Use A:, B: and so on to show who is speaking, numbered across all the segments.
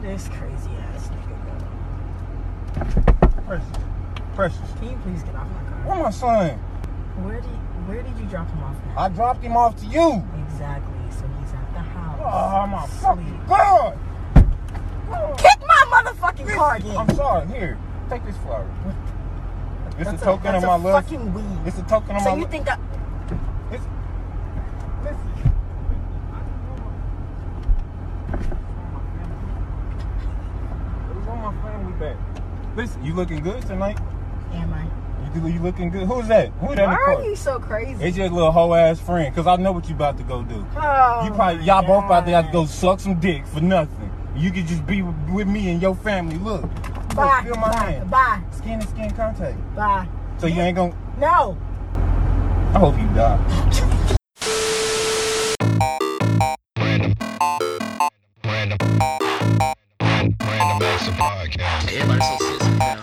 A: This crazy ass nigga. bro.
B: Precious. Precious.
A: Can you please get off my car?
B: Where my son?
A: Where did where did you drop him off at?
B: I dropped him off to you.
A: Exactly. So he's at the house.
B: Oh my fucking
A: Sleep.
B: god.
A: Kick my motherfucking car again.
B: I'm sorry. Here, take this flower. It's a
A: That's
B: token of
A: that's
B: my
A: a
B: love.
A: Fucking weed.
B: It's a token of
A: so
B: my
A: you
B: love.
A: think that?
B: It's, this, it was on my family back. Listen, you looking good tonight?
A: Am I?
B: You, do- you looking good? Who's that? Who that in
A: Why
B: the
A: are
B: car?
A: you so crazy?
B: It's your little hoe ass friend, cause I know what you about to go do.
A: oh,
B: You probably
A: my
B: y'all both about to have to
A: God.
B: go suck some dick for nothing. You could just be with, with me and your family. Look, Look,
A: Bye.
B: feel my
A: Bye.
B: hand.
A: Bye.
B: Skin to skin contact.
A: Bye.
B: So you ain't gonna.
A: No.
B: I hope you die.
C: Random. Random acts of podcast.
D: Everybody so sensitive now.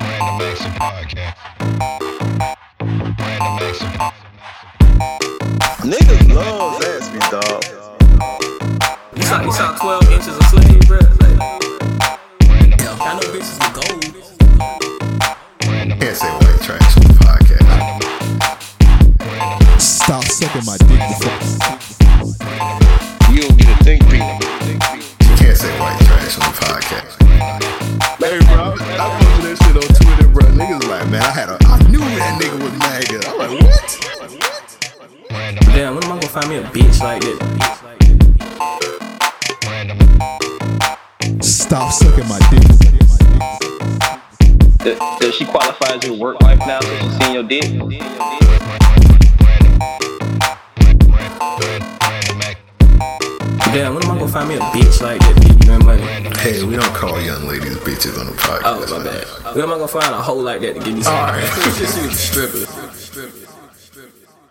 C: Random acts of podcast. Random acts of
E: Niggas love ass me, dog.
D: You saw, you saw 12 inches of pussy, bro. Like,
C: Random.
D: I know bitches with gold.
C: Random.
F: Can't say white trash on the podcast. Stop sucking my dick.
E: You don't get a think piece.
F: You can't say white trash on the podcast. Hey, bro, I posted that shit on Twitter, bro. Niggas like, man, I had a, I knew that nigga was mad. good." I'm like, what?
C: Random.
D: Damn, when am I gonna find me a bitch like that?
C: Random.
F: Stop sucking my dick.
G: Does, does she qualify as your work wife now since she's seen your dick?
D: Damn, when am I gonna find me a bitch like that? Bitch, you money.
F: Hey, we don't call young ladies bitches on the podcast.
D: Oh,
F: man.
D: my bad. When am I gonna find a hoe like that to give me some?
F: All right.
D: She was a stripper.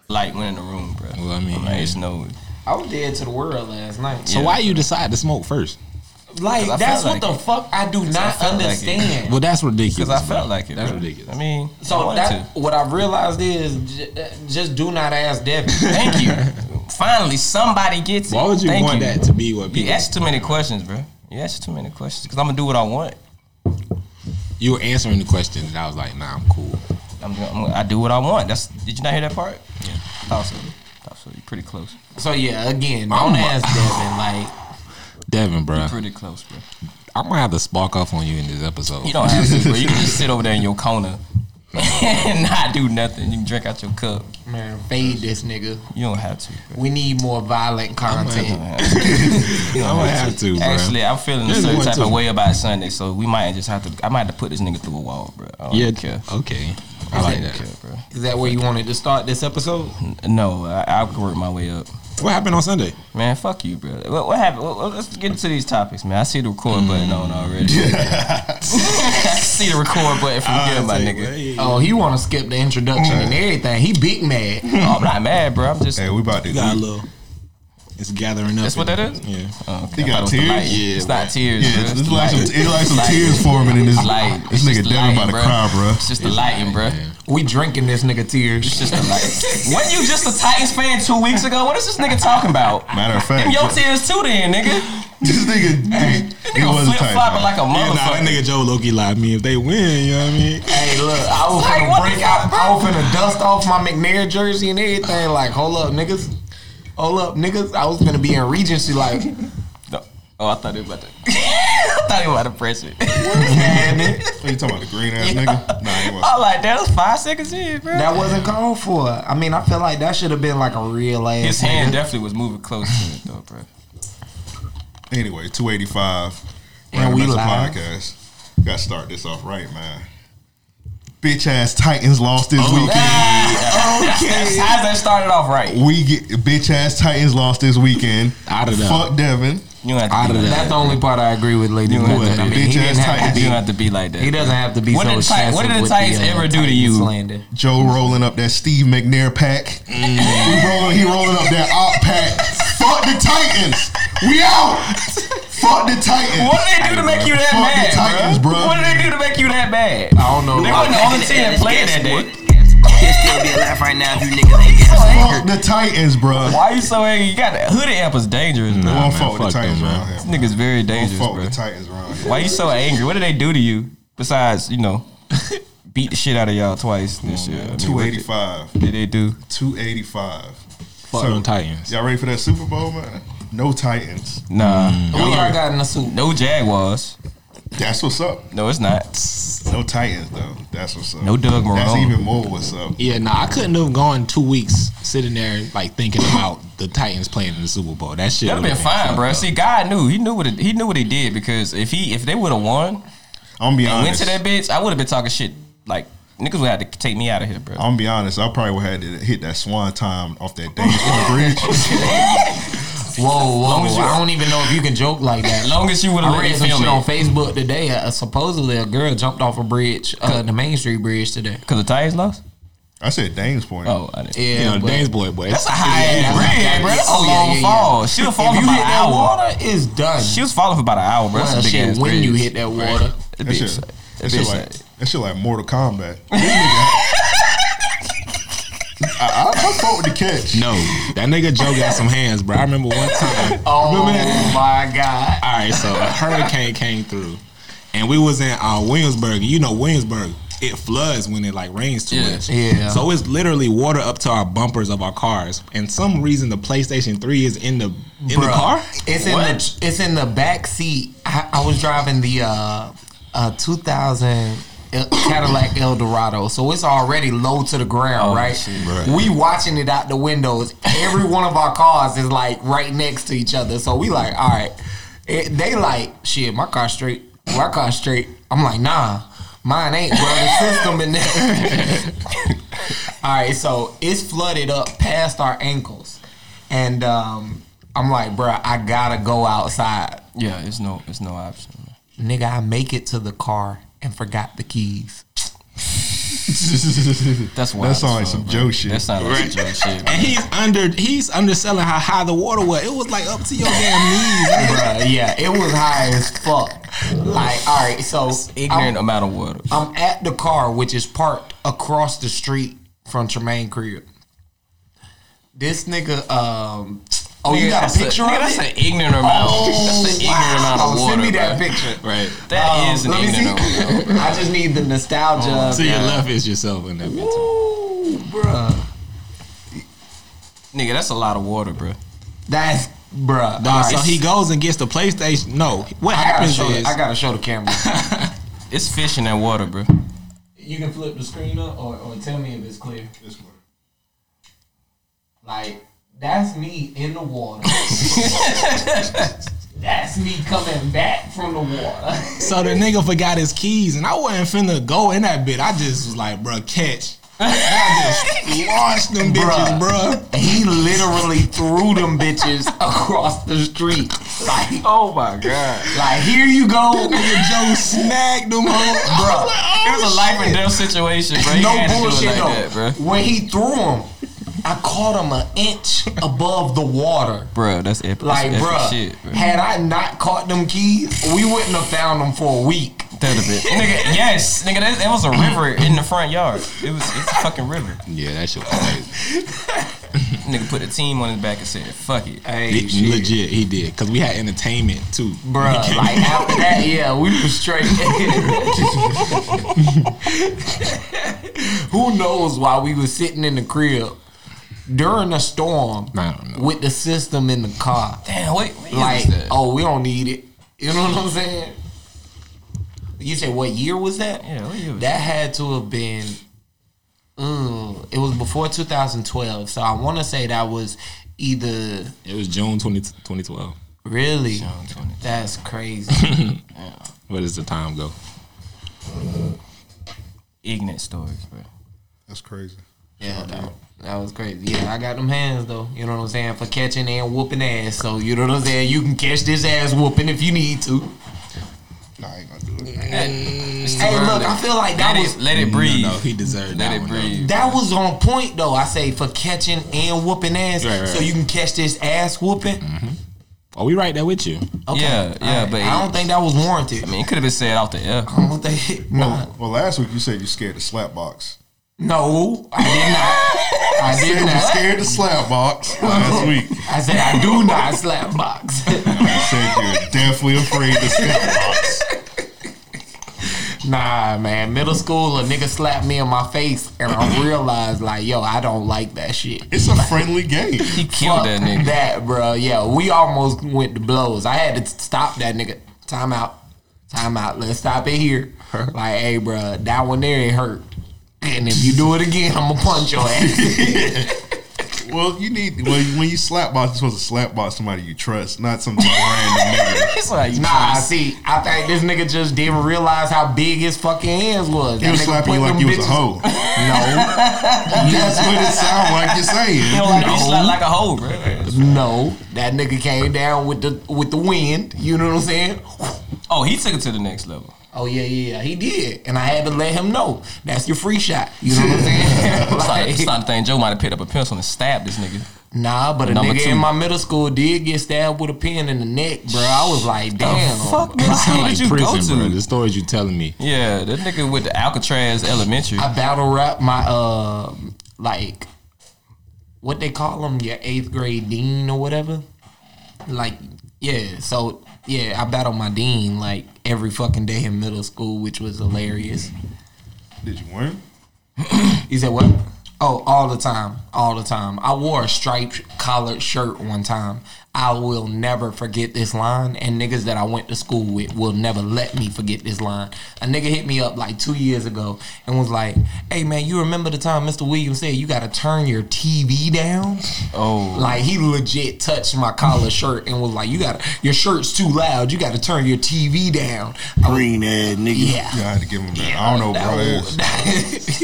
D: Light went in the room, bro.
H: Well, I mean,
D: Like, it's no.
I: I was dead to the world last night.
H: so
D: Yeah.
H: why you decide to smoke first?
I: Like
H: 'Cause I
I: that's
H: felt
I: what the
H: like
I: fuck I do not
H: felt like it.
I: understand.
H: Well, that's ridiculous.
I: Because I
H: bro.
I: felt like it,
H: That's
I: bro.
H: ridiculous.
D: I mean, I
I: so
D: wanted
I: that what I realized is j- uh, just do not ask Devin.
D: to. Thank you. Finally, somebody gets it.
H: why would you
D: Thank
H: want
D: you.
H: that to be what
D: You
H: people?
D: ask too many questions, bro. You ask too many questions because I'm gonna do what I want.
H: You were answering the question, and I was like, Nah, I'm cool.
D: I'm, I'm, I do what I want. That's did you not hear that part? Yeah, thought so. Thought so. You're pretty close.
I: So yeah, again,
H: Oh
I: don't ask Devin. Like
H: Devin, bro,
D: Pretty close, bro.
H: I'm gonna have to spark off on you in this episode.
D: You don't have to, bro. You can just sit over there in your corner and not do nothing. You can drink out your cup.
I: man, fade this nigga.
D: You don't have to. Bro.
I: We need more violent
D: You
I: content.
D: don't have to.
H: You don't have to, bro.
D: Actually, I'm feeling a
H: There's
D: certain
H: one
D: type
H: too.
D: of way about Sunday, so we might just have to. I might have to put this nigga through a wall, bro. I don't
H: yeah.
D: care.
H: Okay, I like
D: I don't
H: that.
D: care, bro.
I: Is that where you wanted to start this episode?
D: N- No, I, I can work my way up.
H: What happened on Sunday?
D: Man, fuck you, bro. What, what happened? Well, well, let's get into these topics, man. I see the record button on already. I see the record button from
F: Ah,
D: here, my nigga.
I: Oh, he want to skip the introduction and everything. He big mad.
D: Oh, I'm not mad, bro. I'm just.
F: Hey, we about to.
H: got a little. It's gathering up.
D: That's what that is?
H: Yeah.
D: Oh,
F: He
D: okay. I
F: got
D: thought it was the
F: tears?
D: light.
F: Yeah,
D: it's not tears.
F: Yeah,
D: bro.
F: it's,
D: It's
F: it's
D: the
F: like some,
D: light.
F: it's like some
D: Light.
F: tears forming in this.
D: It's light.
F: This
D: It's
F: nigga
D: just
F: Devin
D: light,
F: about to
D: bruh.
F: cry, bro.
D: It's just the lighting, bro.
I: We drinking this nigga tears.
D: It's just the light. Wasn't you just a Titans fan two weeks ago? What is this nigga talking about?
F: Matter of fact,
D: Them your tears too, then, nigga.
F: this nigga, he
D: nigga
F: was a
D: flip
F: tight.
D: flopping like
H: Yeah,
D: a
H: nah, that
D: motherfucker.
H: nigga Joe Loki lied me. If they win, you know what I mean?
I: Hey, look, I was
D: Like,
I: gonna
D: what the
I: break
D: fuck,
I: out.
D: bro?
I: I was gonna dust off my McNair jersey and everything. Like, hold up, niggas. Hold up, niggas. I was gonna be in Regency. Like,
D: No. Oh, I thought he was about to. I thought he was about to press it.
F: What Oh, you talking about, the green ass nigga? Nah, he
D: I
F: was.
D: was like, that was five seconds in, bro.
I: that wasn't called for. I mean, I feel like that should have been like a real ass.
D: His hand
I: nigga.
D: definitely was moving close to it, though, bro.
F: Anyway, two eighty five.
I: And we live.
F: podcast. Got to start this off right, man.
D: Oh,
F: Bitch ass Titans lost this weekend.
D: How's that started off right? You
F: We get bitch ass Titans lost this weekend.
H: Out of that.
F: Fuck Devin.
D: don't have to
H: Out
D: be
H: of
D: like
H: that.
I: That's the only part I agree with, lady.
D: You
I: Boy.
D: ain't
I: I mean, he
F: bitch ass
I: didn't have
F: Titans.
I: to
D: You don't
I: be.
D: have to be like that.
I: He doesn't have to be
D: What
I: so
D: did the Titans- what did the
I: obsessive with
D: Titans
I: uh,
D: ever do to
I: Titans
D: you?
I: Slander.
F: Joe rolling up that Steve McNair pack.
D: Mm.
F: He, rolling, he rolling up that op pack. Fuck the Titans. We out. Fuck the Titans.
D: What did they do to make you that
F: Fuck the
D: bad,
F: Titans,
D: bro?
F: bruh.
D: What did they do to make you that bad?
I: I don't know.
D: They
I: I-
D: wasn't the only team that played that day. You'd still be alive right now if you niggas ain't got
F: Fuck the Titans, bro.
D: Why you so angry? You got hooded amp is dangerous, bro.
F: Don't
B: man,
F: fuck with the
B: fuck them,
F: Titans
B: man.
F: around here.
D: This nigga's very dangerous,
F: Don't fuck
D: bro.
F: with the Titans around here.
D: Why you so angry? What did they do to you besides you know beat the shit out of y'all twice and shit? I mean, what
F: Two eighty five.
D: Did they do?
F: Two eighty five.
B: Fuck them Titans.
F: Y'all ready for that Super Bowl, man? No Titans. Mm.
D: Nah.
I: Who y'all got in the suit?
D: No Jaguars.
F: That's what's up.
D: No, it's not.
F: No Titans though. That's what's up.
D: No Doug Marone.
F: That's even more what's up.
B: Yeah, nah, I couldn't have gone two weeks sitting there like thinking about the Titans playing in the Super Bowl. That shit
D: That'd have
B: would've
D: been fine,
B: fucked
D: bro.
B: up.
D: See, God knew. He knew what it, he knew what he did because if he if they would have won
F: I'm gonna be
D: and went
F: honest.
D: to that bitch, I would have been talking shit. Like niggas would have to take me out of here, bro.
F: I'm gonna be honest. I probably would have had to hit that swan time off that Danish bridge.
I: Whoa, whoa!
D: as you-
I: I don't even know if you can joke like that.
D: As long as you would have
I: I
D: let me
I: read some shit
D: film
I: on
D: it.
I: Facebook today. Uh, supposedly, a girl jumped off a bridge, uh, the Main Street Bridge today.
D: Cause the Titans lost.
F: I said Dane's point.
D: Oh, I didn't.
I: Yeah,
B: You know,
I: but
B: Dane's boy, boy. That's
D: It's a high ass bridge, bro. That's a
I: Oh, yeah,
D: long
I: yeah, yeah.
D: fall. She was
I: if
D: falling
I: you
D: for
I: hit
D: about an
I: that
D: hour.
I: water, it's done.
D: She was falling for about an hour, bro. That's
I: Well,
D: a big
I: shit,
D: ass
I: when
D: bridge.
I: you hit that water,
D: That
F: that
D: bitch-
F: shit,
D: that
F: that shit
D: bitch
F: like
D: said-
F: that shit like Mortal Kombat. I, I, I fuck with the catch.
B: No, that nigga Joe got some hands, bro. I remember one time.
I: oh
B: Remember that?
I: my god!
B: All right, so a hurricane came through, and we was in uh, Williamsburg. and You know Williamsburg, it floods when it like rains too
D: Yeah.
B: much.
I: Yeah.
B: So it's literally water up to our bumpers of our cars, and some reason the PlayStation Three is in the in the
I: Bruh,
B: car.
I: It's in the it's in the back seat. I, I was driving the uh, uh, 2000 El- Cadillac Eldorado, so it's already low to the ground,
D: Oh,
I: right?
D: shit.
B: Bruh.
I: We watching it out the windows. Every one of our cars is like right next to each other, so we like, all right. It, they like shit. My car straight. My car straight. I'm like, nah, mine ain't, bro. The system in there. All right, so it's flooded up past our ankles, and um, I'm like, bruh, I gotta go outside,
D: Yeah, it's no, it's no option. man.
I: nigga. I make it to the car and forgot the keys.
D: That's why.
F: That sound like some Joe shit.
D: That sounds like some Joe shit. bro.
B: And he's under he's underselling how high the water was. It was like up to your damn knees.
I: Bruh, yeah, it was high as fuck. Like, all right, so
D: Ignorant
I: I'm,
D: amount of water.
I: I'm at the car, which is parked across the street from Tremaine Crib. This nigga, um, oh, you
D: Nigga,
I: got
D: that's
I: a picture
D: nigga,
I: of
D: that's
I: it? Oh,
D: an ignorant amount. that's an ignorant
I: wow.
D: amount of
I: Oh,
D: water.
I: Send me that
D: bro. Oh,
I: picture.
B: Right.
D: That
I: Um,
D: is
I: let me
D: an ignorant
I: see.
D: amount.
I: I just need the
D: Oh,
I: nostalgia. of
B: To
I: that.
B: your left is yourself in that picture.
I: Ooh, bruh.
D: Nigga, that's a lot of water, bro.
I: That's bruh.
B: Nah,
I: All
B: so
I: right.
B: he goes and gets the PlayStation. No, what
I: I gotta,
B: happens
I: show,
B: is
I: I gotta show the camera.
D: It's fish in that water, bro.
I: you can flip the screen up or, or tell me if it's clear. Like, that's me in the water. that's me coming back from the water.
B: so the nigga forgot his keys, and I wasn't finna go in that bit. I just was like, bruh, catch. And I just launched them bitches, bruh.
I: he literally threw them bitches across the street. Like,
D: Oh my god.
I: like here you go.
B: Nigga Joe snagged them hoes,
I: Bruh,
D: It was a life and death situation, bro. You
I: oh, no
D: had to do it
I: bullshit
D: like
I: though.
D: that, bro.
I: When he threw him, I caught him an inch above the water.
D: Bro, that's epic.
I: Like,
D: that's epic
I: bruh,
D: shit, bro.
I: had I not caught them keys, we wouldn't have found them for a week.
D: That a bit. nigga, yes, nigga, that, that was a river in the front yard. It was, it's a fucking river.
B: Yeah, that shit was crazy.
D: Nigga put a team on his back and said, "Fuck it."
I: Hey,
B: He- Legit, he did. Because we had entertainment too.
I: Bruh, like after that, yeah, we was straight. Who knows why we was sitting in the crib during a storm
B: I don't know.
I: with the system in the car.
D: Damn, wait, what year
I: like,
D: was that?
I: oh, we don't need it. You know what I'm saying? You say what year was that?
D: yeah, what year was
I: That had to have been. Mm, it was before 2012, so I want to say that was either
B: It was June 20, 2012.
I: really.
D: that? 20.
I: That's crazy.
B: Where does the time go?
D: Ignorant stories, bro.
F: That's crazy.
I: yeah, that, that was crazy. Yeah, I got them hands though. You know what I'm saying for catching and whooping ass. So you know what I'm saying. You can catch this ass whooping if you need to.
F: Nah, I ain't gonna do it.
B: Mm.
I: Hey, look, I feel like that
D: Let
I: was
D: it, let it breathe.
B: No, no, he deserved
D: Let
B: that
D: it
B: one,
D: breathe.
I: That was on point though. I say for catching and whooping ass,
B: Right, right,
I: so
B: right.
I: you can catch this ass whooping.
B: though. Are we right there with you?
I: Okay.
D: Yeah, yeah,
I: Alright.
D: but
I: I don't think that was warranted.
D: I mean, it could have been said off the air.
I: I don't think. Nah.
F: Well, well, last week you said you scared the slap box.
I: No, I did not. I did
F: Scared,
I: not.
F: scared the slap box last week.
I: I said I do not slap box.
F: You said you're definitely afraid to slap box.
I: nah, man. Middle school, a nigga slapped me in my face, and I realized like, yo, I don't like that shit.
F: It's a friendly game.
D: He killed
I: Fuck
D: that nigga.
I: That, bro. Yeah, we almost went to blows. I had to stop that nigga. Time out. Time out. Let's stop it here. Like, hey, bro, that one there it hurt. And if you do it again, I'm gonna punch your ass.
F: Well, you need well you- when you slap box, you're supposed to slap box somebody you trust, not some just random nigga.
D: He's like,
I: nah, I see. I think this nigga just didn't realize how big his fucking hands was.
F: He
I: That
F: was
I: nigga
F: slapping you
I: put
F: like
I: them
F: you was a
I: bitches-
F: hoe.
I: No,
F: That's what it sounds like you're saying.
D: you like, you slap like a hoe, bro.
I: no. That nigga came down with the with the wind. You know what I'm saying?
D: Oh, he took it to the next level.
I: Oh yeah, yeah, yeah. He did, and I had to let him know that's your free shot. You know what I'm saying?
D: It's like,
I: Like-
D: it's like the thing Joe might have picked up a pencil and stabbed this nigga.
I: Nah, but a
D: Number
I: nigga
D: two.
I: in my middle school did get stabbed with a pin in the neck, bro. I was like, damn.
D: fuck middle school
H: Sound
D: did you
H: like prison,
D: go
H: bro.
D: to?
H: The stories you telling me.
D: Yeah, that nigga with the Alcatraz Elementary.
I: I battle rap my uh like what they call them your eighth grade dean or whatever. Like yeah, so yeah, I battled my dean like every fucking day in middle school, which was hilarious.
F: Did you win?
I: He said what? Oh, all the time, all the time. I wore a striped collared shirt one time. I will never forget this line, and niggas that I went to school with will never let me forget this line. A nigga hit me up like two years ago and was like, "Hey man, you remember the time Mr. Williams said you got to turn your TV down?"
D: oh,
I: Like he legit touched my collar shirt and was like, "You got to your shirt's too loud. You got to turn your TV down." I was,
F: Green ass nigga.
I: yeah.
F: Yeah, I had to give him that. I don't know,
I: That
F: bro.
I: was,
F: It's-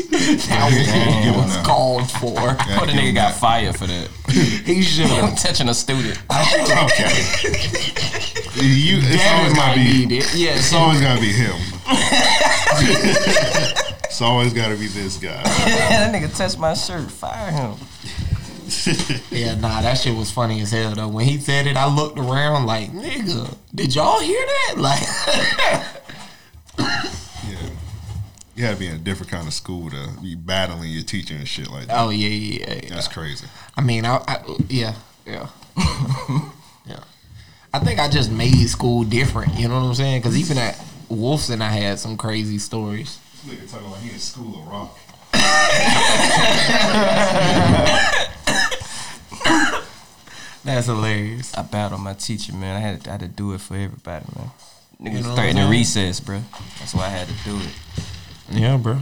I: that
F: Yeah.
I: was called for.
F: I had to
D: oh, the
F: give him
D: nigga got
F: that.
D: fired for that.
I: He should have.
D: Touching a student.
F: Okay. you, it's
I: That
F: always
I: was
F: gotta
I: my
F: be.
I: need it. Yeah,
F: It's always gotta be him. it's always gotta be this guy.
D: that nigga touched my shirt. Fire him.
I: yeah, nah, that shit was funny as hell though. When he said it, I looked around like, nigga, did y'all hear that? Like,
F: Yeah. You gotta be in a different kind of school to be battling your teacher and shit like that.
I: oh yeah, yeah, yeah.
F: That's crazy.
I: I mean, I, I yeah, yeah, yeah. I think I just made school different. You know what I'm saying? Because even at Wolfson, I had some crazy stories.
F: Nigga talking like he in school of rock.
I: That's hilarious.
D: I battled my teacher, man. I had to, I had to do it for everybody, man. Niggas
I: know what I'm
D: threatening
I: saying?
D: recess, bro. That's why I had to do it.
I: Yeah, bro.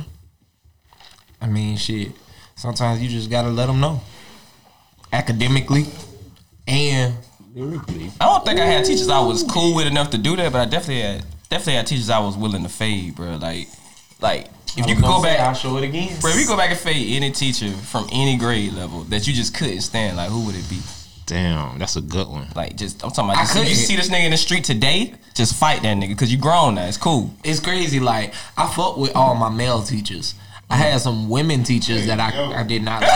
I: I mean, shit. Sometimes you just gotta let them know, academically and lyrically.
D: I don't think I had teachers I was cool with enough to do that, but I definitely had definitely had teachers I was willing to fade, bro. Like, like if you could go back,
I: I'll show it again.
D: bro, if you go back and fade any teacher from any grade level that you just couldn't stand, like who would it be?
H: Damn, that's a good one.
D: Like, just I'm talking about.
I: I
D: Just, if you
I: couldn't.
D: see this nigga in the street today, just fight that nigga because you grown now. It's cool.
I: it's crazy. Like I fuck with all my male teachers. I
D: Mm-hmm.
I: had some women teachers that I, I did not like.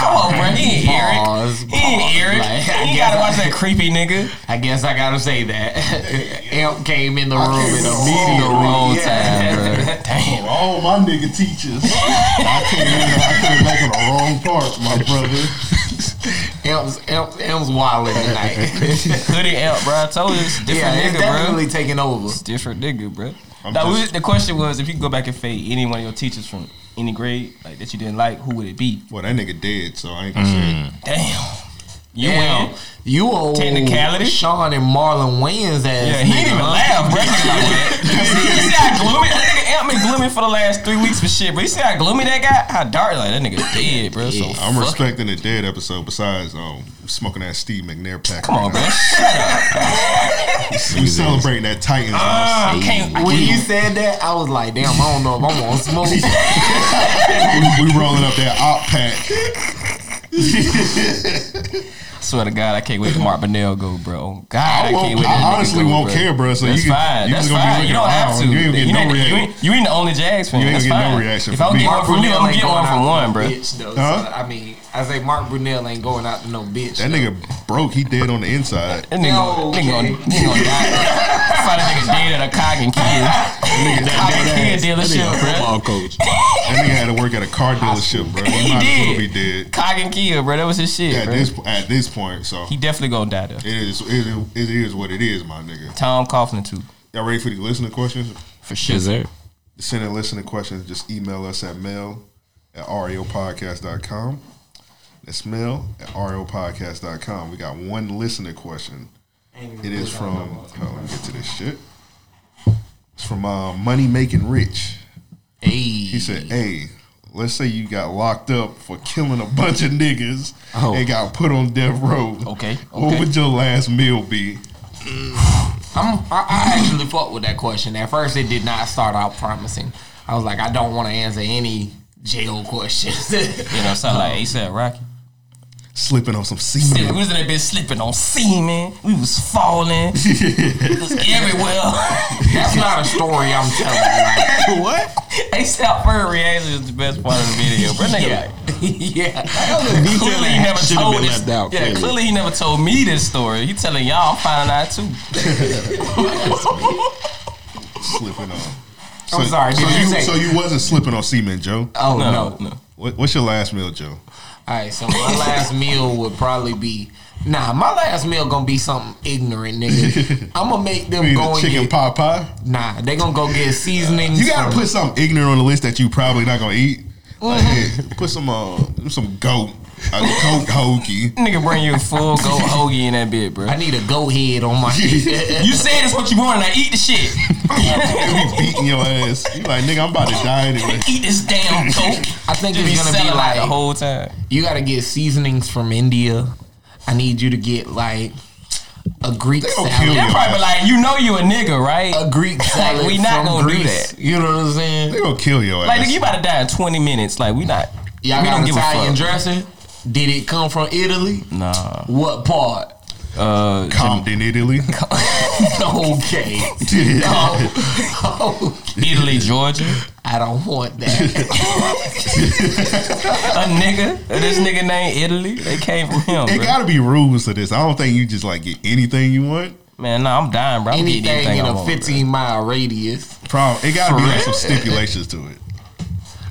D: Come on, bro. He ain't Eric.
I: Pause,
D: He ain't
I: pause.
D: Eric.
I: Like,
D: He ain't gotta watch that creepy nigga.
I: I guess I gotta say that. Amp came in the room
F: came in
I: and
F: the
I: immediately.
F: room.
D: Wrong
I: Yeah.
D: time, bro. Damn.
F: All my nigga teachers. I came in, I came back in the wrong part, my brother.
I: Amp's, Amp's, Amp's wilding tonight.
D: Hoodie out, bro. I told you it's a different
I: yeah, it's
D: nigga, bro.
I: definitely taking over.
D: It's different nigga, bro.
F: I'm
D: Now,
F: just-
D: we- the question was, if you could go back and fade any one of your teachers from any grade like that you didn't like, who would it be?
F: Well, that nigga dead, so I ain't gonna say it.
D: Damn, you
I: Mm. Damn,
D: win.
I: You old
D: Technicality?
I: Sean and Marlon Wayans ass.
D: Yeah, he
I: nigga.
D: didn't even laugh, bro. He was like, "What?" you see how gloomy that nigga Amp been gloomy for the last three weeks for shit, bro. You see how gloomy that guy? How dark like that nigga dead, bro. So
F: I'm
D: fuck
F: respecting the dead episode. Besides, um, smoking that Steve McNair pack.
D: Come on, bro.
F: We celebrating that Titans. loss.
D: Ah, I can't. I
I: When
D: can't.
I: you said that, I was like, damn, I don't know if I'm on smoke.
F: we, we rolling up that op pack.
D: Swear to God, I can't wait to Mark Bonnell go, bro. Oh, God, I,
F: I,
D: can't
F: won't,
D: wait.
F: I
D: that nigga
F: honestly
D: go,
F: won't
D: bro.
F: care, bro. So
D: That's
F: you, can-
D: fine.
F: You
D: That's
F: just gonna be
D: fine.
F: looking
D: You don't have
F: around.
D: to.
F: You ain't gonna
D: You
F: get
D: ain't-
F: no
D: you
F: reaction.
D: ain't- You ain't the only Jags fan.
F: You ain't
D: That's
F: gonna get no
D: fine.
F: reaction
D: If
F: from
D: I don't
F: me.
D: get one
F: Mark
D: from you, I'm gonna
I: ain't
D: get
I: going
D: one
I: out
D: from
I: to
D: one,
I: no
D: bro.
I: Bitch, though,
F: Huh?
I: so, I mean, I say Mark Brunell ain't going out to no bitch.
F: That nigga broke. He dead on the inside.
D: That nigga,
I: No,
D: nigga,
I: okay.
D: gonna, nigga gonna die. find a nigga dead at a cock and kid.
F: Nigga, dead
D: That nigga
F: ass.
D: kid
F: That nigga
D: dealership,
F: a
D: bro.
F: football coach. That nigga had to work at a car dealership, bro. He,
D: He
F: might as well
D: did.
F: be dead
D: Cock and kill, bro. That was his shit,
F: at
D: bro.
F: this at this point. So
D: he
F: it
D: definitely gonna die though.
F: is it is, it is what it is, my nigga.
D: Tom Coughlin too,
F: Y'all ready for the listener questions?
D: for sure.
F: Send in listener questions. Just email us at mail at reopodcast.com. That's mail at reopodcast.com. We got one listener question. It is from, oh, let me get to this shit. It's from uh, Money Making Rich. He
I: Hey,
F: said, hey, let's say you got locked up for killing a bunch of niggas and got put on death row.
D: Oh. Okay,
F: What
D: okay.
F: would your last meal be?
I: Mm. I'm, I, I actually fucked with that question. At first, it did not start out promising. I was like, I don't want to answer any jail questions.
D: You know, sound like ASAP Rocky.
F: Um, Slipping on some
D: Shit, we
F: semen.
D: was in that bitch slipping on semen. We was falling. we was everywhere.
I: That's not a story I'm telling. Like,
D: ASAP Ferg reaction is the best part of the video, bro. Nigga,
I: yeah,
D: like,
I: yeah.
D: clearly he never
H: Should've
D: told
H: been
D: this.
H: left out,
D: yeah,
H: clearly.
D: clearly he never told me this story. He telling y'all, I'm finding out too.
F: slipping on.
I: I'm sorry,
F: So
I: did you
F: you,
I: say-
F: so you wasn't slipping on semen, Joe.
I: Oh no.
D: No, no.
F: What, what's your last meal, Joe?
I: All right, so my last meal would probably be. Nah, my last meal gonna be something ignorant, nigga. I'm gonna make them
F: You mean
I: go
F: a
I: and
F: chicken
I: get.
F: pot pie?
I: Nah, they gonna go get seasonings.
F: You gotta
I: from-
F: put something ignorant on the list that you probably not gonna eat. Like,
I: Mm-hmm.
F: yeah, put some uh, some goat, a goat hoagie.
D: Nigga, bring you a full goat hoagie in that bit, bro.
I: I need a goat head on Oh my.
D: You said it's what you want, and I eat the shit.
F: They be beating your ass. You like nigga, I'm about to die anyway.
D: eat this damn goat.
I: I think
D: Just be
I: it's gonna
D: selling
I: be
D: like
I: like
D: the whole time.
I: you gotta get seasonings from India. I need you to get like a Greek
F: gonna kill
I: salad.
F: you.
D: They're probably like, you know you a nigga, right?
I: A Greek salad.
D: we not
I: from
D: gonna do
I: Greece.
D: that.
I: You know what I'm saying?
F: They gonna kill your
D: Like, nigga, you
F: ass.
D: about to die in 20 minutes. Like, we not.
I: Y'all
D: we
I: got
D: don't give
I: Italian
D: a fuck.
I: dressing. Did it come from Italy?
D: Nah.
I: What part?
D: Uh,
F: Compton, Italy.
I: okay. Oh,
D: Italy, Georgia.
I: I don't want that.
D: A nigga. This nigga named Italy. They came from him,
F: It
D: bro.
F: gotta be rules to this. I don't think you just like get anything you want.
D: Man, nah, I'm dying, bro. I'm
I: Anything,
D: getting anything
I: in
D: I
I: a
D: want, bro.
I: 15 mile radius.
F: Probably, it gotta
D: For
F: be like
D: real?
F: some stipulations to it.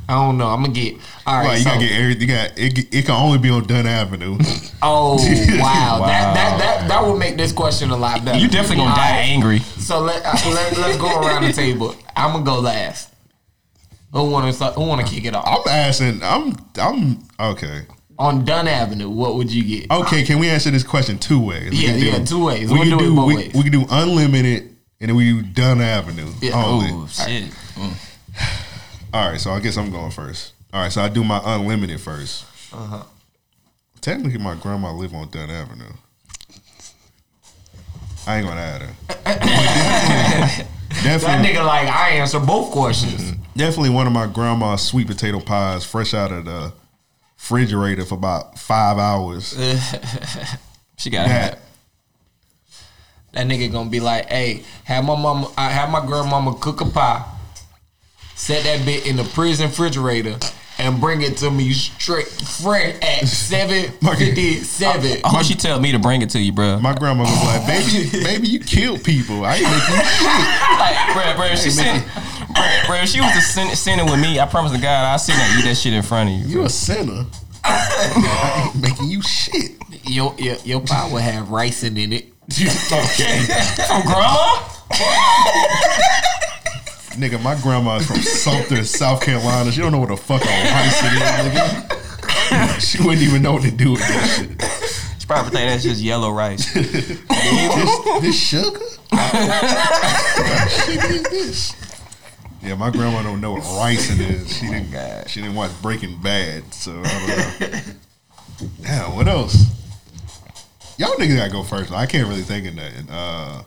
I: I don't know. I'm gonna get all right.
F: Like you
I: so,
F: gotta get everything. You got it. It can only be on Dunn Avenue.
I: oh wow.
D: Wow.
I: that that that that would make this question a lot better.
D: You definitely gonna
I: All
D: die
I: right,
D: angry.
I: So let, uh, let let's go around the table. I'm gonna go last. Who want to who want to kick it off
F: I'm asking. I'm. I'm okay.
I: on Dunn Avenue? What would you get?
F: Okay, can we answer this question two ways? We
I: Yeah,
F: can
I: yeah, two ways.
F: We
I: We'll
F: can
I: do it
F: do
I: both
F: we,
I: ways.
F: we can do unlimited, and then we do Dunn Avenue
I: Yeah.
F: only.
D: Oh, shit. Mm.
F: All right, so I guess I'm going first. All right, so I do my unlimited first.
I: Uh-huh.
F: Technically, my grandma live on Dunn Avenue. I ain't gonna add her. But
I: That
F: definitely, definitely,
I: nigga like I answer both questions.
F: definitely one of my grandma's sweet potato pies, fresh out of the refrigerator for about five hours.
D: She got
F: That-
D: that.
I: That nigga gonna be like, hey, have my mama, I have my grandmama cook a pie, set that bit in the prison refrigerator, and bring it to me straight fresh at seven fifty seven.
D: I hope she tell me to bring it to you, bro.
F: My grandma was like, "Baby, baby, you killed people. I ain't making you
D: Like, bro, bro, if she sent, bro, bro, if she was to send, send it with me, I promise to God, I seen her eat that shit in front of you.
F: You a sinner. I ain't making you shit.
I: Your, your your pie will have ricin in it.
F: okay.
D: From grandma?
F: Nigga, my grandma's from Sumter, South Carolina. She don't know what the fuck a rice it is, nigga. She wouldn't even know what to do with that shit.
D: She probably think that's just yellow rice.
F: This, this sugar? What shit is this? Yeah, my grandma don't know what rice it is. She didn't. She didn't watch Breaking Bad, so I don't know. Damn, what else? Y'all niggas gotta go first. I can't really think of nothing. Uh,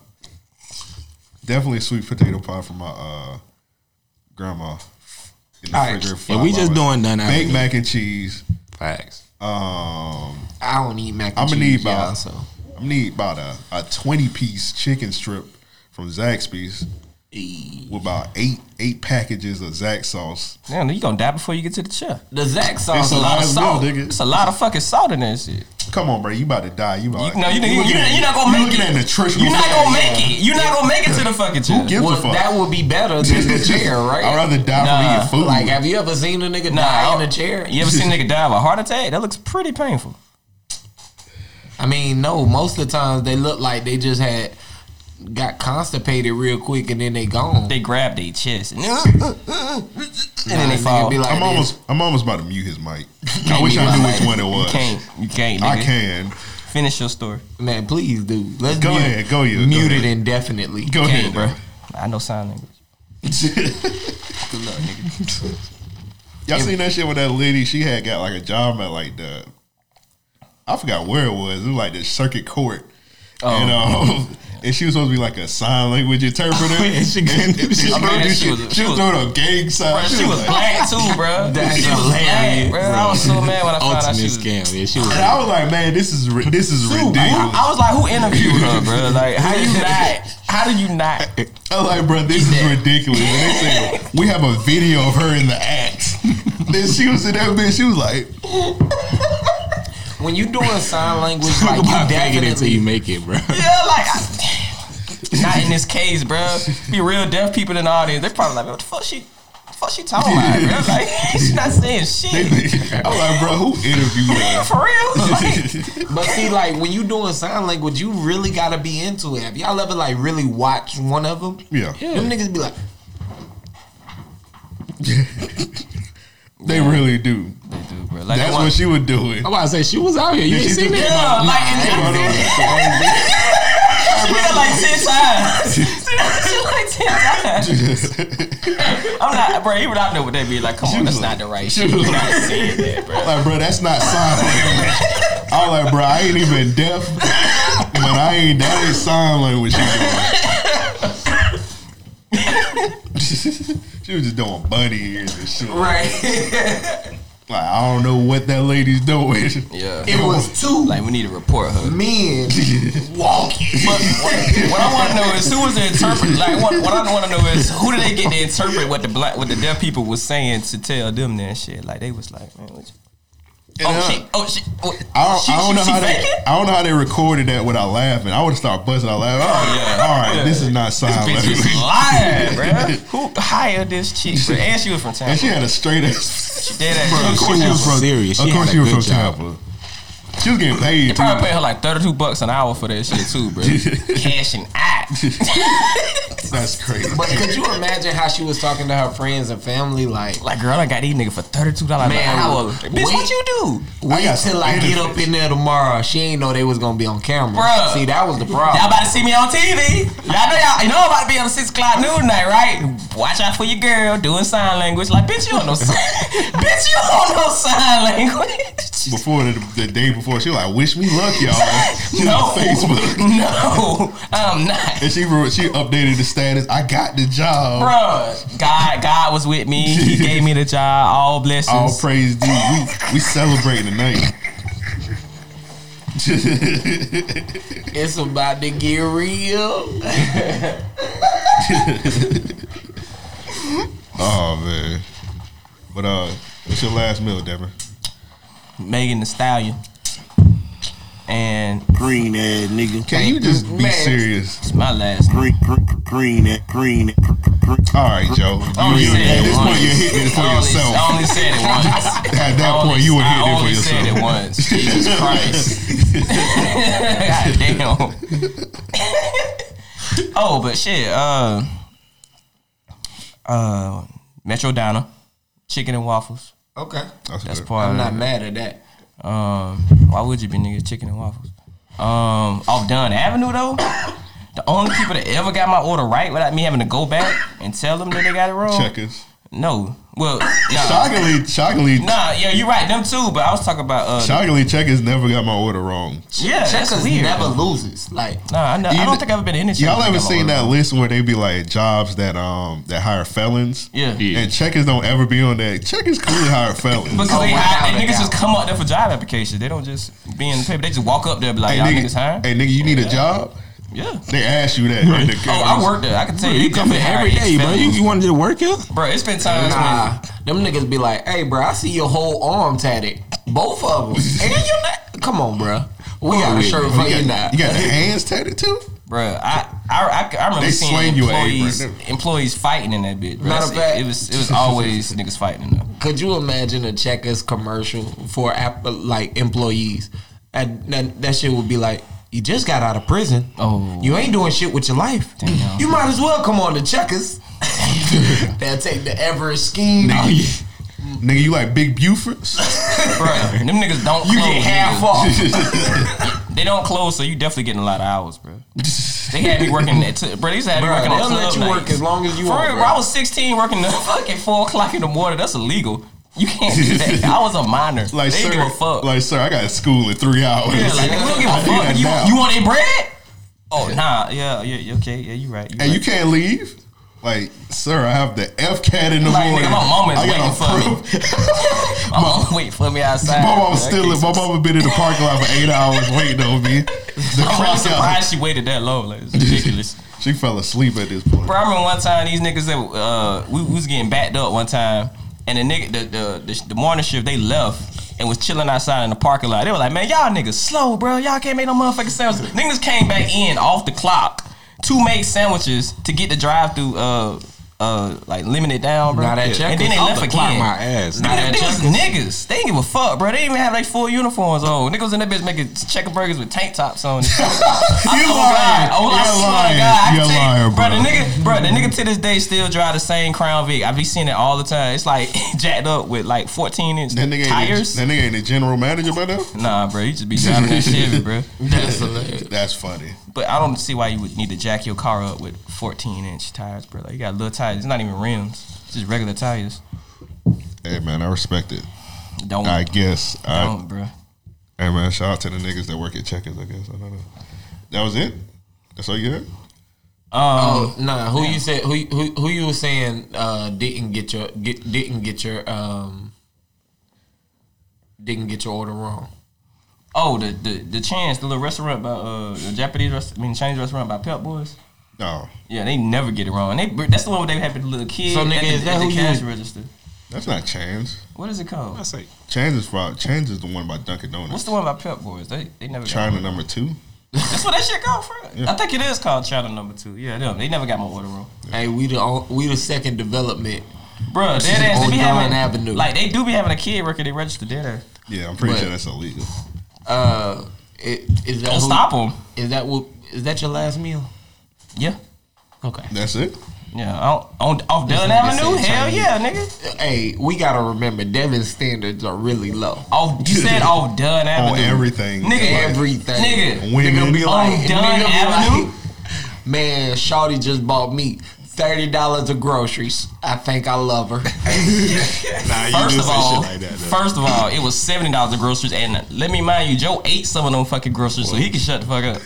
F: definitely sweet potato pie from my uh, grandma. In the
H: All right.
F: refrigerator for
H: Yeah,
F: five
H: we just
F: hours.
H: doing Dunn
F: Baked
H: Avenue.
F: mac and cheese.
H: Facts.
F: Um,
I: I don't eat mac and
F: I'ma
I: cheese.
F: need
I: y'all,
F: about-
I: so
F: I need about a, a twenty piece chicken strip from Zaxby's with about eight eight packages of Zax sauce.
D: Damn, you gonna die before you get to the chair.
I: the Zach
F: It's
I: sauce.
F: a lot
I: is like-
F: of
D: It's salt.
F: nigga.
D: It's a lot of fucking salt in that shit.
F: Come on, bro, you about to die. You about
D: You, no, you, you,
F: looking
D: you,
F: at-
D: are not gonna
F: you
D: make
F: looking
D: it.
F: at nutritional.
D: You're not
F: facts.
D: gonna make it. You're not gonna make it to the fuck with you?
F: Who gives
I: Well,
F: a fuck?
I: that would be better than the chair, right?
F: I'd rather die
D: Nah.
F: from eating food.
I: Like, have you ever seen a nigga die in a chair?
D: You ever seen a nigga die of a heart attack? That looks pretty painful.
I: I mean, no. Most of the times they look like they just had got constipated real quick and then they gone.
D: They grab their chest and, and then
I: Nah,
D: they
I: nigga
D: fall.
I: be like
F: I'm
I: this.
F: almost, I'm almost about to mute his mic. I wish I knew which one it was.
D: can't you can't nigga.
F: I can.
D: finish your story.
I: Man, please, dude. Let's
F: Go
I: mute,
F: ahead, go you, go
I: Mute
F: ahead.
I: it indefinitely.
F: Go
I: Okay,
F: ahead, bro.
D: I know sign language.
F: Y'all seen that shit with that lady? She had got like a job at like the, I forgot where it was. It was like the circuit court,
D: Oh.
F: and um, and she was supposed to be like a sign language interpreter.
H: Yeah, she couldn't do shit.
F: I
D: Man,
F: mean,
D: she
F: she,
D: was-
F: was,
D: she
F: she was
D: was-
F: doing a gang sign.
D: Bruh, she was
F: like-
D: black too, bro.
I: That's
D: she was black,
I: hilarious,
D: bro. I was so mad when I found out she
H: Ultimate
D: was.
H: scam. Yeah, she was.
F: And I was like, man, this is ri- this is
D: Dude,
F: ridiculous.
D: I, I was like, who interviewed her, bro? Like, how you not? How do you not?
F: I was like, bro, this is ridiculous. And they said, we have a video of her in the act. then she was in that bitch. She was like,
I: When you doing sign language, like
H: Talk about
I: you
H: faking it till
I: definitely
H: you make it, bro.
D: Yeah, like, not in this case, bro. Be real deaf people in the audience. They're probably like, what the fuck she, the fuck she talking about, bro? Like, she's not saying shit.
F: I was like, bro, who interviewed her?
D: For real? Like,
I: But see, like when you doing sign language, you really gotta be into it. Have y'all ever like really watch one of them?
F: yeah.
I: Them niggas be like,
F: they really do.
D: Dude, bro, like,
F: That's what she was doing.
H: I'm about to say she was out here. You
F: Yeah,
H: ain't
F: she
H: seen
F: did.
H: it.
D: yeah, like, and then, she did it like 10 times. she did it like 10 times. I'm not, bro, even I know what they be like, come on, that's not the right shit. You're not saying that, bro.
F: like, bro, that's not sign language. I was like, bro, I ain't even deaf, but I ain't that ain't sign language. She doing. she was just doing bunny ears and shit.
I: right?
F: Like, I don't know what that lady's doing.
D: Yeah.
I: it was two
D: Like, we need to report her.
I: men walking.
D: But what, what I want to know is who was the interpreter. Like, what, what I want to know is who did they get to interpret what the black, what the deaf people was saying to tell them that shit. Like, they was like, man, what
F: And,
D: you, oh
F: uh,
D: shit, oh shit, what-
F: I don't,
D: she-
F: I don't
D: she-
F: know
D: she
F: how they.
D: faking?
F: I don't know how they recorded that without laughing. I would have started busting out laughing. Oh,
D: Yeah.
F: All right,
D: Yeah.
F: this is not sign
D: Bitch
F: language.
D: is lying, bro. Who hired this chick? Bro? And she was from Tampa.
F: And she had a straight ass.
D: Dead
F: Bro, of
D: ass.
F: course she was
H: was
F: from
H: serious.
F: Of
H: She
F: course
H: had
F: she
H: a
F: was
H: good
F: from
H: job.
F: Tampa. She was getting paid. too.
D: Probably paid her like thirty-two bucks an hour for that shit too, bro. Cash and act.
F: That's crazy.
I: But could you imagine how she was talking to her friends and family? Like,
D: Like, girl, I got these nigga for thirty-two dollars an
I: Man,
D: hour. Bitch,
I: wait.
D: what you do?
F: I
I: wait
F: got some
I: till I get up
F: benefits.
I: in there tomorrow. She ain't know they was gonna be on camera.
D: Bruh.
I: See, that was the
D: Y'all
I: problem.
D: about to see me on TV. Y'all know y'all, you know I'm about to be on six o'clock noon night, right? Watch out for your girl doing sign language. Like, bitch, you don't know sign. bitch, you don't know sign language.
F: Before the, the day before, she was like, "Wish me luck, y'all." She was
D: No.
F: on Facebook,
D: No, I'm not.
F: and she wrote- she updated the status. I got the job.
D: Bruh, God, God was with me. He gave me the job. All blessings.
F: All praise thee. We we celebrating tonight.
I: It's about to get real.
F: oh man. But uh, what's your last meal, Devin?
D: Megan the Stallion. And
J: Green ass nigga.
F: Can you just be
I: Man.
F: serious?
D: it's my last.
J: Green, green, green, ass- green, green.
F: All right, Joe.
D: Only
F: You- you-
D: said
F: at
D: it
F: this point,
D: once.
F: you're hitting it for
D: I only-
F: yourself.
D: I only said it once.
F: At that point, you were
D: I
F: hitting it for
D: only
F: yourself.
D: said it once. Jesus Christ. God damn. oh, but shit. Uh, uh, Metro Donna, chicken and waffles.
I: Okay,
D: That's
F: good.
D: part.
I: I'm
D: of
I: not
D: it.
I: mad at that.
D: Um, why would you be nigga chicken and waffles? Um, off Dunn Avenue though, the only people that ever got my order right without me having to go back and tell them that they got it wrong.
F: Checkers.
D: No, well, nah,
F: Shockingly, shockingly,
D: nah, yeah, you're right, them too. But I was talking about uh,
F: shockingly, Checkers never got my order wrong.
D: yeah, that's
I: Checkers
D: weird.
I: never loses. Like,
D: Nah, I, know, I
F: Even-
D: don't think I've been in this.
F: Y'all ever seen that list where they be like jobs that um that hire felons?
D: Yeah. Yeah.
F: And checkers don't ever be on that. Checkers clearly hire felons.
D: Because
I: Oh,
D: they
I: my
D: hire,
I: God,
D: and
I: my
D: niggas
I: God.
D: just come up there for job applications. They don't just be in the paper. They just walk up there and be like,
F: hey,
D: y'all
F: nigga,
D: niggas hiring?
F: hey nigga, you need a job?
D: Yeah.
F: They ask you that. And the
D: Oh, I work there. I can tell you.
H: You
D: they
H: come
D: definitely
H: here
D: hire
H: every day, bro. You,
D: ex-felons.
H: you wanted to work here?
D: Bro, it's been times when
I: Nah, them niggas be like, "Hey, bro, I see your whole arm tatted, both of them." and then you not. Come on, bro. We got a shirt for
F: you, got,
I: you now.
F: you got the hands tatted too?
D: Bruh, I I, I, I remember
F: They
D: seeing
F: swing you at
D: employees
F: Abram, never.
D: employees fighting in that bitch. Bruh.
I: Matter of fact-
D: it, was it was always niggas fighting. in there.
I: Could you imagine a Checkers commercial for app- like employees? And that, that shit would be like, you just got out of prison.
D: Oh.
I: you ain't doing shit with your life.
D: Damn.
I: You might as well come on to Checkers. They'll take the Everest scheme.
F: Nigga, you- nigga, you like Big Buford?
D: Bruh, them niggas don't
I: You
D: close.
I: get half
D: nigga.
I: off.
D: They don't close, so you definitely getting a lot of hours, bruh. They had me working at, t- bro. They used to have me
I: Bruh,
D: working
I: they'll
D: on
I: let
D: club
I: you
D: nights.
I: work as long as you
D: For
I: want.
D: real,
I: bro.
D: bro, I was 16 working the fucking 4 o'clock in the morning. That's illegal. You can't do that. I was a minor.
F: Like,
D: they
F: sir,
D: didn't give a fuck.
F: like, sir, I got school in three hours.
D: yeah, like, we don't give
F: I
D: a
F: do that
D: fuck. You,
F: now.
D: you want their bread? Oh, nah. Yeah, yeah, yeah, okay. Yeah, you right. You
F: and
D: right.
F: you can't leave. Like, sir, I have the F cat in the
D: Like,
F: morning.
D: nigga, my mama is
F: I got
D: waiting for
F: proof.
D: my mom wait for me outside.
F: my mama
D: bruh.
F: still. My mama been in the parking lot for eight hours waiting on me. The
D: I'm really
F: clock out.
D: surprised she waited that long. Like, it's ridiculous.
F: She fell asleep at this point.
D: Bro, I remember one time these niggas that uh, we, we was getting backed up one time, and the nigga the the, the the morning shift they left and was chilling outside in the parking lot. They were like, "Man, y'all niggas slow, bro. Y'all can't make no motherfucking sandwiches." niggas came back in off the clock to make sandwiches to get the drive through. Uh, uh, like limited down, bro.
I: Not at
D: and then
I: Checkers.
D: they
I: Off
D: left
H: the
D: again.
H: clock, my ass.
D: Not
H: Not
D: niggas,
H: at
D: they was niggas. They didn't give a fuck, bro. They didn't even have like full uniforms on. Niggas in that bitch making checker burgers with tank tops on.
F: You
D: Oh,
F: lying.
D: God. Oh, I
F: You're
D: swear
F: lying.
D: to God. I
F: You're
D: tell you,
F: lying, bro.
D: bro. The nigga, bro, the nigga to this day still drive the same Crown Vic. I be seeing it all the time. It's like jacked up with like 14 inch
F: That nigga, ain't,
D: tires.
F: that nigga ain't a general manager by now.
D: Nah, bro, you just be driving that Chevy, bro.
I: That's hilarious.
F: That's funny.
D: But I don't see why you would need to jack your car up with 14 inch tires, bro. Like you got little tires. It's not even rims. It's just regular tires.
F: Hey man, I respect it.
D: Don't,
F: I guess. I,
D: don't, bro.
F: hey man, shout out to the niggas that work at Checkers. I guess I don't know. That was it. That's all you had.
D: Um,
I: Oh nah, who you said who who who you were saying uh, didn't get your get, didn't get your um didn't get your order wrong.
D: oh, the, the the chance, the little restaurant by uh the Japanese restaurant, I mean Chinese restaurant by Pep Boys.
F: No,
D: Yeah, they never get it wrong. Oh, And they that's the one where they have the little kid
I: So, nigga,
D: at the,
I: is that
D: at the
I: who you-
D: cash register.
F: that's not Chans.
D: What is it
H: I
D: called?
H: say,
F: Chans is for Chans is the one by Dunkin' Donuts.
D: What's the one about Pep Boys? They they never got
F: China number two.
D: That's what that shit called for.
F: Yeah.
D: I think it is called China Number Two. Yeah, them. They never got my order wrong.
I: Hey, we the on- we the second development.
D: Bruh, dead ass. They
I: On
D: be having
I: Dunn Avenue.
D: like they do be having a kid working. They register dead ass.
F: Yeah, I'm pretty
I: But-
F: sure that's illegal.
I: Uh, it, is that
D: Don't
I: who-
D: stop them.
I: Is that what is that your last meal?
D: Yeah,
I: Okay.
F: That's it.
D: yeah. On, on off
I: This
D: Dunn
I: nigga
D: Avenue.
I: said
D: Hell
I: Chinese.
D: yeah, nigga.
I: Hey, we gotta remember Devin's standards are really low.
D: Off you said off Dunn Avenue.
F: On everything.
D: Nigga,
F: Like,
I: Everything.
D: Nigga.
F: Women.
I: Nigga be like,
D: On
I: nigga
D: Dunn
I: be like,
D: Avenue?
I: Man, Shawty just bought me thirty dollars of groceries. I think I love her.
F: Nah, you
D: First
F: do
D: of
F: say
D: all,
F: shit like that, though.
D: first of all, it was seventy dollars of groceries, and let me mind you, Joe ate some of them fucking groceries, so he can shut the fuck up.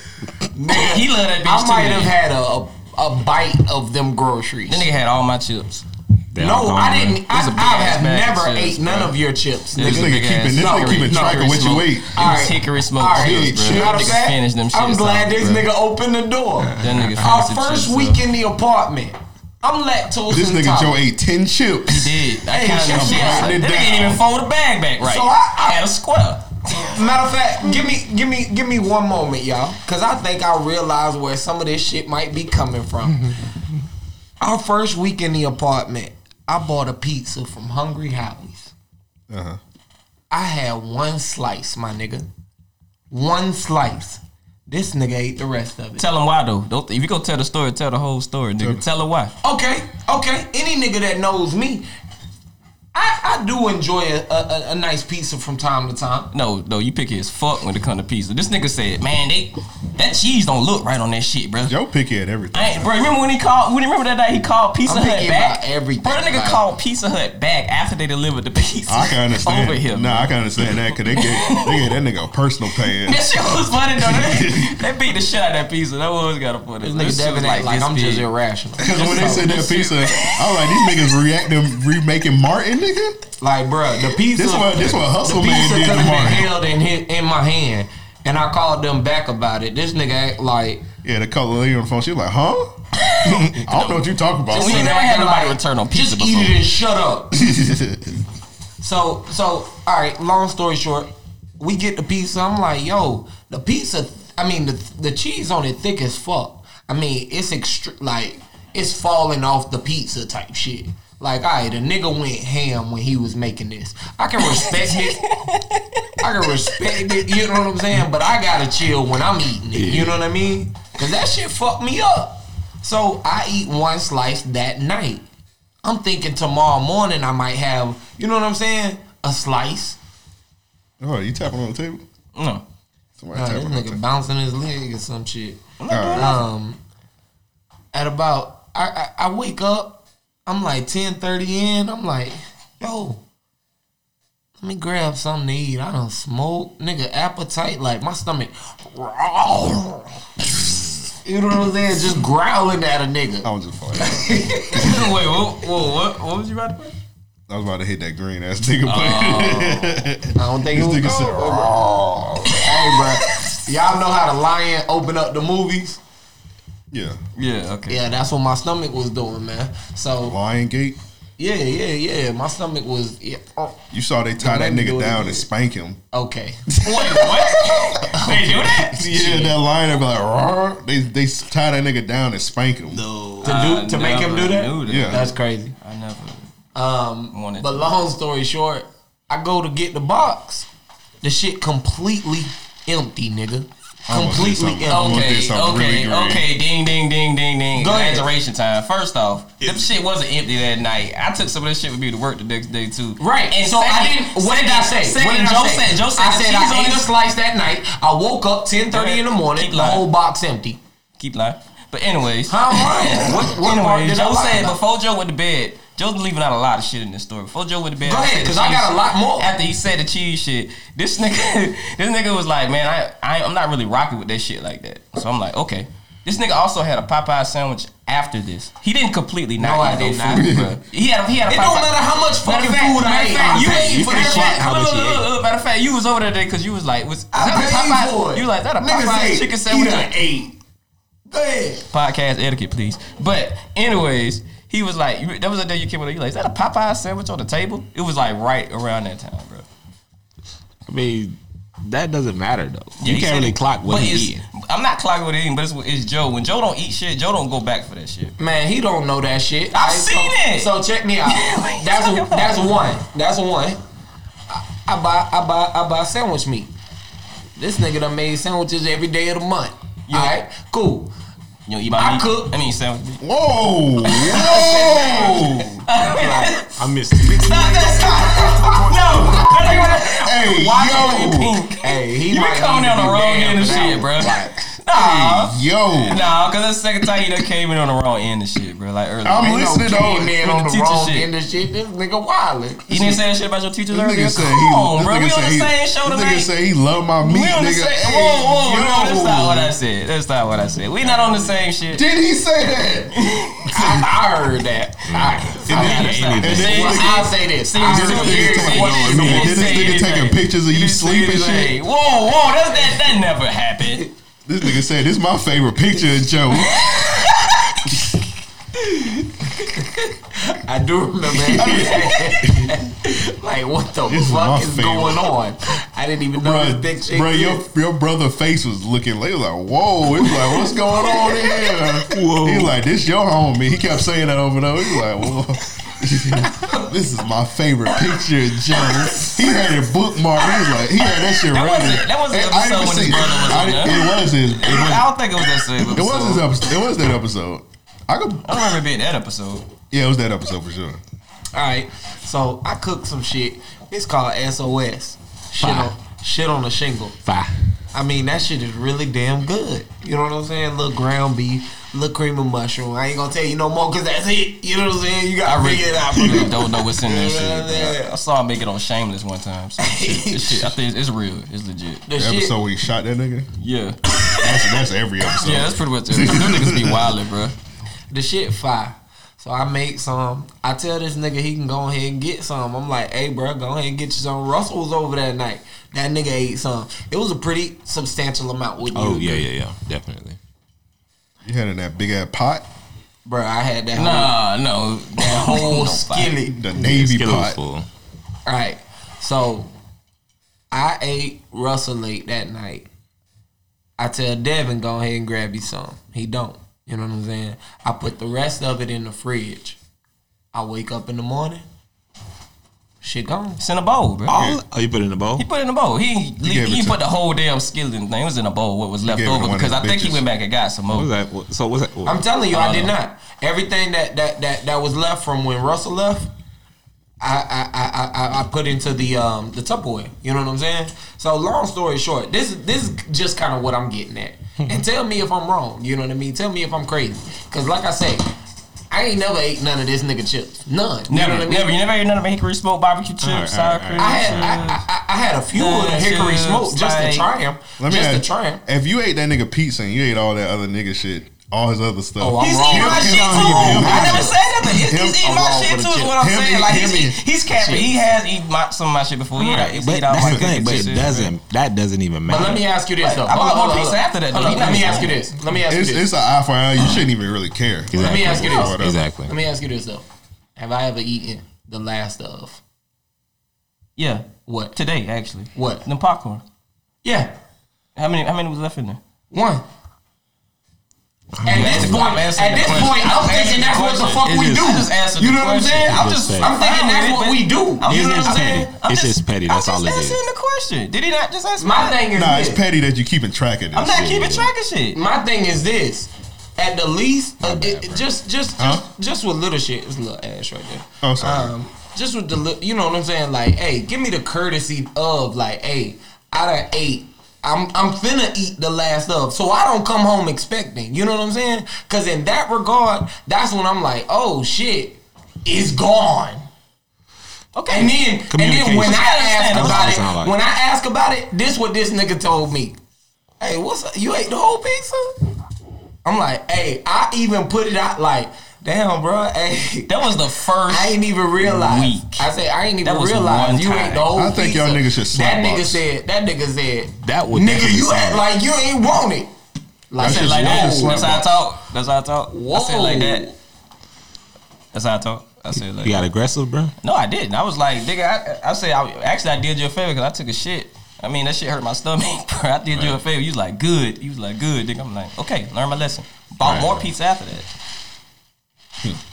D: he love that bitch
I: I
D: too.
I: might
D: man.
I: have had a, a a bite of them groceries.
D: That nigga had all my chips.
I: No, I didn't. I,
D: It was a big
I: I
D: ass bag of
I: have never
D: chips,
I: ate none
D: bro.
I: of your chips.
D: It
I: nigga.
D: was
F: this
D: a
F: nigga
D: big ass-
F: keeping this nigga
I: No,
F: keeping
I: no,
F: track of what you
D: smoke.
F: ate.
D: It was
I: Alright.
D: hickory smoke.
I: All right,
D: chips, bro.
I: you know what
D: That
I: I'm
D: nigga
I: saying?
D: finished them shits
I: I'm glad
D: off,
I: this
D: bro.
I: nigga opened the door.
D: That nigga
I: Our
D: finished them
I: first
D: shits
I: week
D: off.
I: in the apartment. I'm lactose
F: This nigga Joe
I: intolerant.
F: ate ten chips.
D: He did. I
I: Hey,
D: counted them
I: shut
D: shits.
F: up.
D: Like, That
F: Down.
D: nigga didn't even fold the bag back right.
I: So I- I-
D: had a square.
I: Matter of fact, give me, give me, give me one moment, y'all, because I think I realize where some of this shit might be coming from.
F: Uh-huh.
I: Our first week in the apartment, I bought a pizza from Hungry Howie's.
F: Uh huh.
I: I had one slice, my nigga, one slice. This nigga ate the rest of it.
D: Tell him why though. Don't if you go tell the story, tell the whole story, nigga. Tell him why.
I: Okay, okay. Any nigga that knows me, I, I do enjoy a, a, a- a nice pizza from time to time.
D: No, no, you picky as fuck when it come to pizza. This nigga said, man, they that cheese don't look right on that shit, bro.
F: Joe picky at everything.
D: I ain't, bro, remember when he called? When you remember that night he called Pizza
I: I'm
D: Hut
I: picky
D: back?
I: about everything,
D: Bro, that nigga
I: like-
D: called Pizza Hut back after they delivered the pizza.
F: I can understand.
D: over here.
F: Nah, I can understand that because they gave they gave that nigga a personal pan.
D: That shit was funny though. They, they beat the shit out of that pizza. That was got a funny.
I: This nigga Devin act like I'm just irrational.
F: Because when they said that pizza, I was like, these niggas reacting, remaking Martin, nigga.
I: Like, bruh, the pizza.
F: This what this what
I: the
F: Hustle Man
I: pizza
F: did
I: could
F: to
I: have
F: Martin.
I: been held in his, in my hand, and I called them back about it. This nigga act like
F: Yeah, the color lady on the phone. She was like, huh? I don't know what you talking about.
D: We ain't
F: son.
D: never had
I: acting
D: nobody return on pizza
I: Just eat it
D: before.
I: and shut up. So so all right. Long story short, we get the pizza. I'm like, yo, the pizza I mean, the the cheese on it thick as fuck. I mean, it's extr like it's falling off the pizza type shit. Like, all right, a nigga went ham when he was making this. I can respect it. I can respect it. You know what I'm saying? But I gotta chill when I'm eating it. You know what I mean? Cause that shit fucked me up. So I eat one slice that night. I'm thinking tomorrow morning I might have. You know what I'm saying? A slice.
F: Oh, you tapping on the table?
D: No.
F: Somebody
I: Nah, this
F: tapping on the
I: nigga
F: table.
I: bouncing his leg or some shit.
F: Alright.
I: Um, at about I, I I wake up, I'm like ten thirty in. I'm like, yo, let me grab something to eat. I don't smoke, nigga. Appetite like my stomach. You know what I'm saying? Just growling at a nigga.
F: I was just playing.
D: Wait, what, whoa, what? What was you about to put?
F: I was about to hit that green ass nigga.
I: Oh.
F: button.
I: I don't think it
F: Oh. this nigga
I: was
F: said, "Raw."
I: Hey, bro. Y'all know how the lion open up the movies?
F: Yeah.
D: Yeah, okay.
I: Yeah, that's what my stomach was doing, man. So
F: Lion Gate.
I: yeah, yeah, yeah. My stomach was yeah. oh,
F: You saw they tie that
I: Let me do
F: nigga
I: it
F: down
I: again.
F: and spank him.
I: okay.
D: Wait, what? they do that?
F: Yeah, that lion they be like, "Raw." they they tie that nigga down and spank him.
H: No.
I: To do to make him do that.
F: Yeah.
I: That's crazy.
D: I never.
I: Um,
D: Wanted
I: but
D: to.
I: long story short, I go to get the box. The shit completely empty, nigga.
F: I almost did
I: Completely
F: something.
I: empty.
F: I almost did
D: Okay,
F: something really
D: okay,
F: great.
D: okay. Ding, ding, ding, ding, ding.
I: Go ahead.
D: Exaggeration time. First off, the shit wasn't empty that night. I took some of that shit with me to work the next day too.
I: Right. And so I
D: second-
I: didn't. What did I say?
D: Second,
I: what did
D: Joe
I: I say?
D: said. Joe said.
I: I
D: the
I: said
D: cheese
I: I
D: on
I: ate a
D: this-
I: slice that night. I woke up ten thirty in the morning.
D: Keep
I: The
D: lying.
I: whole box empty.
D: Keep lying. But anyways,
I: How am I? What, what part
D: anyways,
I: did I
D: Joe
I: lie
D: said
I: about?
D: before Joe went to bed. Joe's leaving out a lot of shit in this story. Before Joe went to bed,
I: Go
D: I
I: ahead,
D: said the
I: 'cause I
D: cheese-
I: got a lot more.
D: After he said the cheese shit, this nigga, this nigga was like, "Man, I, I, I'm not really rocking with that shit like that." So I'm like, "Okay." This nigga also had a Popeye sandwich after this. He didn't completely not
I: No, I
D: eat
I: did
D: no
I: not.
D: food, bruh. He had, a, he had a
I: It
D: Popeye.
I: don't matter how much
D: Matter
I: fucking
D: of fact,
I: food I
D: matter of
I: ate.
D: fact, you
I: I paid
D: ate
I: for
D: for the
I: that
D: shit.
I: shit. How
D: Look,
I: much
D: look,
I: you
D: look,
I: ate?
D: look, Matter of fact, you was over there because you was like, was, is that a
I: I paid
D: Popeye?
I: for it.
D: You like that a
I: Nigga
D: Popeye
I: said,
D: chicken sandwich?
I: He done ate. Go ahead.
D: podcast etiquette, please. But anyways, he was like, you- that was the day you came with. You like, is that a Popeye sandwich on the table? It was like right around that time, bro.
H: I mean, that doesn't matter though.
D: Yeah,
H: you
D: he
H: can't
D: said
H: really
D: it.
H: clock what
D: But
H: he
D: it's-
H: eating.
D: I'm not clocking what he eating, but it's, it's Joe. When Joe don't eat shit, Joe don't go back for that shit.
I: Man, he don't know that shit.
D: I've
I: Alright, so-
D: seen it.
I: So check me out.
D: What are you
I: that's
D: talking about?
I: that's one. That's one. I, I buy I buy I buy sandwich meat. This nigga done made sandwiches every day of the month.
D: Yeah.
I: All right, cool.
D: You know, eat my
I: I
D: meat.
I: cook.
D: I mean sandwich. meat.
F: Whoa, whoa!
H: I missed it.
F: hey,
D: Why
F: yo,
D: you in pink?
I: Hey, he
D: You
I: might
D: coming
I: need
D: down
I: to
D: the
I: be
D: wrong
I: banned
D: end of
I: for that
D: shit,
I: one.
D: bro.
I: Like,
D: Nah.
F: yo!
D: Nah, cause that's the second time you done came in on the wrong end of shit, bro. Like earlier.
F: I'm
I: ain't no
F: listening
I: came
F: though.
I: in
D: With
I: on
D: the
I: the
D: teacher
I: wrong
D: shit.
I: end of shit. This nigga wildin'.
D: You didn't say that shit about your teacher
F: This
D: earlier.
F: nigga said he.
D: Come on,
F: this
D: bro.
F: nigga
D: We on
F: said
D: the
F: he-
D: same show
F: This
D: tonight.
F: nigga said he love my meat,
D: We on the
F: nigga.
D: same.
F: Hey,
D: Whoa, whoa,
F: yo.
D: no, that's not what I said. That's not what I said. We not on the same shit.
F: Did he say that?
I: I, I heard that. All right.
F: And
D: that's
F: then,
D: not-
F: and
D: that's
F: then
D: not-
F: this
I: I'll say this.
D: See,
I: I
D: see,
I: heard
D: see,
I: it.
D: see,
I: What
D: see,
I: is
F: no,
I: it?
F: this
D: see,
F: nigga
D: see,
F: taking
D: see.
F: pictures of you
D: see,
F: sleeping
D: see,
F: shit.
D: see. Whoa, whoa, that's, that that never happened.
F: this nigga said this is my favorite picture of Joe.
I: I do remember that. like, what the
F: This is my
I: fuck is
F: favorite.
I: going on? I didn't even know
F: Bruh,
I: this big shit.
F: bruh, your, your brother face was looking like, he was like, whoa. He was like, what's going on here? Whoa. He was like, this your homie. He kept saying that over and over. He was like, whoa. this is my favorite picture of Joe. He had it bookmarked. He was like, he had that shit
D: That
F: right
D: wasn't-
F: there.
D: that wasn't the
F: I didn't
D: episode when
F: see
D: his
F: it.
D: brother was
F: I
D: on
F: didn't-
D: there.
F: It was his. It
D: I
F: was,
D: don't think it was that same episode.
F: it was his episode. It was that episode. I could,
D: I don't remember it being that episode.
F: yeah, it was that episode for sure.
I: All right, so I cooked some shit. It's called SOS. Shit on, shit on a shingle.
H: Five.
I: I mean, that shit is really damn good. You know what I'm saying? Little ground beef, little cream of mushroom. I ain't gonna tell you no more because that's it. You know what I'm saying? You gotta
D: I
I: figure it out.
D: really,
I: from
D: really
I: there.
D: don't know what's in that
I: Yeah,
D: shit.
I: yeah.
D: Bro. I saw him make it on Shameless one time. So shit, this shit, I think it's, it's real. It's legit.
I: The
F: The
I: shit.
F: episode where he shot that nigga.
D: Yeah,
F: That's, that's every episode.
D: yeah, that's pretty much it. Them niggas be wildin', bro.
I: The shit fire. So I make some. I tell this nigga he can go ahead and get some. I'm like, hey, bro, go ahead and get you some. Russell was over that night. That nigga ate some. It was a pretty substantial amount. With
H: Oh
I: you,
H: yeah, yeah, yeah, definitely.
F: You had in that big ass pot,
I: bro. I had that whole,
D: Nah, no,
I: that whole
D: No,
I: skillet.
F: the
H: His
F: navy
H: skill was
F: pot.
H: full.
I: All right. So I ate Russell late that night. I tell Devin, go ahead and grab you some. He don't. You know what I'm saying? I put the rest of it in the fridge. I wake up in the morning. Shit gone.
D: It's in a bowl, bro.
B: All, oh, you put it in the bowl?
D: He put it in the bowl. He ain't-
F: gave
D: he
F: it
D: ain't
F: to-
D: put the whole damn skillet in the thing. It was in a bowl. What was left
F: gave it to
D: over
F: one of
D: because
F: the
D: I think he
F: bitches.
D: went back and got some
B: What
D: more.
B: was that? What- So what's that?
I: I'm telling you, I did
D: Uh-huh.
I: not. Everything that that that that was left from when Russell left, I I I I, I put into the um the Tupperware. You know what I'm saying? So long story short, this this is just kind of what I'm getting at.
D: Hmm.
I: and tell me if I'm wrong. You know what I mean? Tell me if I'm crazy. Cause like I say. I ain't never ate none of this nigga chips. None. You
D: Never,
I: know what I mean?
D: never. You never ate none of the hickory smoked barbecue chips,
B: right, all
D: sour
B: right,
D: cream.
B: all
I: I had I, I, I had a few of the hickory
D: Chips,
I: smoke just
D: like-
I: to try them.
F: Let me
I: just
F: ask,
I: to try them.
F: if you ate that nigga pizza and you ate all that other nigga shit, all his other stuff,
I: Oh, I'm
D: He's
I: wrong.
D: eating my
I: Him-
D: shit too.
I: him- him-
D: I never
F: him-
D: said nothing. He's,
F: him
D: he's eating my
F: along
D: shit
F: with the
D: too. Is
F: chip.
D: what I'm
F: Him
D: saying.
F: and-
D: Like
F: him
D: he's,
F: and-
D: he's capping. He has eaten my, some of my shit before. Yeah, he's
B: But
D: eaten all
B: that's
D: my
B: the thing.
D: fucking
B: But
D: shit,
B: it
D: bro.
B: doesn't. That doesn't even
I: But let
B: matter.
I: me ask you this though.
D: I bought
I: Hold
D: more
I: on, hold on,
D: pizza
I: hold on.
D: after that,
I: Hold
D: though.
I: on,
D: You
I: Let
D: know
I: me
D: what I'm
I: ask you this. Let me ask you
F: it's,
I: this.
F: it's an eye for an eye. You shouldn't even really care.
I: Let me ask you
F: Whatever.
I: this.
B: Exactly.
I: Let me ask you this though. Have I ever eaten the last of
D: Yeah,
I: what?
D: today actually.
I: What?
D: Them popcorn.
I: Yeah,
D: How many? How many was left in there?
I: one. At this
D: I'm
I: point,
D: answering
I: at
D: the
I: this
D: question.
I: point, I'm
D: I'm
I: thinking
D: answering
I: that's
D: the
I: what the
D: question.
I: fuck
D: It
I: we
D: is.
I: do.
D: I just answered
I: You
D: the
I: know what I'm
D: question.
I: saying? I'm just,
B: Just say.
I: I'm thinking that's what we do. You know
B: It's
I: what
B: just
I: I'm
B: petty.
I: saying?
B: It's just petty. That's
D: I'm
B: all it
D: just
B: is.
D: answering the question. Did he not just ask
I: My
D: my
I: thing is
F: Nah,
I: this.
F: it's petty that you keeping track of this.
D: I'm not
F: shit.
D: keeping track of shit.
I: My thing is this. At the least, uh, it- just just
F: Huh?
I: just just with little shit, it's a little ass right there.
F: Oh, sorry.
I: Um, just with the li- you know what I'm saying, like, hey, give me the courtesy of like, hey, I done ate. I'm I'm finna eat the last of, so I don't come home expecting. You know what I'm saying? Because in that regard, that's when I'm like, oh shit, it's gone.
D: Okay.
I: And then, and then when
B: Communication.
I: I ask
D: That's what
I: about
B: it
I: it,
B: sound like.
I: when I ask about it, this what this nigga told me. Hey, what's up? you ate the whole pizza? I'm like, hey, I even put it out like, damn, bro, hey,
D: that was the first.
I: I ain't even realize.
D: Week.
I: I said I ain't even
D: That was one
I: realize you
D: time.
I: ain't the whole.
F: I think
I: pizza.
F: y'all niggas should slap
I: That nigga
F: box.
I: said. That nigga said.
B: That would
I: Nigga,
B: definitely
I: you act
B: sound-
I: like you ain't want it. Like,
F: That
D: I said
F: shit's
D: like
F: weird.
D: that.
F: It's
D: That's how I
F: slap
D: talk. That's how I talk. I said
I: Whoa.
D: like that. That's how I talk. I said like
B: You got aggressive, bro.
D: No, I didn't. I was like, nigga, I, I said, I, actually, I did you a favor because I took a shit. I mean, that shit hurt my stomach, bro. I did you a favor. You was like, good. You was like, good, nigga. I'm like, okay, learn my lesson. Bought
F: Right.
D: more pizza after that.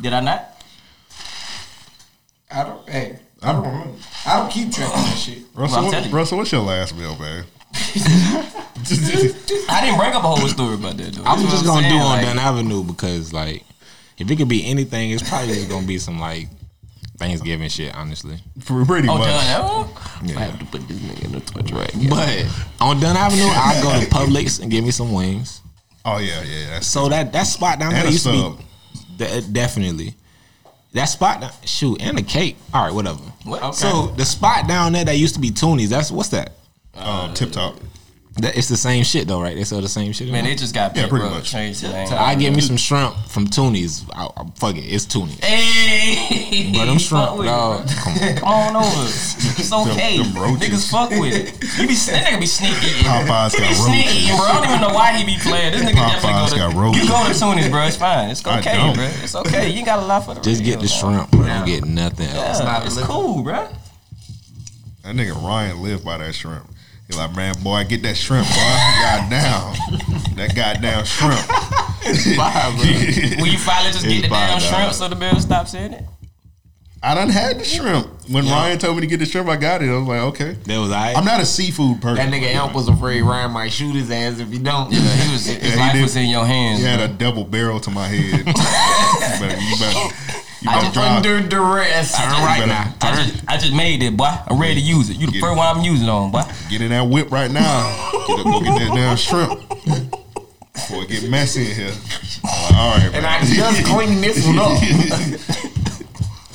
D: Did I not?
I: I don't. Hey, I don't remember. I don't keep track of that shit.
F: Russell,
D: I'm
F: what-
D: telling you.
F: Russell, what's your last meal, man?
D: I didn't bring up a whole story about that, though.
B: I'm
D: That's
B: just
D: what
B: gonna do
D: saying,
B: on
D: like,
B: Dunn Avenue because like if it could be anything, it's probably just gonna be some like Thanksgiving shit, honestly.
F: For pretty
D: Oh,
F: much.
D: Dunn
I: I have to put this nigga in the torch rack.
B: But on Dunn Avenue, I go to Publix and get me some wings.
F: Oh yeah, yeah. That's
B: So that that spot down there
F: and a
B: used to
F: sub.
B: be de- definitely that spot. Down, shoot, and a cake. All right, whatever.
D: What? Okay.
B: So the spot down there that used to be Toonies. That's what's that?
F: Um, tip top.
B: That it's the same shit though, right? They sell the same shit. in
D: Man,
B: there?
D: they just got
F: Yeah,
D: big,
F: pretty
D: bro.
F: much.
D: Changed the name.
B: I give me some shrimp from Toonies. I, I, fuck it, it's Toonies.
D: Hey,
B: But I'm
D: you fuck
B: shrimp,
D: with it, bro.
B: dog. Come on.
D: Come on over. It's okay.
F: them roaches.
D: Niggas fuck with it. You be that nigga be sneaky. eating.
F: Popeyes
D: he be
F: got
D: sneaky, eating, bro. I don't even know why he be playing. This nigga
F: Popeyes got
D: definitely go to.
F: roaches.
D: You go to Toonies, bro. It's fine. It's
F: I
D: okay,
F: don't.
D: bro. It's okay. You got a lot for the
B: Just
D: radio,
B: get the
D: man.
B: shrimp, bro. Don't get nothing else.
D: Yeah, it's cool, bro.
F: That nigga Ryan lived by that shrimp. He like, man, boy, get that shrimp, boy. Goddamn, that goddamn shrimp.
D: Will you finally
F: It's
D: just get the damn
F: fine, dog.
D: shrimp so the bill stops saying it?
F: I done had the shrimp. When Ryan told me to get the shrimp, I got it. I was like, okay.
B: That was I.
F: I'm not a seafood person.
I: That nigga Elp was afraid Ryan might shoot his ass if he don't.
D: Yeah, he was. His
F: Yeah, he
D: life
F: did.
D: was in your hands.
F: He
D: bro.
F: had a double barrel to my head. you better, you better, you better drive.
I: Under duress.
B: Turn right
F: better-
B: now.
D: I
B: Turn.
D: just, I just made it, boy. I'm ready to use it. You the
F: Get
D: first
F: it.
D: one I'm using on, boy.
F: Get in that whip right now. Get, go get that damn shrimp. Boy, it get messy in here. I'm like, all right,
I: And
F: man.
I: I just cleaned this one up.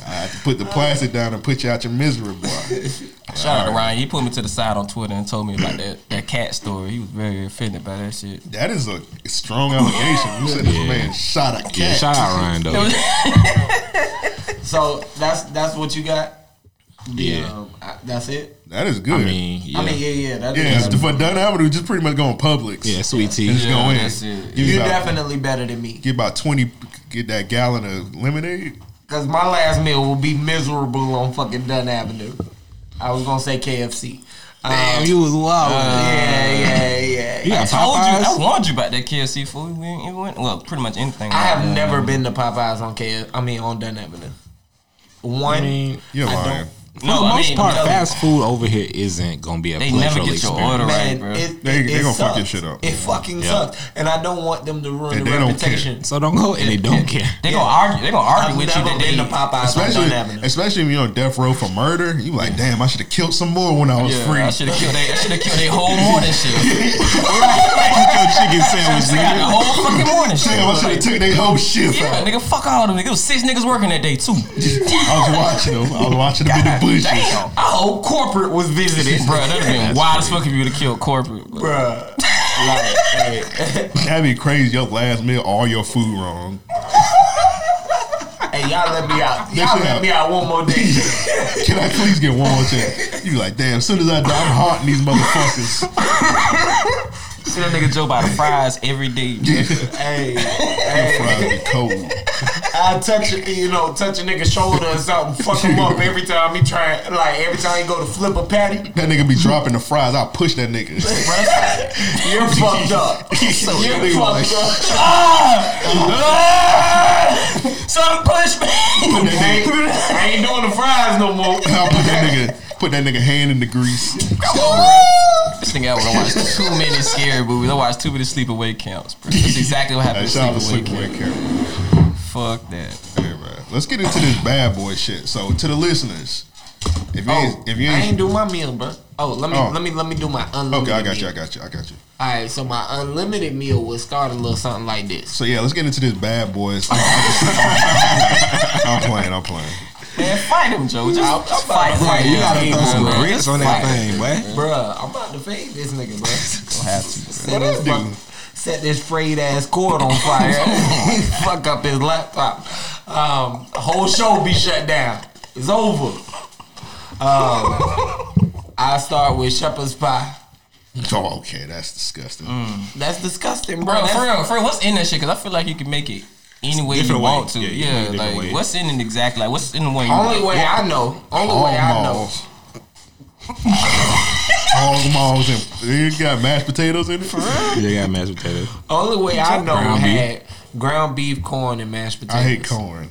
F: I had to put the plastic down and put you out your misery, boy.
D: Shout out to
F: Alright.
D: Ryan. He put me to the side on Twitter and told me about that, that cat story. He was very offended by that shit.
F: That is a strong allegation. You said this man shot a cat.
B: Yeah, shout out Ryan though.
I: So that's that's what you got.
B: Yeah.
I: Um, I, that's it.
F: That is good.
B: I mean, yeah.
I: I mean, yeah, yeah. That
F: yeah,
I: is,
F: for Dunn Avenue, just pretty much going Publix.
B: yeah, sweet tea.
F: Just go in.
D: that's it.
F: Give me
I: you're
F: about-
I: definitely better than me.
F: get about 20, get that gallon of lemonade.
I: Cause my last meal will be miserable on fucking Dunn Avenue. I was gonna say KFC.
H: Damn, you was
I: uh,
H: wild.
D: yeah, yeah, yeah.
H: You got
D: I told
H: Popeyes?
D: you, I warned you about that KFC food. We ain't- it went- well, pretty much anything.
I: I have never been to Popeyes on K. I mean on Dunn Avenue. One.
F: You're
I: I
F: lying.
D: For no,
B: the
D: I
B: most
D: mean,
B: part,
D: no.
B: fast food over here isn't gonna be a
D: They
B: pleasurable
D: never get your
B: experience.
D: order right,
I: Man,
D: bro.
I: it,
F: They-
I: it,
F: they
I: it
F: gonna fuck
I: sucks.
F: your shit up.
I: It fucking
B: Yeah.
I: sucks, and I don't want them to ruin
F: And
I: the
F: they don't care.
I: reputation.
B: So don't go and they don't care.
D: They gonna argue. They gonna argue
I: I've
D: with you
I: never
D: that
I: been to
D: they.
I: Popeyes on Dunn
F: Especially,
I: Avenue.
F: especially if you're on death row for murder, you like, damn, I should have killed some more when I was
D: Yeah,
F: free.
D: I should have killed. They, I should have killed their whole morning shift.
B: Your chicken sandwich,
D: They got the
B: nigga.
D: whole fucking morning shift.
F: Damn, I should have took their whole shift
D: Yeah,
F: out.
D: nigga, fuck all them. Nigga, It was six niggas working that day too.
F: I was watching them. I was watching them in the bushes.
D: Damn,
I: I hope corporate was visited,
D: bro, that'd have been wild as fuck if you would have killed corporate. bro.
I: Bruh. Like, hey,
F: That'd be crazy. Your last meal, all your food wrong.
I: hey, y'all let me out. Y'all
F: Listen
I: let
F: up.
I: me out one more day.
F: Can I please get one more chance? You like, damn, as soon as I die, I'm haunting these motherfuckers.
D: See that nigga Joe by the fries every day.
I: hey,
F: Your
I: hey,
F: fries be cold.
I: I touch you know touch a nigga's shoulder or something, fuck him up every time he try like every time he go to flip a patty.
F: That nigga be dropping the fries. I'll push that nigga.
I: You're fucked up.
F: That
I: You're
F: nigga like,
I: fucked up. Ah!
D: Some push me.
F: put that nigga,
I: I ain't doing the fries no more.
F: I'll put that nigga, put that nigga hand in the grease.
D: This nigga out when I watch too many scary movies. I watch too many sleep away camps, bro. That's exactly what
F: Hey,
D: happened.
F: shout out to
D: to sleep away
F: Sleepaway Camp.
D: camp. Fuck that.
F: Hey, bro, Let's get into this bad boy shit. So to the listeners, if you ain't, if you
I: Oh, I ain't
F: ain't,
I: do my meal, bro. Oh, let me
F: Oh.
I: let me let me do my unlimited.
F: okay, I got you, I
I: meal.
F: got you, I got you.
I: All right, so my unlimited meal would start a little something like this.
F: So yeah, let's get into this bad boys. I'm playing, I'm playing.
D: Man, fight him, Joe. Just, just fight him.
B: Bro, you
D: Yeah.
B: gotta throw some
D: Bro,
B: grits on that thing, boy.
I: Bruh, I'm about to fade this nigga, bruh.
D: Don't have to.
I: Set
F: What I
I: this,
F: do?
I: fuck, set this frayed ass cord on fire. fuck up his laptop. Um, whole show be shut down. It's over. Um, I start with shepherd's pie. Mm.
F: Oh, okay, that's disgusting.
I: That's disgusting,
D: Bro,
I: bro. That's-
D: for real, for real, what's in that shit? Cause I feel like you can make it any way you
B: Different
D: want
B: ways.
D: to.
B: Yeah, you
D: Yeah,
B: can make it
D: like
B: different ways.
D: what's in it exactly? Like what's in the one? You
I: Only
D: like?
I: way I know. Only way I know.
F: Hog maws, hog maws, and you got mashed potatoes in it. For real?
B: You got mashed potatoes.
I: Only way I know
B: Ground beef.
I: had ground beef, corn, and mashed potatoes.
F: I hate corn.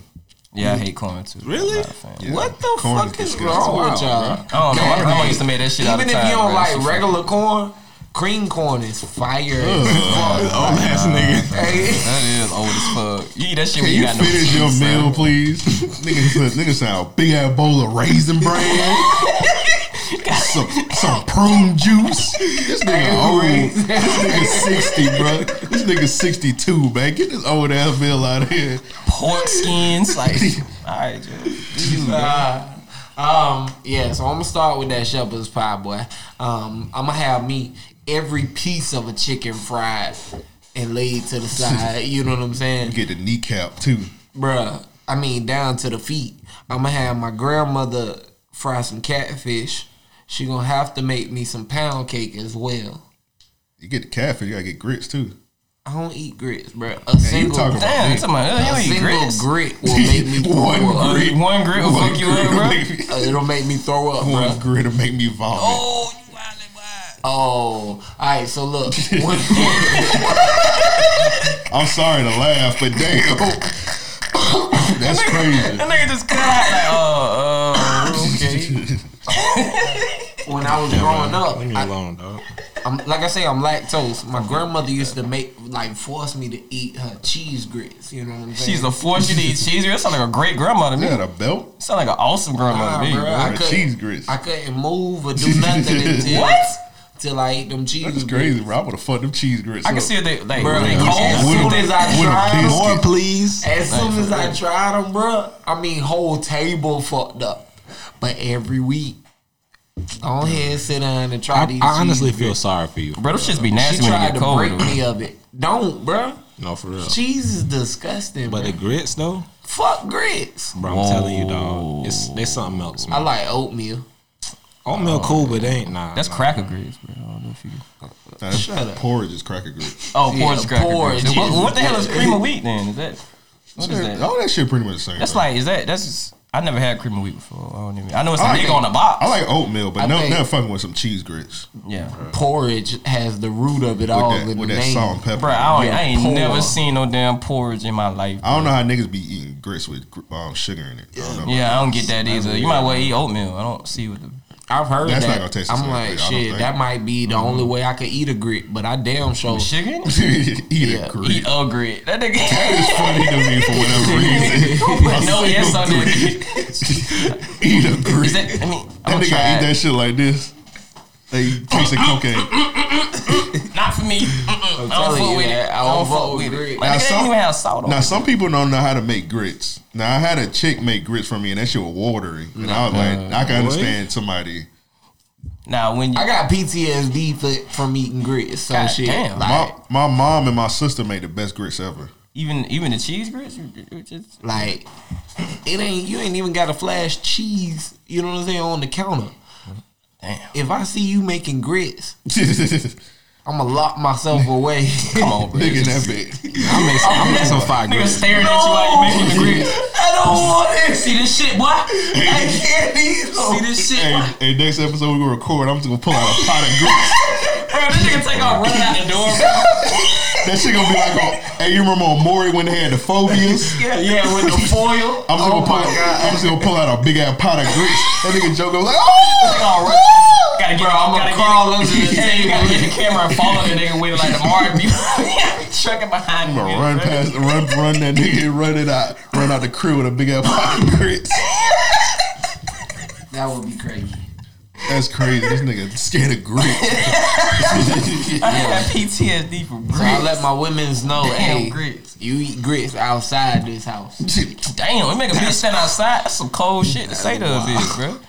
D: Yeah, I hate corn too.
B: Really?
D: I'm not a fan.
F: Yeah,
I: What the
F: corn
I: fuck is wrong
F: disgusting.
I: with y'all?
D: I don't know. My
I: God,
D: grandma
I: hey,
D: used to make that shit all
I: Even
D: the
I: if
D: time.
I: you don't
D: bro. She
I: like
D: fucking-
I: regular corn, cream corn is fire. as
F: Ugh.
I: fuck.
B: Old ass nigga.
I: Hey,
D: That is old as fuck. You eat that shit
F: Can
D: when you,
F: you
D: got no
F: finish
D: teeth,
F: your
D: son.
F: meal, please? nigga, says- nigga sound big ass bowl of raisin bran. some some prune juice. This nigga old.
I: Raisin.
F: This nigga sixty, bro. This nigga sixty two, man. Get this old ass meal out of here.
D: Pork skins, like, all right, Joe.
I: uh, um, yeah. So I'm gonna start with that shepherd's pie, boy. Um, I'm gonna have me every piece of a chicken fried and laid to the side. You know what I'm saying?
F: Get the kneecap too.
I: bruh. I mean, down to the feet. I'm gonna have my grandmother fry some catfish. She gonna have to make me some pound cake as well.
F: You get the catfish, you gotta get grits too.
I: I don't eat grits, bruh.
F: Man,
I: A
F: you
I: single,
F: talking about
D: Damn, you
F: meat.
D: talking about,
I: a
D: uh, you eat
I: single
D: grits?
I: grit will make me throw
F: One
I: up.
F: grit.
D: One grit will
F: One
D: fuck you up,
F: grit will
D: bro.
F: make me-
I: It'll make me throw up,
F: One
I: bruh.
F: grit will make me vomit.
D: Oh, you wildin' wild.
I: Oh, all right. So look,
F: I'm sorry to laugh, but damn, that's
D: That
F: crazy.
D: nigga just cut out like, oh, uh,
I: when I was growing up,
B: Leave me
I: I-
B: alone, dog.
I: I'm like I say, I'm lactose. My grandmother used to make like force me to eat her cheese grits. You know what I'm saying?
D: she's a force you to eat cheese. That sound like a great grandma to me.
F: You got a belt
D: Sound like an awesome grandma to me,
I: Nah,
D: bro.
I: bro.
F: or
I: I
F: a
I: couldn't-
F: cheese grits?
I: I couldn't move or do nothing until
D: What?
I: Till I ate them cheese.
F: That's
I: grits.
F: crazy, bro. I would have fucked them cheese grits.
D: I can
F: up.
D: see if they like
I: Bro,
D: they
I: as
D: cold.
I: soon
D: they-
I: as I
F: with a
I: tried them,
F: biscuit.
B: More, please.
I: as soon as I
D: real.
I: tried them, bro, I mean whole table fucked up. But every week, go ahead, sit down and try
B: I,
I: these.
B: I honestly
I: cheese
B: feel sorry for you.
D: Bro, those shits be
I: grits.
D: nasty when
I: she
D: they
I: tried
D: get
I: to
D: cold.
I: break
D: though.
I: me of it. Don't, bro.
B: No, for real.
I: Cheese is disgusting.
B: But
I: bro.
B: the grits though,
I: Fuck grits.
B: bro, I'm telling you, dog, it's there's something else.
I: I
B: Man.
I: like oatmeal.
B: Oatmeal cool, but they ain't nah.
D: That's
B: nah.
D: cracker grits, bro. I don't know if you.
F: Oh, Nah, that's
I: Shut up.
F: Porridge is cracker grits.
D: Oh,
I: Yeah,
D: porridge cracker
I: porridge
D: grits. What,
I: is-
D: what the hell is cream of wheat then? Is that what is that?
F: All that shit pretty much the same.
D: That's
F: bro.
D: like is that that's just, I never had cream of wheat before. I don't even. I know it's a
F: I
D: nigga on the box.
F: I like oatmeal, but
D: I
F: no,
D: think-
F: not fucking with some cheese grits.
D: Yeah,
I: porridge has the root of it all
F: that-
I: in
F: with
I: the
F: that
I: name.
F: salt and pepper.
D: Bro, I, don't, I ain't
I: Pour.
D: never seen no damn porridge in my life.
F: I don't know how niggas be eating grits with gr- um, sugar in it. I don't know about
D: Yeah, I don't
F: that.
D: get that either. You might well eat oatmeal. I don't see what the.
I: I've heard
F: That's
I: that.
F: not gonna taste the
I: I'm
F: same,
I: like,
F: I don't
I: shit,
F: think. Mm-hmm.
I: that might be the only way I could eat a grit, but I damn sure
D: Sugar?
F: eat
I: Yeah,
F: a grit.
D: Eat a grit. That nigga.
F: It's funny to me for whatever reason.
D: put no S on it.
F: Eat a grit.
D: Is that, I mean,
F: That
D: I'm
F: nigga
D: gonna
F: eat
D: try
F: that
D: it.
F: shit like this. They tasting cocaine.
D: Not for me. Mm-mm. I don't
I: telling
D: fuck
I: you
D: with it.
I: that.
D: I don't fuck with
I: grit.
D: it. My
F: Now,
D: nigga they
F: some-
D: don't even have salt on
F: Now
D: it.
F: some people don't know how to make grits. Now I had a chick make grits for me, and that shit was watery. And I was like, I can understand somebody.
D: Now, when you.
I: I got PTSD for, from eating grits, so
D: God
I: shit.
D: damn.
I: Like,
F: My my mom and my sister made the best grits ever.
D: Even even the cheese grits, you, you just
I: like it ain't you ain't even got to flash cheese. You know what I'm saying on the counter.
D: damn.
I: If I see you making grits,
F: Nigga,
I: I'm gonna lock myself away.
D: Come on, bro.
F: that big.
B: I make some, I make some fire
D: Nigga
B: grits.
D: staring at you while you making the grits.
I: I don't want it.
D: See this shit, boy.
I: I can't eat
D: See
I: them.
D: this shit, boy.
F: Hey, hey, next episode we gonna record. I'm just gonna pull out a pot of grits.
D: Bro, this nigga take off running out the door. Bro.
F: That shit gonna be like, on, hey, you remember on Maury when they had the phobias?
I: Yeah, with the foil.
F: I'm just
I: oh
F: gonna pull.
I: my god.
F: I'm just gonna pull out a big ass pot of grits. That nigga Joe goes like, oh.
D: Take off running. Gotta get,
I: Bro, I'm
D: gotta get-
I: gonna crawl under the
D: Hey, you gotta get the
I: table.
D: camera and follow the nigga with like the Mario people trucking
F: I'm
D: behind you.
F: gonna run
D: bro.
F: past, run, run that nigga, and run it out, run out the crew with a big ass pot of grits.
I: That would be crazy.
F: That's crazy. This nigga scared of grits.
D: I had PTSD from
I: So I
D: grits.
I: let my women's know,
D: Damn
I: hey,
D: grits.
I: you eat grits outside this house.
D: Damn, we make a bitch stand outside. That's some cold shit to say to a bitch, bro. You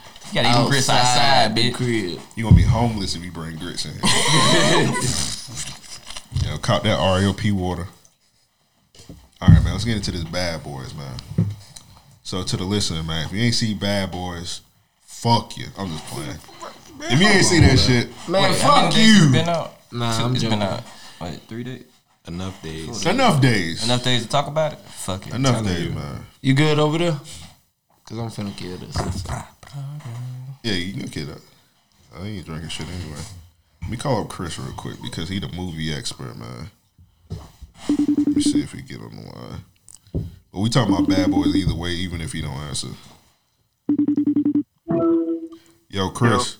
D: gotta eat them grits outside,
I: the
D: bitch.
I: crib.
F: you gonna be homeless if you bring grits in. here. Yo, caught that RLP water. All right, man. Let's get into this Bad Boys, man. So to the listener, man, if you ain't see Bad Boys, fuck you. I'm just playing. If you ain't see that shit,
I: Man,
D: Wait, how many
I: fuck
D: days it's
I: you.
D: Been out.
I: Nah,
D: Two-
I: I'm
D: it's
I: joking.
D: been out. Wait, three days.
B: Enough days.
F: enough days.
D: Enough days to talk about it. Fuck it.
F: Enough days, man.
I: You good over there? Cause I'm finna kill this.
F: Yeah, you can get up. I ain't drinking shit anyway. Let me call up Chris real quick because he the movie expert, man. Let me see if he get on the line. But we talking about bad boys either way, even if he don't answer. Yo, Chris.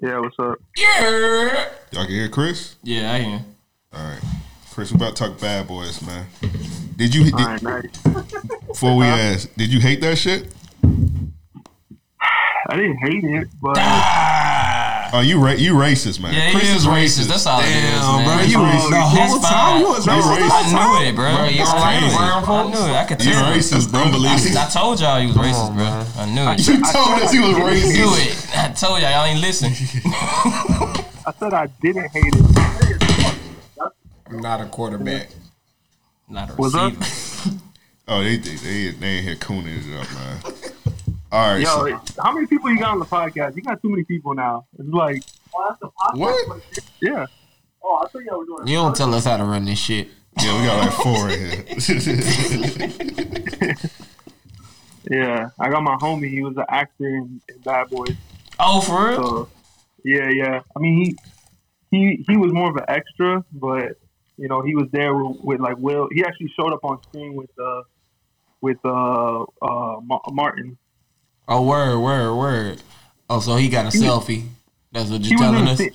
A: Yeah, what's up?
I: Yeah.
F: Y'all can hear Chris?
D: Yeah, I hear.
F: All right. Chris, we about to talk bad boys, man. Did you
A: All
F: did,
A: right, nice.
F: before we ask, did you hate that shit?
A: I didn't hate it, but
F: Oh, you ra- you racist, man.
D: Yeah, he
F: Chris
D: is racist. That's all it is,
B: Damn, bro.
D: man.
B: You
F: racist.
B: the
D: That's
B: whole time
D: fine.
B: you was
F: You
B: racist.
F: racist.
D: I knew it, bro.
I: Bro,
D: It's
I: you don't like
D: crazy.
I: brown
D: I knew it. I could
F: You
D: tell.
F: racist, bro. Believe
D: I told y'all he was racist, bro. I knew it.
F: You told us he was
D: I
F: racist.
D: knew it. I told y'all y'all ain't listen.
A: I said I didn't hate it.
I: I'm not a quarterback.
D: Not a
A: What's up?
D: receiver.
F: Oh, they they they, they ain't here cooning it up, man. All right, so-
A: Yo, how many people you got on the podcast? You got too many people now. It's like,
F: what?
A: yeah. Oh, I thought y'all were doing
I: You don't tell us how to run this shit.
F: Yeah, we got like four in here.
A: Yeah, I got my homie. He was an actor in, in Bad Boys.
D: Oh, for real?
A: So, yeah, yeah. I mean, he he he was more of an extra, but you know, he was there with, with like Will. He actually showed up on screen with uh with uh uh Ma- Martin.
I: Oh, word, word, word. Oh, so he got a selfie. That's what
A: he
I: you're
A: was in
I: telling
A: the
I: us.
A: scene-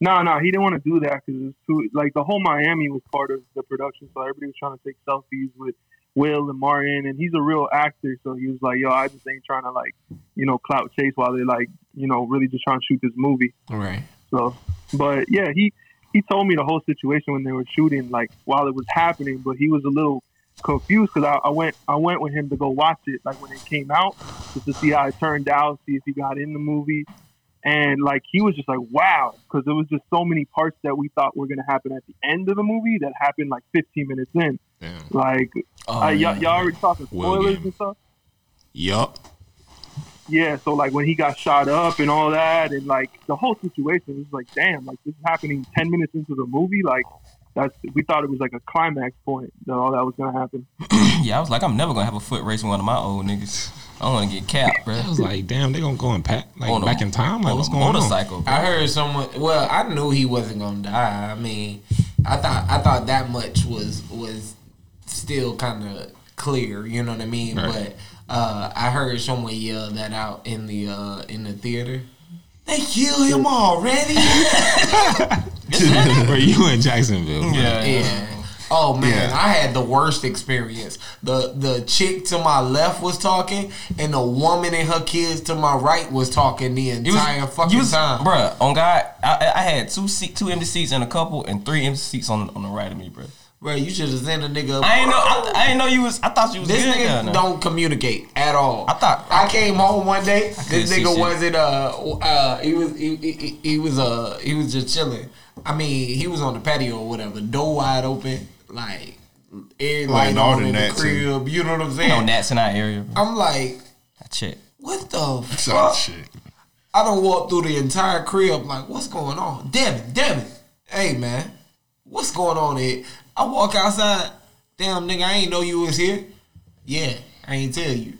A: No, no, he didn't want to do that because it's too like the whole Miami was part of the production, so everybody was trying to take selfies with Will and Martin, and he's a real actor, so he was like, "Yo, I just ain't trying to like, you know, clout chase while they like, you know, really just trying to shoot this movie."
I: Right.
A: So, but yeah, he he told me the whole situation when they were shooting, like while it was happening, but he was a little confused because I, I went I went with him to go watch it, like when it came out, just to see how it turned out, see if he got in the movie, and like he was just like wow, because there was just so many parts that we thought were gonna happen at the end of the movie that happened like 15 minutes in,
B: Damn.
A: like
D: Oh,
A: uh, y'all,
D: yeah.
A: y'all already talking
B: Well,
A: spoilers
B: yeah.
A: and stuff.
B: Yup.
A: Yeah, so like when he got shot up and all that, and like the whole situation was like, damn, like this is happening ten minutes into the movie. Like that's we thought it was like a climax point that all that was gonna happen.
D: Yeah, I was like, I'm never gonna have a foot race with one of my old niggas. I want to get capped, bro.
B: I was like, damn, they gonna go in pack like
D: On a-
B: back in time. Like,
D: on
B: what's
D: a
B: going on?
D: motorcycle,
I: I heard someone. Well, I knew he wasn't gonna die. I mean, I thought I thought that much was was still kind of clear. You know what I mean?
D: Right.
I: But uh, I heard someone yell that out in the uh, in the theater.
D: They killed him already.
B: Bro, you in Jacksonville? bro.
I: yeah. Oh man,
B: Yeah.
I: I had the worst experience. The the chick to my left was talking, and the woman and her kids to my right was talking the
D: You was-
I: entire fucking
D: you was-
I: time.
D: bruh. On God, I, I had two seat, two empty seats and a couple, and three empty seats on on the right of me, bruh.
I: Bro, you should have sent a nigga. up.
D: I ain't know. I, I ain't know you was. I thought you was.
I: This
D: good
I: nigga
D: down there.
I: don't communicate at all. I
D: thought
I: I came home one day.
D: couldn't
I: This
D: see
I: nigga
D: shit.
I: wasn't. Uh, uh, he was. He, he, he was. Uh, he was just chilling. I mean, he was on the patio or whatever. Door wide open, like air light
D: Playing all
I: on
D: the
I: in the
D: gnats
I: crib.
D: and-
I: You know what I'm
D: You know,
I: saying?
D: Nats in our area. Bro.
I: I'm like,
D: I check.
I: what the fuck? I don't walk through the entire crib like, what's going on? Devin, Devin, hey man, what's going on here? I walk outside, damn nigga, I ain't know you was here. Yeah, I ain't tell you.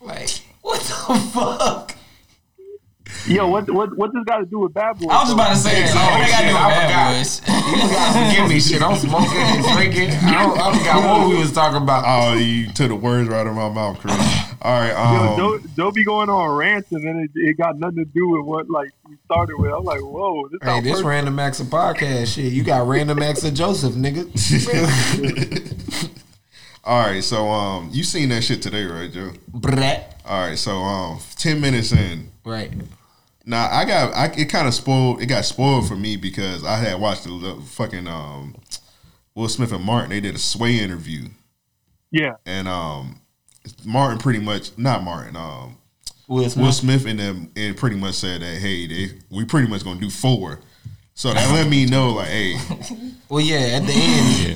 I: Like, what the fuck?
A: Yo, what what what this got to do with bad boys?
I: I was just about to say,
A: Exactly.
I: like, what they gotta do with
A: I
I: Bad
A: forgot.
I: Boys? You gotta forgive me, shit. I'm smoking and drinking. I, don't, I forgot what we was talking about.
F: Oh, you took the words right out of my mouth, Chris. All right, um,
A: Yo, Joe, Joe be going on rants, and then it, it got nothing to do with what like we started with. I'm like, whoa, this
I: Hey,
A: how
I: this
A: personal.
I: random acts of podcast shit. You got random acts of Joseph, nigga.
F: All right, so um, you seen that shit today, right, Joe?
I: Brat.
F: All right, so um, ten minutes in.
I: Right.
F: Now I got I, it kind of spoiled. It got spoiled for me because I had watched the little fucking um, Will Smith and Martin. They did a Sway interview,
A: yeah,
F: and um, Martin pretty much not Martin. Um,
I: Will
F: Will Smith and them and pretty much said that hey, they, we pretty much gonna do four. So that let me know like hey,
I: well yeah, at the end,
F: yeah,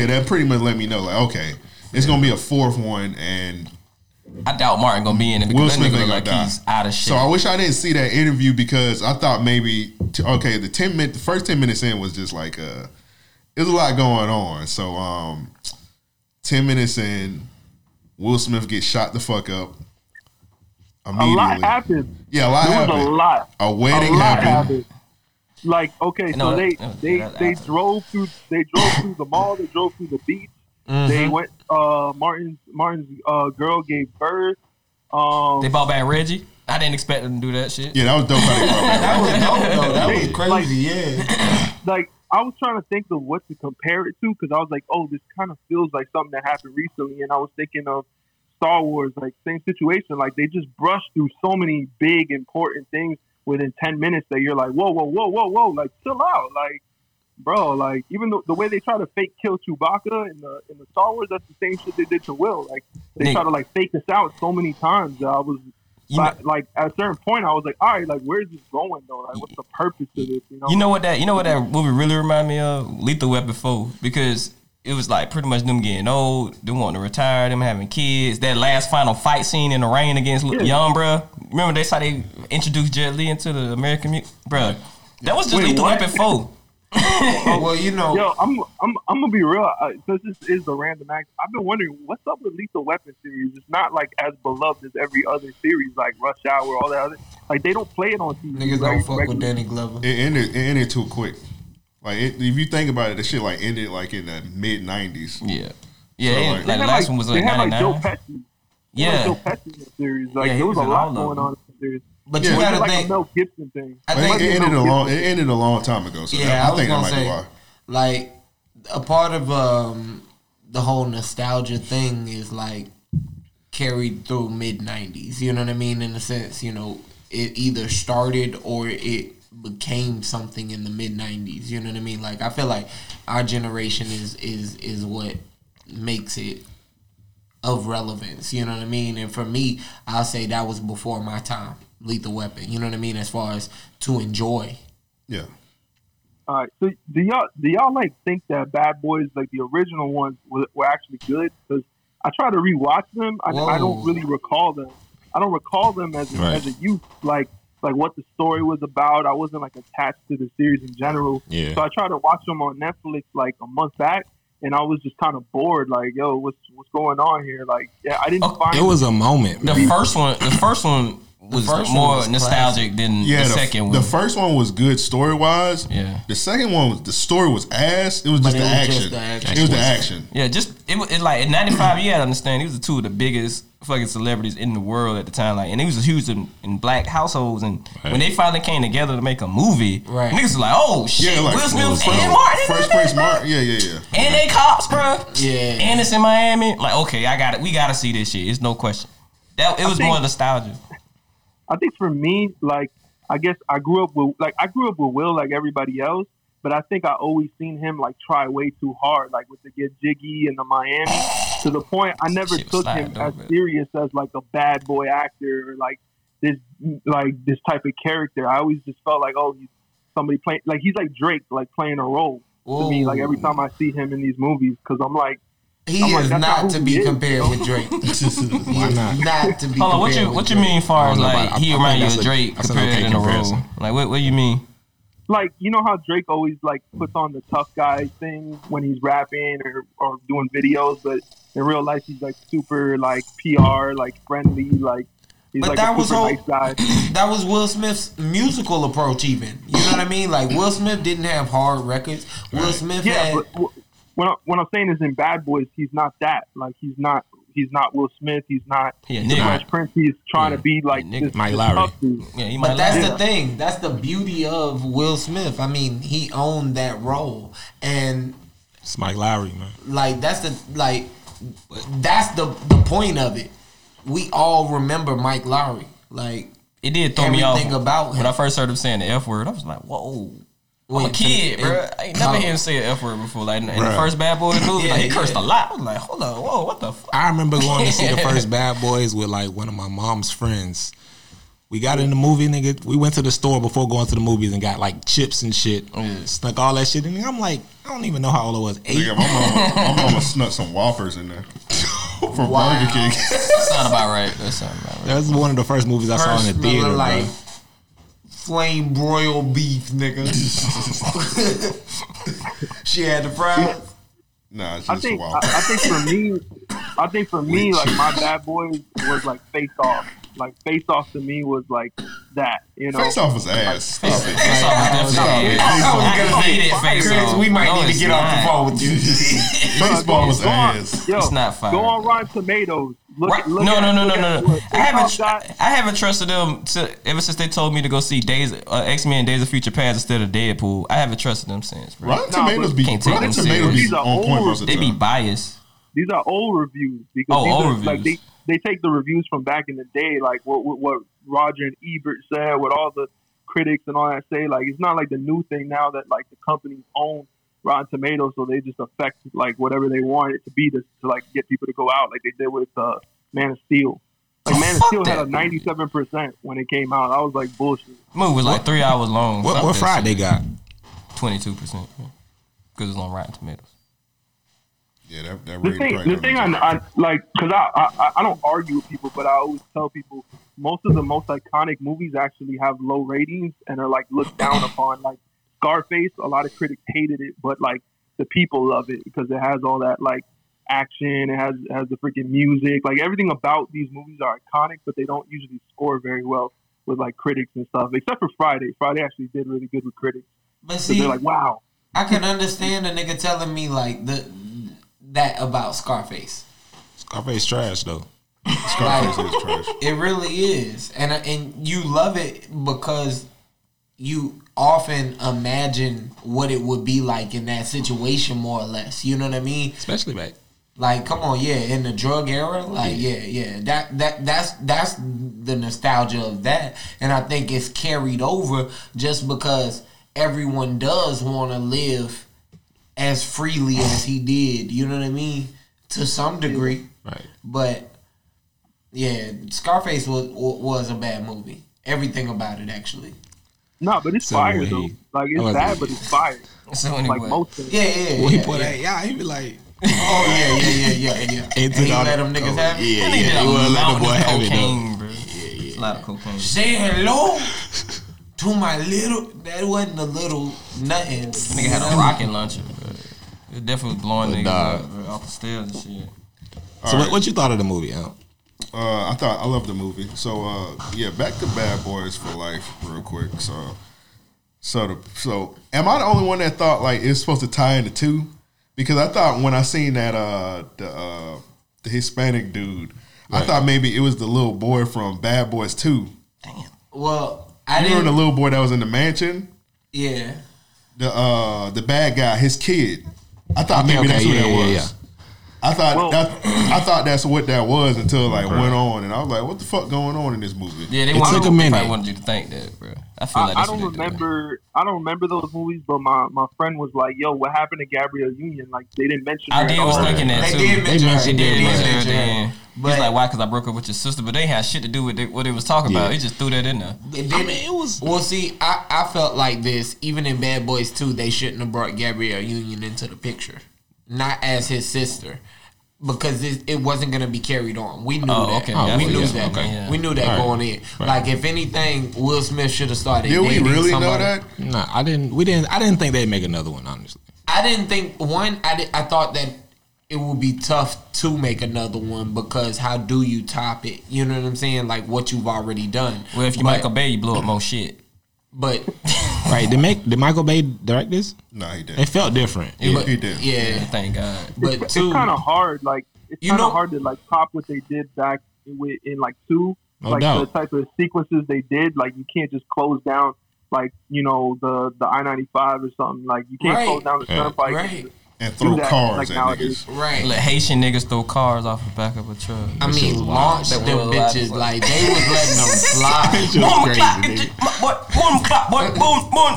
F: yeah, that pretty much let me know like okay, it's gonna be a fourth one and
D: I doubt Martin gonna be in it
F: Will
D: because that
F: Smith
D: nigga
F: ain't
D: look
F: gonna die.
D: like he's out of shit.
F: So I wish I didn't see that interview because I thought maybe t- okay, the ten minute, the first ten minutes in was just like uh, there's a lot going on. So um, ten minutes in, Will Smith gets shot the fuck up.
A: a
F: Immediately,
A: lot happened.
F: Yeah, a lot
A: There
F: happened.
A: was a lot.
F: A wedding
A: lot
F: happened.
A: Like, okay,
F: No,
A: so they
F: that- that-
A: they
F: that
A: they
F: happened.
A: drove through they drove through the mall. They drove through the beach. They
F: Mm-hmm.
D: Mhm.
A: went. Uh, Martin's Martin's uh, girl gave birth. Um,
D: They bought back Reggie. I didn't expect them to do that shit.
F: Yeah, that was dope.
D: that
I: was dope though. That
A: was
I: crazy. yeah.
A: Like I was trying to think of what to compare it to because I was like, oh, this kind of feels like something that happened recently, and I was thinking of Star Wars, like same situation. Like they just brush through so many big important things within ten minutes that you're like, whoa, whoa, whoa, whoa, whoa, like chill out, like. Bro, like even the, the way they try to fake kill Chewbacca in the in the Star Wars, that's the same shit they did to Will. Like they
D: Nigga.
A: try to like fake us out so many times. That I was like, like at a certain point, I was like, all right, like where's this going though? Like what's the purpose of this? You know?
D: You know what that you know what that movie really remind me of? Lethal Weapon 4. Because it was like pretty much them getting old, them wanting to retire, them having kids. That last final fight scene in the rain against Lu-
B: Yeah.
D: Young, bruh. Remember that's how they introduced Jet Li into the American mu- bruh. That was just
A: Wait,
D: Lethal
A: what?
D: Weapon 4.
I: well, you know,
A: yo, I'm I'm I'm gonna be real. Uh, since this is the random act, I've been wondering what's up with Lethal Weapon series. It's not like as beloved as every other series, like Rush Hour, all that other. Like they don't play it on TV.
I: Niggas
A: right?
I: don't fuck with Danny Glover.
F: It ended. It ended too quick. Like it, if you think about it, the shit like ended like in the mid nineties.
D: Yeah, yeah. it- like, the last one was like
A: they had, like,
D: 99.
A: Joe Pesci. They had
D: yeah.
A: Joe Pesci in the series. Like
D: Yeah, he
A: there was,
D: was
A: a
D: in all
A: lot
D: of
A: going
D: them.
A: on in the series.
I: But
A: It
I: you
A: wasn't
I: gotta
A: like a
I: think-
A: Mel Gibson thing.
I: I
F: But
I: think-
F: it, it
I: you know,
F: ended a
I: people-
F: long. It ended a long time ago. So
I: yeah, I,
F: I,
I: was
F: think that
I: gonna
F: might be
I: say,
F: why.
I: like, a part of um the whole nostalgia thing is like carried through mid '90s. You know what I mean? In a sense, you know, it either started or it became something in the mid '90s. You know what I mean? Like, I feel like our generation is is is what makes it of relevance. You know what I mean? And for me, I'll say that was before my time. Lethal Weapon. You know what I mean? As far as to enjoy.
F: Yeah.
A: All right. So do y'all do y'all like think that Bad Boys like the original ones were, were actually good? Because I try to rewatch them. I, I don't
I: Whoa.
A: really recall them. I don't recall them as a,
B: Right.
A: as a youth like like what the story was about. I wasn't like attached to the series in general.
B: Yeah.
A: So I tried to watch them on Netflix like a month back, and I was just kind of bored. Like, yo, what's what's going on here? Like, yeah, I didn't find
B: Oh, It was a moment.
D: The first one, the first one was
F: first
D: more
F: one was
D: nostalgic than
F: Yeah,
D: the,
F: the,
D: second one.
F: The first one was good story wise. Yeah. The second one was the story was ass. It was just, the, action. It was the action.
D: Yeah, just it was it like in '95. You had to understand, he was two of the biggest fucking celebrities in the world at the time. Like, and he was huge in, in black households. And when they finally came together to make a movie,
F: Right.
D: niggas was like, "Oh shit,
F: Yeah, like,
D: Will Smith
F: Will
D: and
F: Smith.
D: Martin,
F: First Prince Martin. Yeah, yeah, yeah.
D: and they cops, bro. Yeah, and it's in Miami. Like, okay, I got it. We got to see this shit. It's no question. That it
A: I
D: was
A: think-
D: more nostalgia.
A: I think for me, like I guess I grew up with like I grew up with Will like everybody else, but I think I always seen him like try way too hard, like with the get jiggy and the Miami. To the point I never took him as serious as like a bad boy actor or like this like this type of character. I always just felt like oh he's somebody playing like he's like Drake like playing a role to me like every time I see him in these movies because I'm like
I: He
A: I'm like,
I: is
A: "That's
I: not
A: who
I: to
A: he
I: be
A: is."
I: compared with Drake. Why not? Not to be.
D: Hold on, what
I: compared
D: you
I: with
D: what you
I: Drake.
D: mean? Far as
I: I don't know
D: like
I: about- I
D: he
I: think
D: remind you
I: that's
D: of
I: a-
D: Drake
I: that's an
D: compared
I: okay
D: in a role.
I: comparison.
D: Like, what what you mean?
A: like you know how Drake always like puts on the tough guy thing when he's rapping or, or doing videos, but in real life he's like super like PR, like friendly, like he's
I: But
A: like
I: that
A: a
I: was
A: super
I: all-
A: nice guy.
I: That was Will Smith's musical approach, even. You know what I mean? Like Will Smith didn't have hard records. Will Smith
A: Yeah,
I: had
A: but w- what, I, what I'm saying is in Bad Boys he's not that. Like he's not he's not Will Smith. He's not
D: Yeah,
A: the
D: nigga.
A: Fresh Prince. He's trying to be like this,
B: Mike
A: this
B: Lowry.
A: tough dude.
I: but that's
A: Yeah.
I: the thing. That's the beauty of Will Smith. I mean, he owned that role, and
B: It's Mike Lowry, man.
I: like that's the like that's the the point of it. We all remember Mike Lowry. Like
D: It did throw me off
I: Everything about
D: when
I: him.
D: I first heard him saying the f word. I was like, whoa. I'm a
I: Wait,
D: kid,
I: it-
D: bro. I ain't never
I: how-
D: heard him say an F word before. Like in, in the
B: Bruh.
D: first Bad Boys movie, like, he
B: Yeah,
D: cursed
B: yeah.
D: a lot. I was like, hold on, whoa, what the fuck?
B: I remember going to see the first Bad Boys with like one of my mom's friends. We got in the movie, nigga. We went to the store before going to the movies and got like chips and shit.
D: Oh,
B: Snuck all that shit in. And I'm like, I don't even know how old I was. Eight.
F: Nigga, my mama, my mama snuck some whoppers in there from Burger King.
D: That's not about right. That's not about right.
B: That's one of the first movies I saw in
I: First
B: the theater.
I: little, like,
B: Like,
I: flame broiled beef, nigga. she had the fries.
F: Nah, it's
A: I
F: just
A: think I,
F: wild.
A: I think for me, I think for me, like my bad boys was like face off. Like face off to me was like that. You know,
F: Face off was ass. Stop it.
D: Face Off was definitely
F: Stop
D: ass.
F: it.
D: I was gonna say that, Face
I: Chris,
D: Off.
I: we might
D: No,
I: need
D: it's
I: to get off
D: not.
I: the phone with you.
F: Baseball was
A: Go on-
F: ass.
A: Yo,
D: It's not fire.
A: Go on Rotten Tomatoes. Look,
D: Right.
A: look
D: no,
A: at-
D: no, no,
A: look
D: no, no,
A: at
D: no.
A: what
D: I haven't,
A: Face Off got.
D: I haven't trusted them to, ever since they told me to go see Days, uh, X Men, Days of Future Past instead of Deadpool. I haven't trusted them since. Bro.
F: Rotten Tomatoes be-
D: Can't take
F: Rotten
D: them
F: Tomatoes be
D: serious.
F: on These are point most of the
D: They be
F: time.
D: biased.
A: These are old reviews because
D: Oh,
A: these
D: old
A: are,
D: reviews.
A: like they, they take the reviews from back in the day, like what, what what Roger and Ebert said, what all the critics and all that say. Like it's not like the new thing now that like the companies own Rotten Tomatoes, so they just affect like whatever they want it to be to, to like get people to go out, like they did with uh, Man of Steel. Like Man of Steel had a ninety-seven percent when it came out. I was like bullshit.
D: Movie was like three hours long.
B: what what fried they got?
D: Twenty-two percent because it's on Rotten Tomatoes.
F: Yeah, that, that
A: the
F: rated
A: thing,
F: right
A: the
F: on
A: thing
F: it.
A: I, I like, because I, I, I don't argue with people, but I always tell people most of the most iconic movies actually have low ratings and are like looked down upon. Like Scarface, a lot of critics hated it, but like the people love it because it has all that like action, it has it has the freaking music, like everything about these movies are iconic, but they don't usually score very well with like critics and stuff. Except for Friday, Friday actually did really good with critics.
I: But
A: 'Cause
I: see-
A: they're like, wow,
I: I can understand a nigga telling me like the that about Scarface.
B: Scarface trash though.
F: Scarface is trash.
I: It really is, and uh, and you love it because you often imagine what it would be like in that situation, more or less. You know what I mean?
B: Especially back.
I: Like, come on, yeah, in the drug era, like, yeah, yeah, that that that's that's the nostalgia of that, and I think it's carried over just because everyone does want to live as freely as he did. You know what I mean? To some degree,
B: right?
I: But yeah, Scarface was was a bad movie. Everything about it, actually.
A: no, but it's
I: So
A: fire
I: he-
A: though. Like
I: I
A: it's
I: was-
A: bad, but it's fire.
D: So
A: like
D: anyway.
A: most of it.
I: Yeah, yeah,
B: Well, he
I: yeah,
B: put
I: yeah.
B: that- yeah, he be like,
I: oh yeah, yeah, yeah, yeah, yeah.
B: It
I: And
B: took
I: he
B: all
I: let
B: the-
I: them niggas
B: oh,
I: have it.
B: yeah,
I: And he
B: yeah,
I: did
B: he
I: all
B: wouldn't
I: the
B: let the boy
I: mountain
B: have it, though.
D: Cocaine, bro. It's a lot of cocaine.
I: Say hello to my little. That wasn't a little nothing.
D: Nigga had a rocket launcher. Bro. It definitely was blowing
B: But
D: niggas
B: nah.
D: up off the stairs and shit.
B: So what, what you thought of the movie? Al?
F: Uh, I thought I loved the movie. So uh, yeah, back to Bad Boys for Life, real quick. So, so the, so am I the only one that thought like it's supposed to tie into two? Because I thought when I seen that uh the uh, the Hispanic dude, I
I: Right.
F: thought maybe it was the little boy from Bad Boys Two.
I: Well,
F: I
I: I
F: you remember the
I: didn't.
F: little boy that was in the mansion,
I: Yeah.
F: the uh the bad guy, his kid. I thought
B: Okay,
F: maybe that's
B: okay,
F: who
B: yeah,
F: that
B: yeah,
F: was.
B: yeah.
F: I thought that, I thought that's what that was until it, like went on, and I was like, "What the fuck going on in this movie?"
D: Yeah, they
F: want
D: wanted,
F: to
D: took a minute. Probably wanted you to think that, bro. I feel like
A: I, I
D: that's
A: don't
D: what they did.
A: remember. I don't remember those movies, but my, my friend was like, "Yo, what happened to Gabrielle Union? Like they didn't mention."
D: I
A: her
D: did
A: at
D: was
A: all."
D: thinking that too.
A: They did
D: mention
A: mention
D: her
A: her.
D: then. He's like, why? Because I broke up with your sister, but they had shit to do with it- what it was talking about.
I: Yeah.
D: He just threw that in there.
I: It I mean, it was. Well, see, I, I felt like this even in Bad Boys 2, they shouldn't have brought Gabrielle Union into the picture, not as his sister, because it, it wasn't going to be carried on. We knew
D: Oh,
I: that.
D: okay. Oh,
I: we,
D: yeah,
I: knew
D: yeah,
I: that.
D: okay. Yeah.
I: we knew that.
D: Right.
I: going in.
D: Right.
I: Like, if anything, Will Smith should have started. dating somebody-
B: No, I didn't. We didn't. I didn't think they'd make another one. Honestly,
I: I didn't think one. I did, I thought that it would be tough to make another one because how do you top it? You know what I'm saying? Like what you've already done.
D: Well, if you
I: But-
D: Michael Bay, you blew up more shit.
I: But
B: right? Did make did Michael Bay direct this?
F: No, he didn't.
B: It felt different.
I: Yeah,
D: thank God.
I: But
A: it's,
B: two-
A: kind of hard. Like it's
B: You
A: kind
B: know-
A: of hard to like top what they did back with in like two.
B: No
A: like
B: doubt.
A: the type of sequences they did. Like you can't just close down like you know the the I ninety five or something. Like you can't
I: Right.
A: close down the
B: Yeah.
A: turnpike
I: Right.
F: and
A: do that, like, nowadays.
I: Right.
D: Let Haitian niggas throw cars off the back of a truck.
I: I mean, launch them bitches like they was letting them fly.
D: Boom clap, boom clap, boom, boom, boom.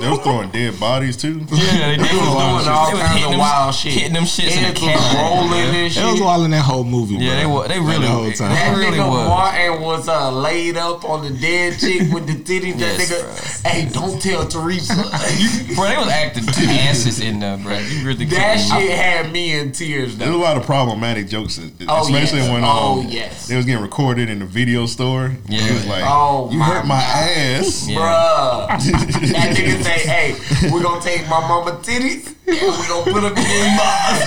F: They was throwing dead bodies too.
D: Yeah, they,
F: was
I: doing all kinds of wild shit.
D: Hitting them shits in the
I: Heads was
D: camera.
I: rolling
D: yeah.
I: and
B: It was wild in that whole movie.
D: Yeah, they
B: bro.
D: wa- they
B: Like,
D: really-
B: the whole time.
I: That
D: Really
I: nigga
D: was.
I: Martin was uh, laid up on the dead chick with the titties. That
D: Yes,
I: nigga, hey, don't tell Teresa.
D: Bro, they was acting asses in there, bro. You really
I: that
D: couldn't-
I: shit had me in tears
F: There's a
I: though.
F: lot of problematic jokes,
I: Oh,
F: especially
I: yes.
F: when
I: Oh,
F: um,
I: yes.
F: they was getting recorded in the video store. Yeah, he was like,
I: Oh,
F: you
I: my
F: hurt my
I: God.
F: ass,
I: Bruh. that nigga say, hey, we're gonna take my mama titties and we're gonna put them in this box.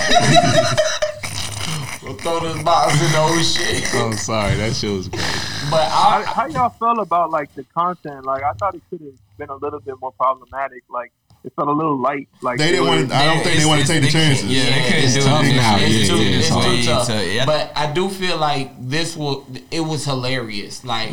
I: we'll throw this box in the ocean.
B: I'm sorry, that shit was great.
I: But
A: how, how y'all felt about like the content? Like I thought it could have been a little bit more problematic. Like it felt a little light. Like
F: They didn't want. I don't think they
A: it's-
F: want to take the chances.
D: yeah, they couldn't
F: It's
D: do
F: tough
D: it.
F: now.
D: It's
F: Yeah,
D: too-
F: yeah,
D: it's
F: it's
D: too
F: way
D: tough.
F: tough.
D: Yeah.
I: But I do feel like this will it was hilarious. Like
B: I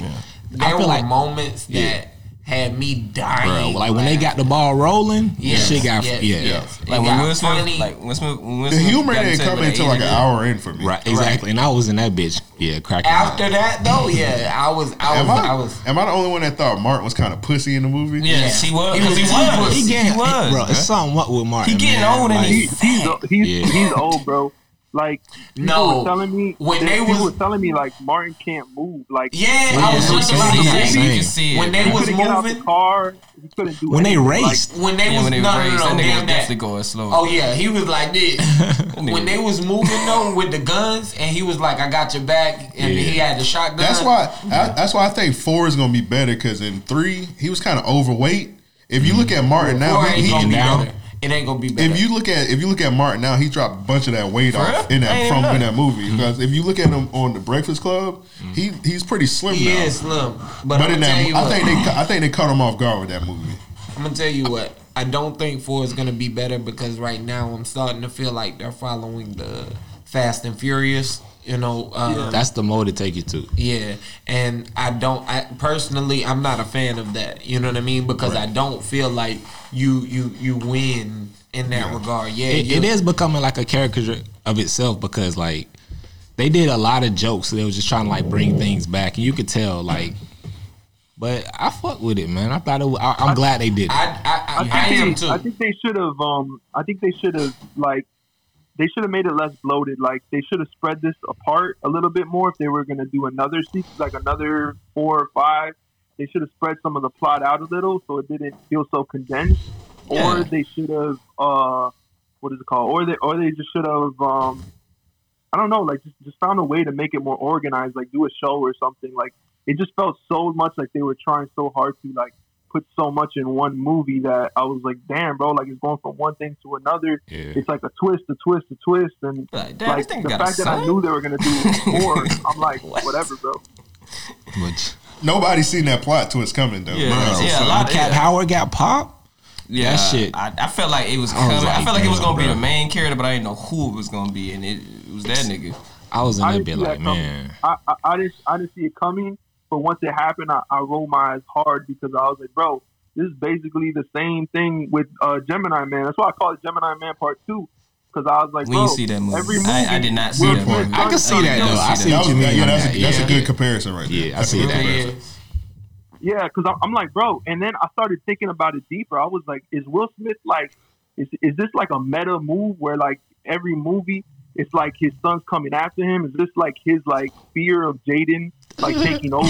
I: there
B: feel
I: were
B: like-
I: moments that
B: Yeah.
I: had me dying.
B: Bro, like when they got the ball rolling,
I: Yes,
B: the shit got
I: yes,
B: yeah.
I: yes. It
D: Like when
I: got
D: Will
I: funny.
D: Smith, like when Smith, when Will
B: The
D: Smith
B: humor
D: got
B: didn't
D: into it
B: come
D: with
B: until,
D: an
B: like, an
D: Asian
B: hour
F: in for me.
B: Right, exactly. And I was in that bitch, yeah, cracking. up.
I: After that though, yeah, I was I
F: am, I,
I: was I was
F: am I the only one that thought Martin was kind of pussy in the movie?
D: Yes, he was.
I: He was-
D: 'cause He
I: he
D: was.
I: was.
D: He,
I: He
B: getting-
D: was.
B: bro,
D: bro.
B: it's something up with Martin.
D: He getting
B: man.
D: old and
B: Like,
D: he's
A: he's o- he's,
B: Yeah.
A: he's old, bro. Like people
B: No.
A: were telling me
I: When they
A: people
I: was-
A: were telling me like Martin can't move. Like
I: Yeah, I was just about to say
B: You can
D: see it,
I: when they
A: He
I: was
A: couldn't get out the
I: moving
A: car. He couldn't do
B: When they
A: anything.
B: raced.
I: when they
D: Yeah,
I: was
D: when they
I: no,
D: raised, that
I: no no
D: nigga was
I: damn
D: definitely
I: that.
D: going slow.
I: Oh yeah, he was like this. when they was moving though with the guns and he was like, I got your back and
F: Yeah.
I: he had the shotgun.
F: That's why. I, that's why I think four is gonna be better because in three he was kind of overweight. If you look at Martin now,
I: Mm-hmm. Four
F: he,
I: ain't
F: he
I: gonna be
F: now.
I: better. It ain't gonna be better.
F: If you look at if you look at Martin now, he dropped a bunch of that weight
I: For
F: off
I: real?
F: in
I: I
F: that
I: ain't
F: from
I: even Mm-hmm.
F: in
I: know.
F: that movie. Because if you look at him on the Breakfast Club, he he's pretty slim
I: Mm-hmm. He
F: now.
I: is slim, but
F: But,
I: I'ma
F: in
I: tell
F: that,
I: you
F: I
I: what.
F: think they cu- I think they cut him off guard with that movie.
I: I'm gonna tell you what. I don't think four is gonna be better because right now I'm starting to feel like they're following the Fast and Furious. You know, uh,
B: That's the mode to take you to.
I: Yeah, and I don't. I personally, I'm not a fan of that. You know what I mean? Because I don't feel like you you you win in that regard. Yeah,
B: it,
I: you-
B: it is becoming like a caricature of itself because like they did a lot of jokes. So they was just trying to like bring things back, and you could tell like. But I fuck with it, man. I thought it. Was, I, I'm glad they did it.
I: I,
A: think they, I think they should have. Um, I think they should have like they should have made it less bloated. Like they should have spread this apart a little bit more if they were going to do another sequence, like another four or five. They should have spread some of the plot out a little so it didn't feel so condensed.
D: Yeah.
A: Or they should have uh, what is it called? Or they or they just should have um, I don't know, like just, just found a way to make it more organized, like do a show or something. Like it just felt so much like they were trying so hard to like put so much in one movie that I was like, damn, bro, like it's going from one thing to another.
F: Yeah.
A: It's like a twist, a twist, a twist, and
D: Like,
A: like,
D: damn, this thing
A: the
D: got a
A: fact that I
D: son?
A: knew they were gonna do more, I'm like, whatever, bro.
F: But nobody's seen that plot twist coming though.
D: Yeah,
F: Bro,
D: yeah,
F: so-
D: a lot of-
B: Cap
D: yeah.
B: Howard got popped.
D: Yeah,
B: that shit.
D: I, I felt like it was
B: I was
D: coming. I,
B: like,
D: felt like it was
B: damn,
D: gonna be
B: bro.
D: the main character, but I didn't know who it was gonna be, and it, it was that nigga.
B: I was in
A: I
B: that
A: didn't
B: bit
A: see
B: like,
A: that coming.
B: man.
A: I, I, I didn't I didn't see it coming, but once it happened, I, I rolled my eyes hard because I was like, bro, this is basically the same thing with uh, Gemini Man. That's why I call it Gemini Man Part Two, because I was like,
D: We
A: bro,
D: didn't see that movie.
A: every movie
D: I, I did not see
A: Will
D: that
A: Smith
D: movie.
B: I can see that
D: don't
B: though. I see what you
F: that-
B: mean.
F: yeah,
B: on
F: that's,
B: that.
F: a, that's
B: Yeah.
F: a good comparison right there.
B: Yeah, I
F: That's a
B: see
F: good
B: that.
F: comparison.
A: Yeah, because I'm like, bro. And then I started thinking about it deeper. I was like, is Will Smith like, is, is this like a meta move where like every movie, it's like his son's coming after him? Is this like his like fear of Jaden like taking over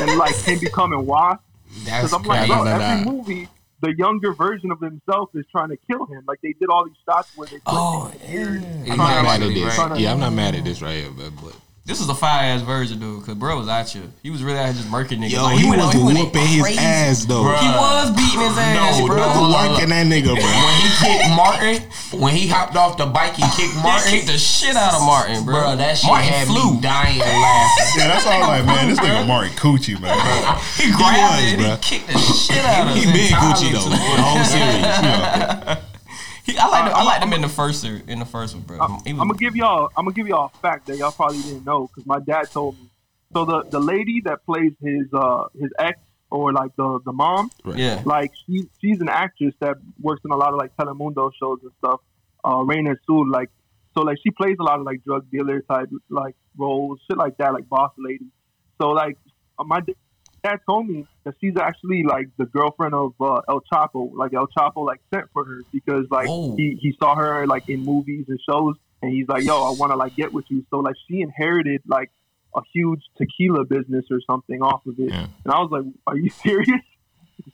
A: and like him becoming wasp? Because
I: That's
A: I'm like, bro,
I: crazy.
A: every movie, the younger version of himself is trying to kill him. Like they did all these shots where they. Oh,
B: I'm not mad at this. Yeah, I'm not mad at this right here, but, but
D: This is a fire ass version, dude. Because bro was out here. He was really out here just murking niggas.
B: Yo,
D: Like,
B: he,
D: went
B: was
D: out- went in
B: whooping his
D: crazy.
B: ass though.
D: He was beating his ass,
B: No,
D: bro.
B: no,
I: Hold on,
B: working that nigga, bro.
I: When he kicked Martin, when he hopped off the bike, he kicked Martin.
D: kicked the shit out of Martin, bro.
I: Bro, that shit
D: Martin
I: had
D: flew.
I: me dying laughing.
F: Yeah, that's all like, man, this nigga Mari Coochie, man.
D: He grabbed
B: was,
D: it. and
B: bro.
D: He kicked the shit out of him.
B: He been Gucci though. The whole series.
D: He, I liked him, I liked him in the first ser- in the first one, bro. He
A: I'm
D: was-
A: gonna give y'all. I'm gonna give y'all a fact that y'all probably didn't know because my dad told me. So the the lady that plays his uh his ex or like the the mom,
D: yeah.
A: like she she's an actress that works in a lot of like Telemundo shows and stuff. Uh, Raina Sue, like so like she plays a lot of like drug dealer type like roles, shit like that, like boss lady. So like uh, my d- dad told me that she's actually like the girlfriend of uh, El Chapo. Like El Chapo like sent for her because like
D: Oh.
A: he, he saw her like in movies and shows, and he's like, yo, I want to like get with you. So like she inherited like a huge tequila business or something off of it, and I was like, are you serious?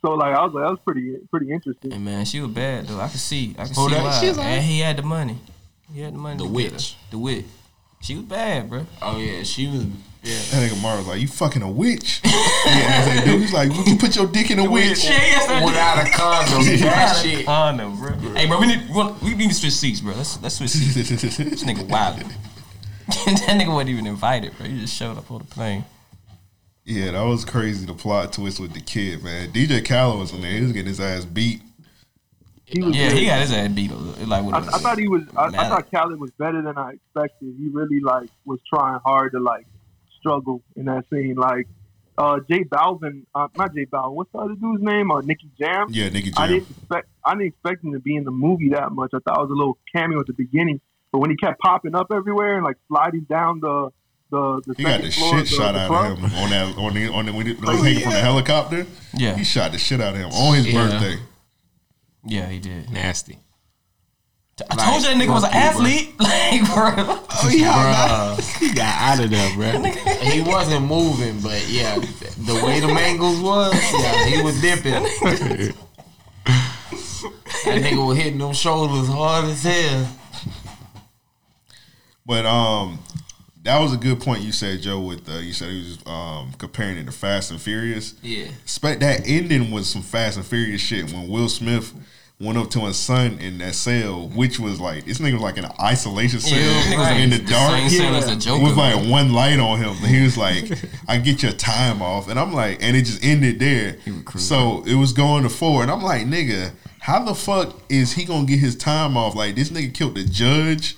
A: So like I was like, that was pretty pretty interesting.
D: Hey, man, she was bad though. I could see. I could
B: Oh,
D: see
B: that-
D: why.
B: she's all right.
D: And he had the money. He had the money.
B: The
D: to get
B: witch.
D: her. The witch. She was bad, bro.
I: Oh yeah, she was. Yeah.
F: That nigga Mari was like, you fucking a witch. yeah, that dude was like, would you put your dick in a witch?
D: She ain't got that
I: Without a condom, that shit.
D: condom, bro. Hey, bro, we need we want- we need to switch seats, bro. Let's let's switch seats. This nigga wild. that nigga wasn't even invited, bro. He just showed up on the plane.
F: yeah, that was crazy, the plot twist with the kid, man. DJ Khaled was in there. He was getting his ass beat.
A: He was
D: Yeah,
A: good.
D: he got his ass beat. up, Like what
A: I,
D: was
A: I
D: it?
A: thought he was. I, I
D: Mad.
A: thought Khaled was better than I expected. He really like was trying hard to like struggle in that scene. Like uh, Jay Balvin, uh, not Jay Balvin. What's the other dude's name? Uh, Nicky Jam.
F: Yeah, Nicky
A: I
F: Jam.
A: didn't expect. I didn't expect him to be in the movie that much. I thought it was a little cameo at the beginning, but when he kept popping up everywhere and like sliding down the the, the
F: He
A: second
F: got the
A: floor of
F: shit
A: the-
F: shot
A: the
F: out
A: club.
F: of him on that on the on the when he when he was hanging from the helicopter.
D: Yeah.
F: He shot the shit out of him on his
B: Yeah.
F: birthday.
D: Yeah, he did.
B: Nasty.
D: I told you that nigga was an athlete. Like, bro.
B: Oh yeah, he got out of there, bro.
I: He wasn't moving, but yeah, the way them angles was, yeah, he was dipping. that nigga was hitting them shoulders hard as hell.
F: But um, that was a good point you said, Joe. With uh, you said he was um comparing it to Fast and Furious.
D: Yeah.
F: Spe- that ending was some Fast and Furious shit when Will Smith went up to his son in that cell, which was like this nigga was like in an isolation cell
D: Yeah, nigga was
F: in the
D: like
F: dark.
D: same cell as the Joker,
F: With like one light on him. He was like, I get your time off. And I'm like, and it just ended there. So it was going to four. And I'm like, nigga, how the fuck is he gonna get his time off? Like this nigga killed the judge.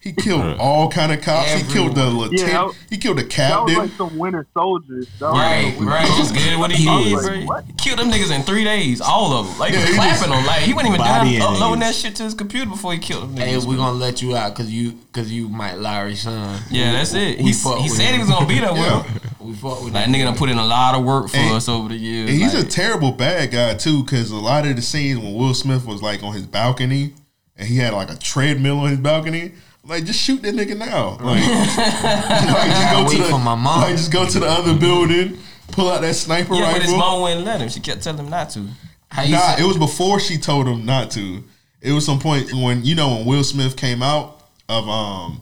F: He killed all kind of cops. He killed the lieutenant.
A: Yeah, that-
F: he killed the
A: That was
F: captain.
A: like some winter soldiers. That was
D: Right,
A: like-
D: right. Just good what he
A: I was
D: did,
A: like,
D: bro.
A: what?
D: He Killed them niggas in three days, all of them. Like Oh, he was
F: Yeah, he
D: clapping them. Like he wasn't even down
B: bodying
D: uploading
B: niggas.
D: that shit to his computer before he killed them
I: Hey,
D: niggas.
I: we gonna let you out because you because you Mike Lowry's son.
D: yeah,
I: We-
D: that's it.
I: we
D: He,
I: fuck
D: he
I: with
D: said
I: him.
D: he was gonna be there with
F: Yeah.
D: him.
I: We fuck with
D: Like
I: him.
D: nigga done put in a lot of work for
F: And-
D: us over the years.
F: And he's
D: like,
F: a terrible bad guy too, because a lot of the scenes when Will Smith was like on his balcony and he had like a treadmill on his balcony, like just shoot that nigga now. Like, like, just go
I: Wait
F: to the,
I: for my mom.
F: like just go to the other building, pull out that sniper
D: yeah, but his
F: rifle.
D: mama wouldn't let him. She kept telling him not to.
I: How you
F: Nah,
I: say-
F: it was before she told him not to. It was some point when you know when Will Smith came out of um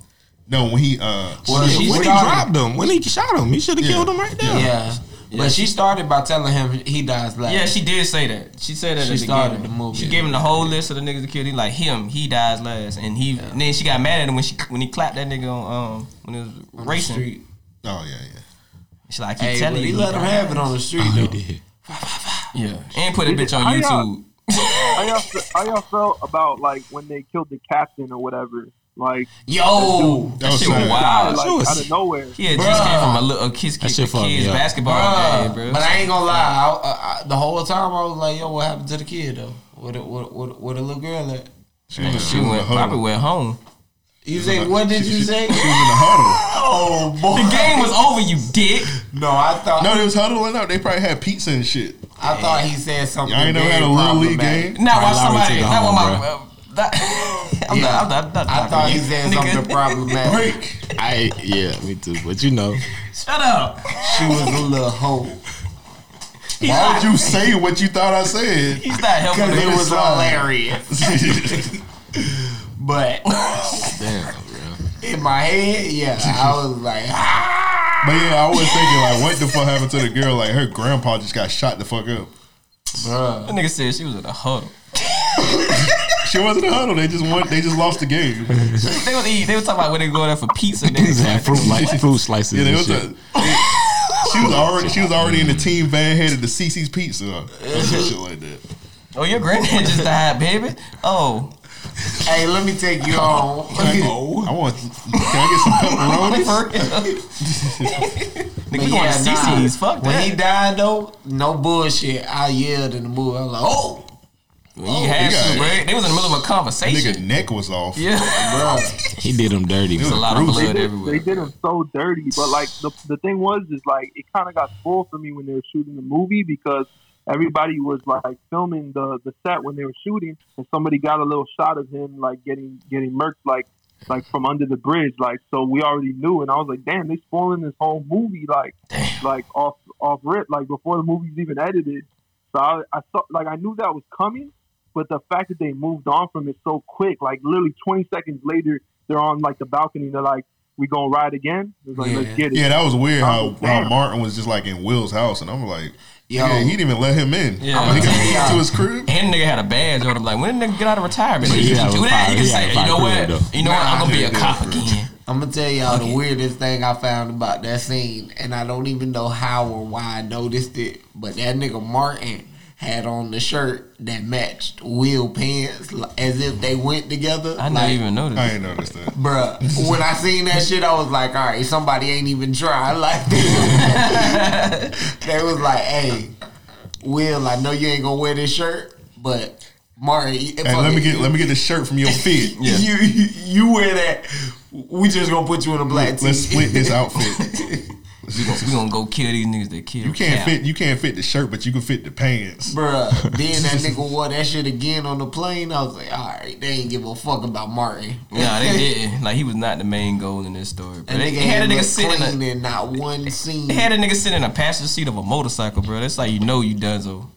F: no when he uh
I: Well,
B: When
I: she
B: he
I: started-
B: dropped him, when he shot him, he should have
F: Yeah.
B: killed him right there.
I: Yeah. But she started by telling him he dies black.
D: Yeah, she did say that. She said that
I: She
D: at the
I: started
D: beginning.
I: the movie.
D: She gave him the whole list of the niggas to kill. He like him. He dies last, and he and then she got mad at him when she when he clapped that nigga on um when it was
I: the
D: racing.
I: street.
F: Oh yeah, yeah.
D: She like I keep
I: Hey,
D: telling
I: but
D: you,
I: he let him
D: dies.
I: have it on the street though.
D: Yeah, and put a bitch on
A: How y'all-
D: YouTube.
A: How y'all, fe- how y'all felt about like when they killed the captain or whatever? Like
I: Yo,
A: that dude-
D: that shit
A: dude
D: was
A: died,
D: wild.
A: like,
D: That shit was-
A: out of nowhere.
D: He had just came from a little a kids, kids,
B: shit fucked me
D: kids
B: up.
D: basketball game, bro.
I: But I ain't gonna lie. I, I, I, the whole time I was like, "Yo, what happened to the kid though? Where the, where, where, where the little girl at?"
F: She,
D: Nigga,
F: was-
D: she
F: she was in
D: went,
F: the huddle.
D: probably went home.
I: You say what did you say?
F: She was in the huddle.
I: Oh boy,
D: The game was over, you dick.
I: No, I thought
F: No, they was huddling up. They probably had pizza and shit.
I: I thought he said something.
F: Y'all ain't never had a
I: very
F: little league
I: problematic.
F: game.
D: Now watch
B: Lowry
D: somebody.
B: took it
D: Now
B: home,
D: watch my. uh, that- I'm
I: Yeah.
D: not. I'm not. I'm not
I: I
D: knocking
I: thought he
D: you,
I: said
D: nigga.
I: something problematic.
F: Break.
B: I yeah, me too. But you know,
D: Shut up.
I: She was a little hoe.
F: Why
D: He's not,
F: would you say what you thought I said?
D: he's not helping.
I: Because
D: me.
I: it was uh, hilarious. But
B: damn, bro.
I: in my head, yeah, I was like, ah.
F: But yeah, I was thinking like, what the fuck happened to the girl? Like her grandpa just got shot the fuck up.
I: bruh.
D: That nigga said she was in a huddle.
F: She wasn't in the huddle. They just won. They just lost the game. Yeah,
D: They was eating. They was talking about where they going out for pizza. They was
B: Niggas
D: like,
B: had fruit like fruit slices
F: they
B: and
F: was.
B: shit.
F: A, they- she was already. She was already in the team van headed to CC's Pizza or some shit like that.
D: "Oh, your granddad just died, baby. Oh,
I: Hey, let me take you home.
F: I want. Can I get some pepperonis?
D: nigga, we going to CC's. Fuck
I: when he
D: that.
I: died though, no bullshit. I yelled in the movie. I was like, oh,
D: When
A: Oh,
D: he had
F: he got-
D: some bread. They was in the middle of a
F: Nigga,
D: conversation.
F: neck was off.
D: Yeah,
I: bruh.
B: He did them dirty.
D: a
B: bro.
D: lot of
F: Bruce.
D: blood
A: They
D: everywhere.
A: did him so dirty. But like the the thing was is like it kind of got spoiled for me when they were shooting the movie because everybody was like filming the the set when they were shooting, and somebody got a little shot of him like getting getting murked like like from under the bridge. Like so we already knew, and I was like, damn, they spoiling this whole movie like like off off rip like before the movie's even edited. So I, I saw like I knew that was coming. But the fact that they moved on from it so quick, like literally 20 seconds later, they're on like the balcony. They're like, we gonna ride again? It's like,
I: Yeah.
A: let's get it. Oh,
F: Yeah, that was weird. How, how
A: Damn.
F: Martin was just like in Will's house, and I'm like,
I: Yo.
F: yeah, he didn't even let him in.
D: Yeah.
F: Like, Oh, he got
I: Yeah.
F: kicked to his crib.
D: And nigga had a badge on him. Like, when did nigga get out of retirement?
B: He
D: you
B: had
D: can do
B: a
D: that. You
B: fire-
D: can
B: he had
D: say,
B: a
D: you know
B: fire
D: what?
B: career, though.
D: You know what? I'm gonna be a
F: Nah,
D: cop
F: yeah, yeah,
D: again.
I: I'm gonna tell y'all the weirdest thing I found about that scene, and I don't even know how or why I noticed it, but that nigga Martin had on the shirt that matched Will pants li- as if they went together.
D: I
I: like,
D: didn't even notice.
F: I ain't noticed that.
I: Bruh, when I seen that shit, I was like, all right, somebody ain't even try. Like, they was like, hey, Will, I know you ain't gonna wear this shirt, but Martin,
F: Hey, let me get let me get the shirt from your fit.
D: Yeah.
I: you, you you wear that. We just gonna put you in a black tee.
F: Let's split this outfit.
D: We gonna, we gonna go kill these niggas that kill.
F: You can't
D: Cap.
F: fit you can't fit the shirt, but you can fit the pants.
I: Bruh, then that nigga wore that shit again on the plane. I was like, all right, they ain't give a fuck about Martin.
D: Nah, they didn't. Like he was not the main goal in this story. Bro.
I: That
D: They,
I: nigga
D: they had a nigga sitting in
I: clean
D: a,
I: in not one scene.
D: they Mm. had a nigga sitting in a passenger seat of a motorcycle, bro. That's like you know you donezo.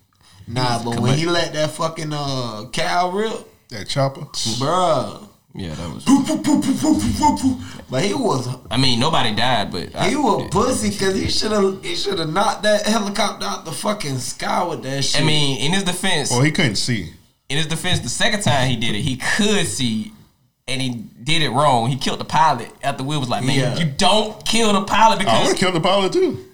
I: nah, but when he let that fucking uh cow rip,
F: That chopper.
I: bruh.
D: Yeah, that was.
I: poo, poo, poo, poo, poo, poo, poo. But he was
D: I mean, nobody died, but I,
I: he was pussy because he should have he should have knocked that helicopter out the fucking sky with that shit.
D: I mean, in his defense,
F: Well, Oh, he couldn't see.
D: in his defense, the second time he did it, he could see, and he did it wrong. He killed the pilot after Will was like, "Man,
I: Yeah.
D: you don't kill the pilot
F: I would
D: because
F: have killed the pilot too.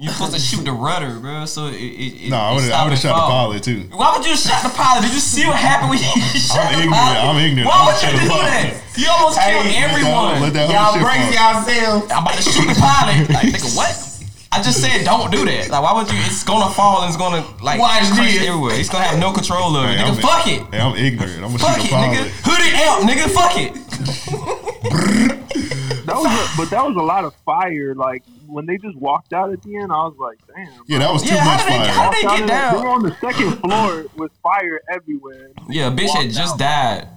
D: you're supposed to shoot the rudder, bro." So it, it, it
F: No, I
D: it
F: would have I would
D: stopped
F: have
D: his
F: shot the
D: fall.
F: pilot too.
D: Why would you have shot the pilot? Did you see what happened when you
F: I'm
D: shot the
F: ignorant.
D: pilot?
F: I'm ignorant.
D: Why
F: I'm
D: would
F: shot
D: you
F: the
D: do
F: pilot.
D: that? You almost
I: Hey,
D: killed
I: let
F: Let that-
D: everyone.
F: Let that
I: y'all
F: whole
I: brace
F: shit fall.
I: yourselves.
D: I'm about to shoot the pilot. Like, nigga, what? I just said don't do that. Like, why would you? It's gonna fall and it's gonna like
I: Watch
D: crash
I: this.
D: everywhere. It's gonna have no control over it.
F: Hey,
D: Nigga,
F: I'm-
D: fuck it.
F: Hey, I'm ignorant. I'm gonna
D: Fuck
F: shoot the
D: it,
F: pilot.
D: nigga. Hood it out, nigga. Fuck it.
A: That was, a, but that was a lot of fire. Like when they just walked out at the end, I was like, damn.
F: Yeah, that was too
D: Yeah, how
F: much
D: did they-
F: fire.
D: how did
A: Walked out
D: get
A: of that-
D: down?
A: They were on the second floor with fire everywhere.
D: Yeah, bitch had just died.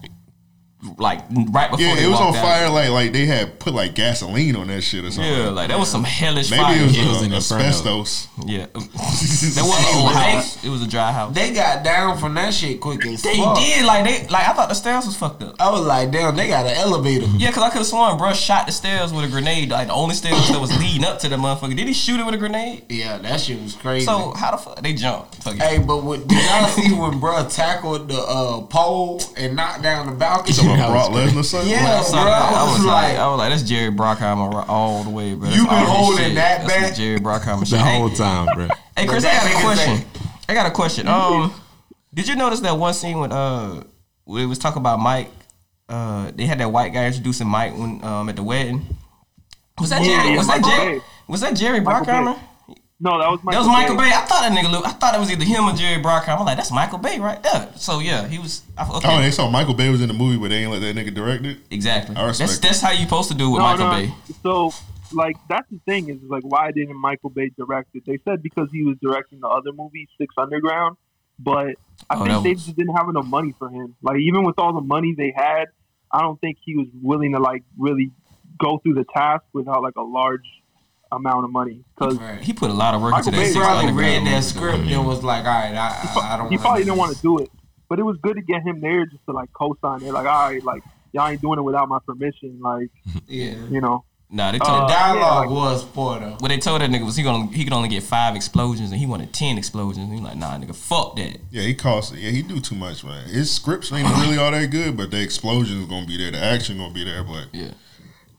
D: like right before
F: yeah,
D: they
F: it was on
D: walked out.
F: fire. Like like they had put like gasoline on that shit or something.
D: Yeah, like that was some hellish
F: Maybe
D: fire.
F: it was,
D: It was
F: uh,
D: an inferno.
F: asbestos.
D: Yeah, that wasn't a house. It was a dry house.
I: They got down from that shit quick as
D: They
I: fuck.
D: did like they like I thought the stairs was fucked up.
I: I was like, damn, they got an elevator.
D: Yeah, because I could have sworn bruh shot the stairs with a grenade. Like the only stairs that was leading up to the motherfucker. Did he shoot it with a grenade?
I: Yeah, that shit was crazy.
D: So how the fuck they jumped? Fuck it.
I: Hey, but what, did y'all see when bruh tackled the uh, pole and knocked down the balcony?
F: talking about Brock Lesnar, son?
I: Yeah,
D: I, saw
I: bro.
D: that.
I: I was like,
D: I was like, that's Jerry Brockheimer all the way, bro. That's
I: You been
D: all his
I: holding
D: shit.
I: that
D: That's
I: back
D: what Jerry Brockheimer.
B: the
D: shit. Hey,
B: whole time, bro.
D: Hey Chris, I
I: But
D: got
I: that
D: a
I: nigga
D: question. I got a question. Um, did you notice that one scene when uh when it was talking about Mike? Uh, they had that white guy introducing Mike when um at the wedding. Was that
A: Yeah,
D: Jerry?
A: yeah,
D: Was that
A: Michael
D: Jerry?
A: Bay.
D: Was that Jerry
A: Michael Bay.
D: Brockheimer?
A: No, that was
D: That
A: Michael.
D: was Michael Bay.
A: Bay.
D: I thought that nigga looked. I thought it was either him or Jerry Brockheimer. I'm like, that's Michael Bay right there. So yeah, he was. I, okay.
F: Oh, they saw Michael Bay was in the movie, but they ain't let that nigga direct it.
D: Exactly.
F: I respect
D: That's
F: it.
D: that's how you supposed to do with
A: No,
D: Michael
A: no.
D: Bay.
A: So, like, that's the thing is, like, why didn't Michael Bay direct it? They said because he was directing the other movie, Six Underground, but I
D: Oh, that
A: think they
D: was-
A: just didn't have enough money for him. Like, even with all the money they had, I don't think he was willing to like really go through the task without like a large amount of money because
D: He put a lot of work
A: Michael
D: into that.
A: Bay
D: Six
I: probably
D: Underground
I: read
D: movie,
I: that
D: though.
I: script and was like, all right, I, I, I don't.
A: he
I: wanna
A: probably
I: do
A: didn't want
I: this.
A: to do it. But it was good to get him there just to like co-sign it. Like, all right, like y'all ain't doing it without my permission. Like,
I: Yeah,
A: you know.
D: Nah, they
A: Uh,
D: told
I: the
A: yeah,
I: dialogue
A: like-
I: was poor though.
D: Well, they told that nigga was he gonna he could only get five explosions and he wanted ten explosions. And he like, nah, nigga, fuck that.
F: Yeah, he cost. Yeah, he do too much, man. His scripts ain't really all that good, but the explosions gonna be there, the action gonna be there. But
D: Yeah.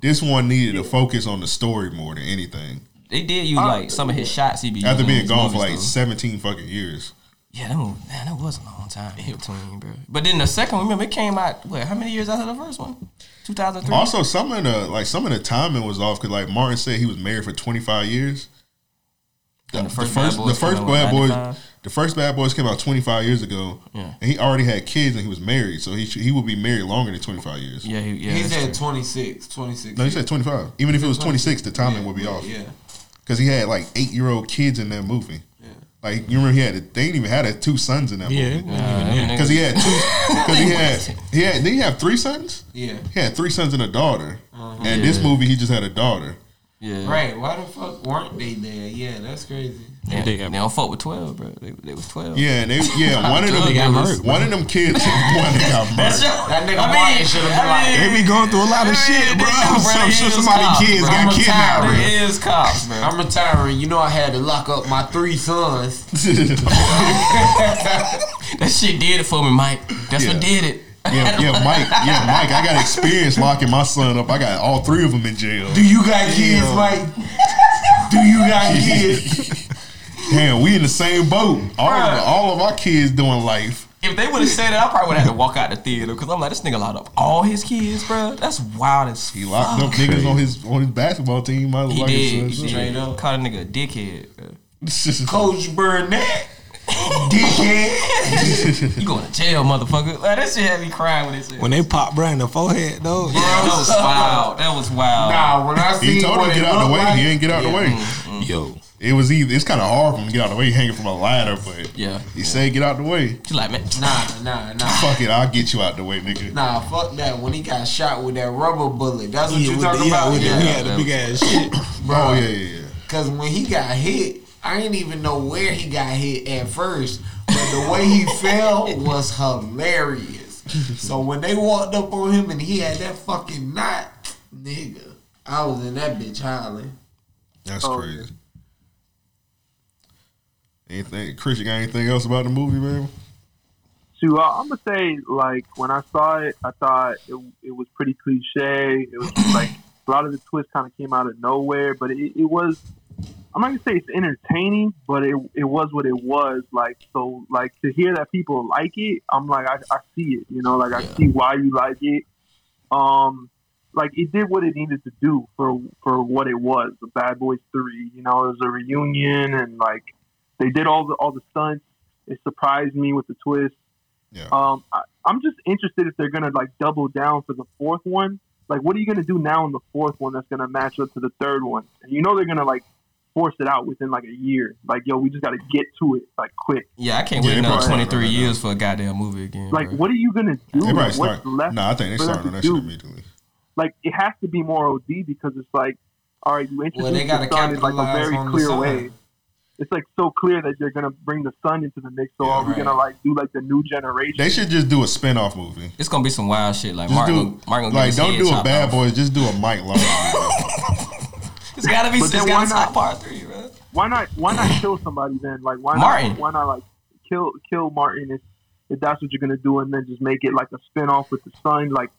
F: this one needed to focus on the story more than anything.
D: They did
A: Uh,
D: use
I: Ah.
D: like some of his shots. He be
F: After
D: using in
F: being
D: his
F: gone for
D: movies,
F: like
D: though.
F: seventeen fucking years,
D: yeah, that, was, man, that was a long time in between, bro. But then the second one, remember, it came out what? How many years after the first one? Two thousand three.
F: also some of the like some of the timing was off because like Martin said he was married for twenty five years.
D: And
F: The first, the first Bad Boys, the first Bad Boys came out twenty five years ago,
D: Yeah.
F: and he already had kids and he was married, so he should, he would be married longer than twenty five years.
D: Yeah, he, yeah.
I: He
D: that's
I: said
D: true.
I: 26, 26.
F: No, he said twenty five. Even if it was twenty six, the timing
I: Yeah,
F: would be off.
I: Yeah,
F: because he had like eight year old kids in that movie. Like you remember, he had they didn't even had two sons in that
B: Yeah,
F: movie
D: Nah, that nigga-
F: because he had two because he had he had did he have three sons?
I: yeah. Uh-huh.
F: He had three sons and a daughter. And this movie, he just had a daughter.
D: yeah.
I: Right? Why the fuck weren't they there? Yeah, that's crazy.
D: Yeah, they don't fuck with twelve, bro. They, they was twelve.
F: Yeah, and they yeah one of
B: They got
F: them
B: murked,
F: one of them kids one got murked.
I: That nigga Martin should have been like,
B: They be going through a lot of shit, bro. I'm sure somebody's kids
I: I'm
B: got kidnapped,
I: retired.
B: bro.
D: There is cops, bro.
I: I'm retiring. You know, I had to lock up my three sons.
D: That shit did it for me, Mike. That's
F: Yeah.
D: what did it.
F: yeah, yeah, Mike, yeah, Mike. I got experience locking my son up. I got all three of them in jail.
I: Do you got kids, Mike? Do you got kids?
F: Damn, we in the same boat. All of,
D: Bruh.
F: all of our kids doing life.
D: If they would have said that, I probably would have had to walk out the theater because I'm like, this nigga locked up all his kids, bro. That's wild as
F: He
D: fuck.
F: locked up niggas on his on his basketball team. Might as
D: He
F: well lock his
D: did.
F: son's
D: He
F: up.
D: did. Called a nigga a dickhead. bro.
I: Coach Burnett, dickhead.
D: You going to jail, motherfucker? Like, that shit had me crying when it said.
B: When they pop, bro, in the forehead, though.
D: that was wild. That was wild.
I: Nah, when I see
F: He told him to get out the way.
I: Like,
F: he didn't get out the way.
B: Yo,
F: It was either it's kind of hard for him to get out the way. He hanging from a ladder, but
D: Yeah.
F: he said get out the way.
D: She like, man,
I: Nah, nah, nah.
F: Fuck it, I'll get you out the way, nigga.
I: Nah, fuck that. When he got shot with that rubber bullet, that's what
B: yeah,
I: you
B: with
I: talking
B: the, yeah,
I: about.
B: with the,
I: Yeah.
B: we had the big ass shit.
F: Oh yeah, yeah, yeah.
I: Cause when he got hit, I didn't even know where he got hit at first, but the way he fell was hilarious. So when they walked up on him and he had that fucking knot, nigga, I was in that bitch hollering.
F: That's
A: Oh,
F: crazy. Anything, Chris? You got anything else about the movie, man?
A: So uh, I'm gonna say, like when I saw it, I thought it, it was pretty cliche. It was just, like a lot of the twists kind of came out of nowhere, but it, it was. I'm not gonna say it's entertaining, but it it was what it was. Like so, like to hear that people like it, I'm like I, I see it. You know, like I see why you like it. Um, like it did what it needed to do for for what it was. The Bad Boys Three. You know, it was a reunion, and like they did all the all the stunts. It surprised me with the twist.
F: Yeah.
A: Um, I, I'm just interested if they're gonna like double down for the fourth one. Like, what are you gonna do now in the fourth one that's gonna match up to the third one? And you know they're gonna like force it out within like a year. Like, yo, we just got to get to it like quick.
D: Yeah, I can't wait another
A: But,
D: 23 years for a goddamn movie again.
A: Like,
D: bro.
A: what are you gonna do?
D: They probably
A: Like,
D: start-
A: what's left?
D: nah, I think they
A: for them
D: starting
A: to
D: on that shit
A: do?
F: immediately.
A: Like, it has to be more OD because it's like, all right, you introduce
I: Well, they gotta
A: the sun in like a
I: capitalize
A: very
I: on the
A: clear
I: sun.
A: way. It's like so clear that they're gonna bring the sun into the mix. So are we gonna like do like the new generation?
F: They should just do a spin-off movie.
D: It's gonna be some wild shit. Like
F: Just
D: Martin,
F: do,
D: gonna- Martin gonna
F: like
D: get
F: don't
D: his head
F: do a
D: chopped
F: Bad
D: off.
F: Boys, just do a Mike Long.
D: It's gotta be.
A: But
D: It's
A: then
D: gotta
A: why not?
D: stop part three, bro.
A: Why not? Why not kill somebody then? Like, why
D: Martin.
A: not? Why not like kill kill Martin if, if that's what you're gonna do, and then just make it like a spin off with the sun? Like,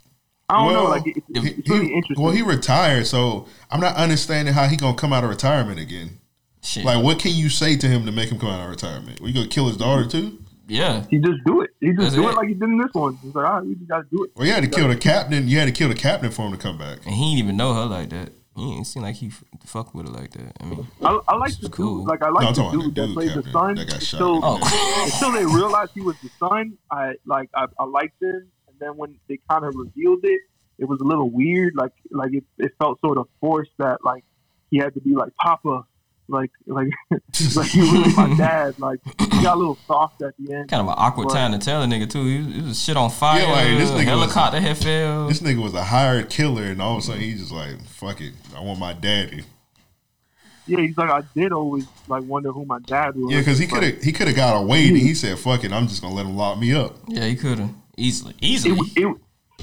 A: I don't know.
F: Well,
A: Like, it, it's,
F: He-
A: it's really
F: he-
A: interesting.
F: well, he retired, so I'm not understanding how he gonna come out of retirement again.
D: Shit.
F: Like, what can you say to him to make him come out of retirement? We gonna kill his daughter too?
D: Yeah,
A: he just do it. He just
F: That's
A: do it.
F: it.
A: like he did in this one. He's like, all right, we just gotta do it.
F: Well, you had to kill the captain. You had to kill the captain for him to come back.
D: And he didn't even know her like that. He didn't seem like he f- fuck with her like that. I mean,
A: I, I like the dude. Like I
D: No,
A: like
D: I'm
A: the
D: talking about
A: dude
D: the
A: that
D: dude,
A: played the
D: Captain,
A: son.
D: that got shot.
A: Until,
D: Oh.
A: until they realized he was the son, I like I, I liked him. And then when they kind of revealed it, it was a little weird. Like like it, it felt sort of forced that like he had to be like Papa, like like like you really my dad. Like he got a little soft at the end.
D: kind of an awkward
A: But-
D: time to tell a nigga too. He, was- he was shit on fire.
F: Yeah, like, this nigga
D: helicopter
F: was-
D: head fell.
F: This nigga was a hired killer, and all of a sudden he's just like, "Fuck it, I want my daddy."
A: Yeah, he's like I did always like wonder who my dad was.
F: Yeah, because he
A: but-
F: could have he could have got away, and he said, "Fuck it, I'm just gonna let him lock me up."
D: Yeah, he could have easily,
A: it,
D: easily.
A: it,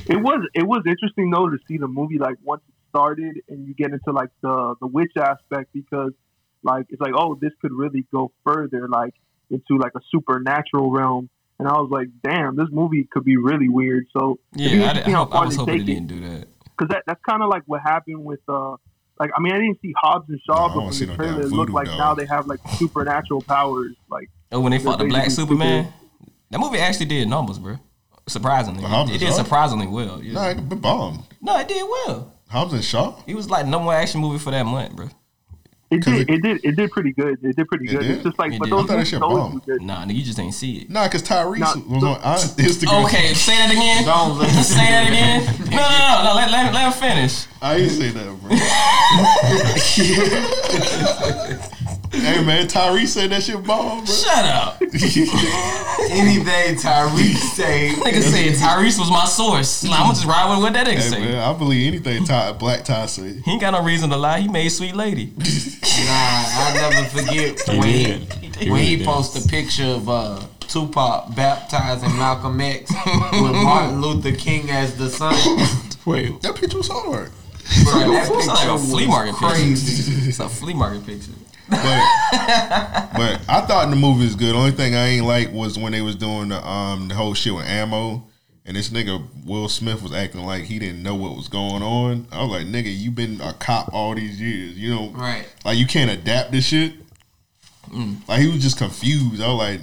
A: it was it was interesting though to see the movie like once it started and you get into like the the witch aspect because like it's like oh this could really go further like into like a supernatural realm and I was like damn this movie could be really weird so it'd be
D: yeah, I, did-
A: interesting
D: I,
A: how
D: hope- I
A: far
D: was
A: they
D: hoping
A: take
D: he
A: it.
D: didn't do that.
A: Because that, that's kind of like what happened with, uh, like, I mean, I didn't see Hobbs and Shaw,
F: I
A: but
F: wanna
A: from
F: see
A: the
F: no
A: trailer,
F: damn
A: it looked
F: voodoo
A: like
F: doll.
A: now they have, like, supernatural powers. Like,
D: Oh, when they
A: they're
D: fought the Black
A: basically
D: Superman,
A: super-
D: that movie actually did numbers, bro. Surprisingly,
F: Hobbs
D: it,
F: and
D: did
F: Shaw?
D: surprisingly well. Yeah.
F: Nah, it been bombed.
D: No, it did well.
F: Hobbs and Shaw.
D: It was like number one action movie for that month, bro.
A: It did, it, did, it did pretty good. It did pretty good. It's just like,
D: It
A: but
D: did.
A: those movies always do good.
D: Nah, nigga, you just ain't see it.
F: Nah, because Tyrese
D: Nah,
F: was on I- Instagram.
D: Okay, say that again. say that again. No, no, no, no. Let, let, let him finish.
F: I ain't say that, bro. hey man, Tyrese said that shit bomb, bro.
D: Shut up.
I: Anything Tyrese say,
D: Nigga said Tyrese was my source. Like, I'm gonna just ride with what that nigga
F: Hey,
D: say.
F: man, I believe anything Ty, Black Ty say.
D: He ain't got no reason to lie. He made sweet lady.
I: I'll never forget when he, when he posted a picture of uh, Tupac baptizing Malcolm X with Martin Luther King as the son.
F: Wait, that picture was hard.
I: Bro, that
D: It's like
I: picture
D: a flea
I: was
D: market
I: crazy.
D: picture. It's a flea market picture.
F: But I thought the movie was good. Only thing I ain't like was when they was doing the um the whole shit with ammo. And this nigga Will Smith was acting like he didn't know what was going on. I was like, nigga, you been a cop all these years. You know
I: Right.
F: like you can't adapt this shit.
D: Mm.
F: Like he was just confused. I was like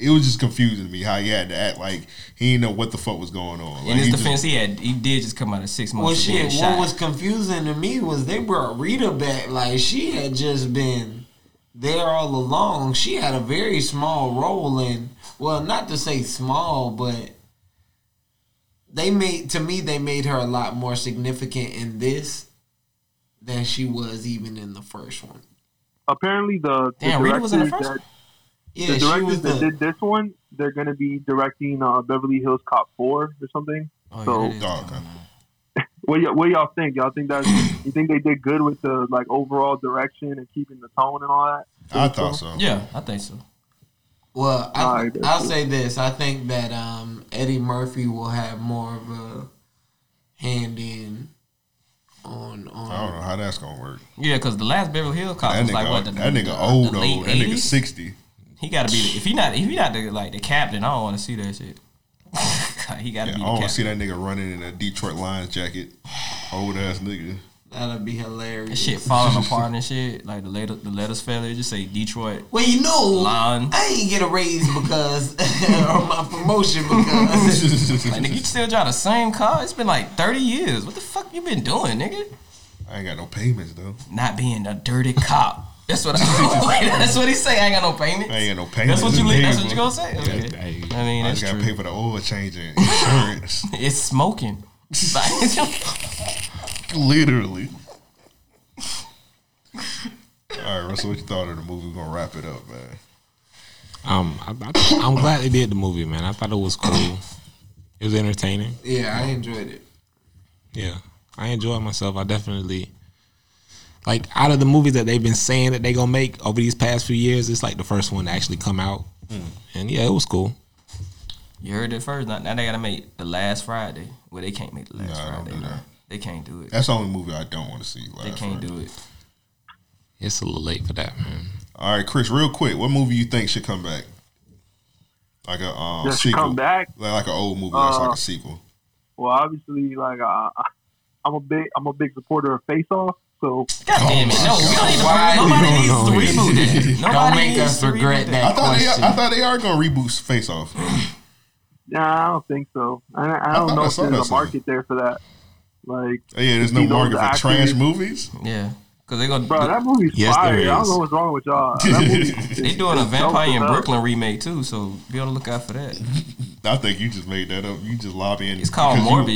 F: it was just confusing to me how he had to act like he didn't know what the fuck was going on. Like,
D: In his
F: he just-
D: defense, he had he did just come out of six months
I: Well,
D: of being
I: shit.
D: shot.
I: What was confusing to me was they brought Rita back. Like she had just been there all along. She had a very small role in. Well, not to say small, but they made to me they made her a lot more significant in this than she was even in the first one.
A: apparently the, the
I: Damn, Rita
A: directors
I: was in the first
A: that
I: one? Yeah,
A: the
I: she was
A: directors that
I: the-
A: did this one, they're gonna be directing uh, Beverly Hills Cop Four or something. so what y'all, what y'all think? Y'all think that you think they did good with the like overall direction and keeping the tone and all that?
F: I thought so.
D: Yeah, I think so.
I: Well, I,
A: Alright, that's
I: I'll
A: cool.
I: say this: I think that um, Eddie Murphy will have more of a hand in on on.
F: I don't know how that's gonna work.
D: Yeah, because the last Beverly Hills cop
F: That
D: was
F: nigga,
D: like what the,
F: that
D: the-
F: nigga old
D: the
F: though.
D: late
F: That nigga
D: 80s?
F: sixty.
D: He gotta be the, if he not if he not the, like the captain. I don't want to see that shit.
F: Yeah, I
D: he gotta be
F: don't
D: the
F: want
D: captain.
F: to see that nigga running in a Detroit Lions jacket, old ass nigga.
I: That'd be hilarious.
D: That shit falling apart and shit. Like the letter, the letters fail. It just say Detroit.
I: Well, you know,
D: Lions.
I: I ain't get a raise because or my promotion because
D: Like nigga, you still drive the same car? It's been like thirty years. What the fuck you been doing, nigga?
F: I ain't got no payments though.
D: Not being a dirty cop. That's what I, that's what he say. I ain't got no payments.
F: I ain't got no payments.
D: That's what you.
F: Hey,
D: That's what you
F: bro.
D: gonna say. Okay. I mean,
F: I
D: that's
F: just gotta
D: true.
F: pay for the oil change and insurance.
D: It's smoking. Like,
F: Literally. All right, Russell, what you thought of the movie? We're gonna wrap it up, man.
B: Um, I, I, I'm glad they did the movie, man. I thought it was cool. It was entertaining.
I: Yeah, I enjoyed it.
B: Yeah, I enjoyed myself. I definitely like out of the movies that they've been saying that they gonna make over these past few years. It's like the first one to actually come out, and yeah, it was cool.
D: You heard it first. Now, now they gotta make the last Friday. Well, they can't make the last Friday. man. They can't do it.
F: That's the only movie I don't want to see.
D: They
F: last
D: can't
F: Friday.
D: do it.
B: It's a little late for that, man.
F: All right, Chris, real quick, what movie you think should come back? Like a um,
A: That should
F: sequel,
A: come back?
F: like, like an old movie, that's like
A: Uh,
F: a sequel.
A: Well, obviously, like uh, I'm a big I'm a big supporter of Face Off. So
D: God damn it! No, we don't need to. Nobody needs to reboot that.
I: Why? Don't
D: Nobody
I: make
D: needs
I: us
D: to reboot
I: regret
D: that.
I: that
F: I thought, they,
I: question.
F: I thought they are gonna reboot Face Off.
A: Nah, I don't think so. I, I
F: I
A: don't
F: thought
A: know
F: I
A: if
F: saw
A: there's
F: that
A: a market there for that. Like,
F: Oh, yeah, there's no
A: you know,
F: market
A: the
F: for trash
A: actors-
F: movies.
D: Yeah, because they gonna.
A: Bro, that movie's fire. I don't know what's wrong with y'all. That movie,
D: They doing a
A: it's
D: Vampire
A: dope
D: in
A: as hell.
D: Brooklyn remake too, so be on the lookout for that.
F: I think you just made that up. You just lobbying.
D: It's called
F: because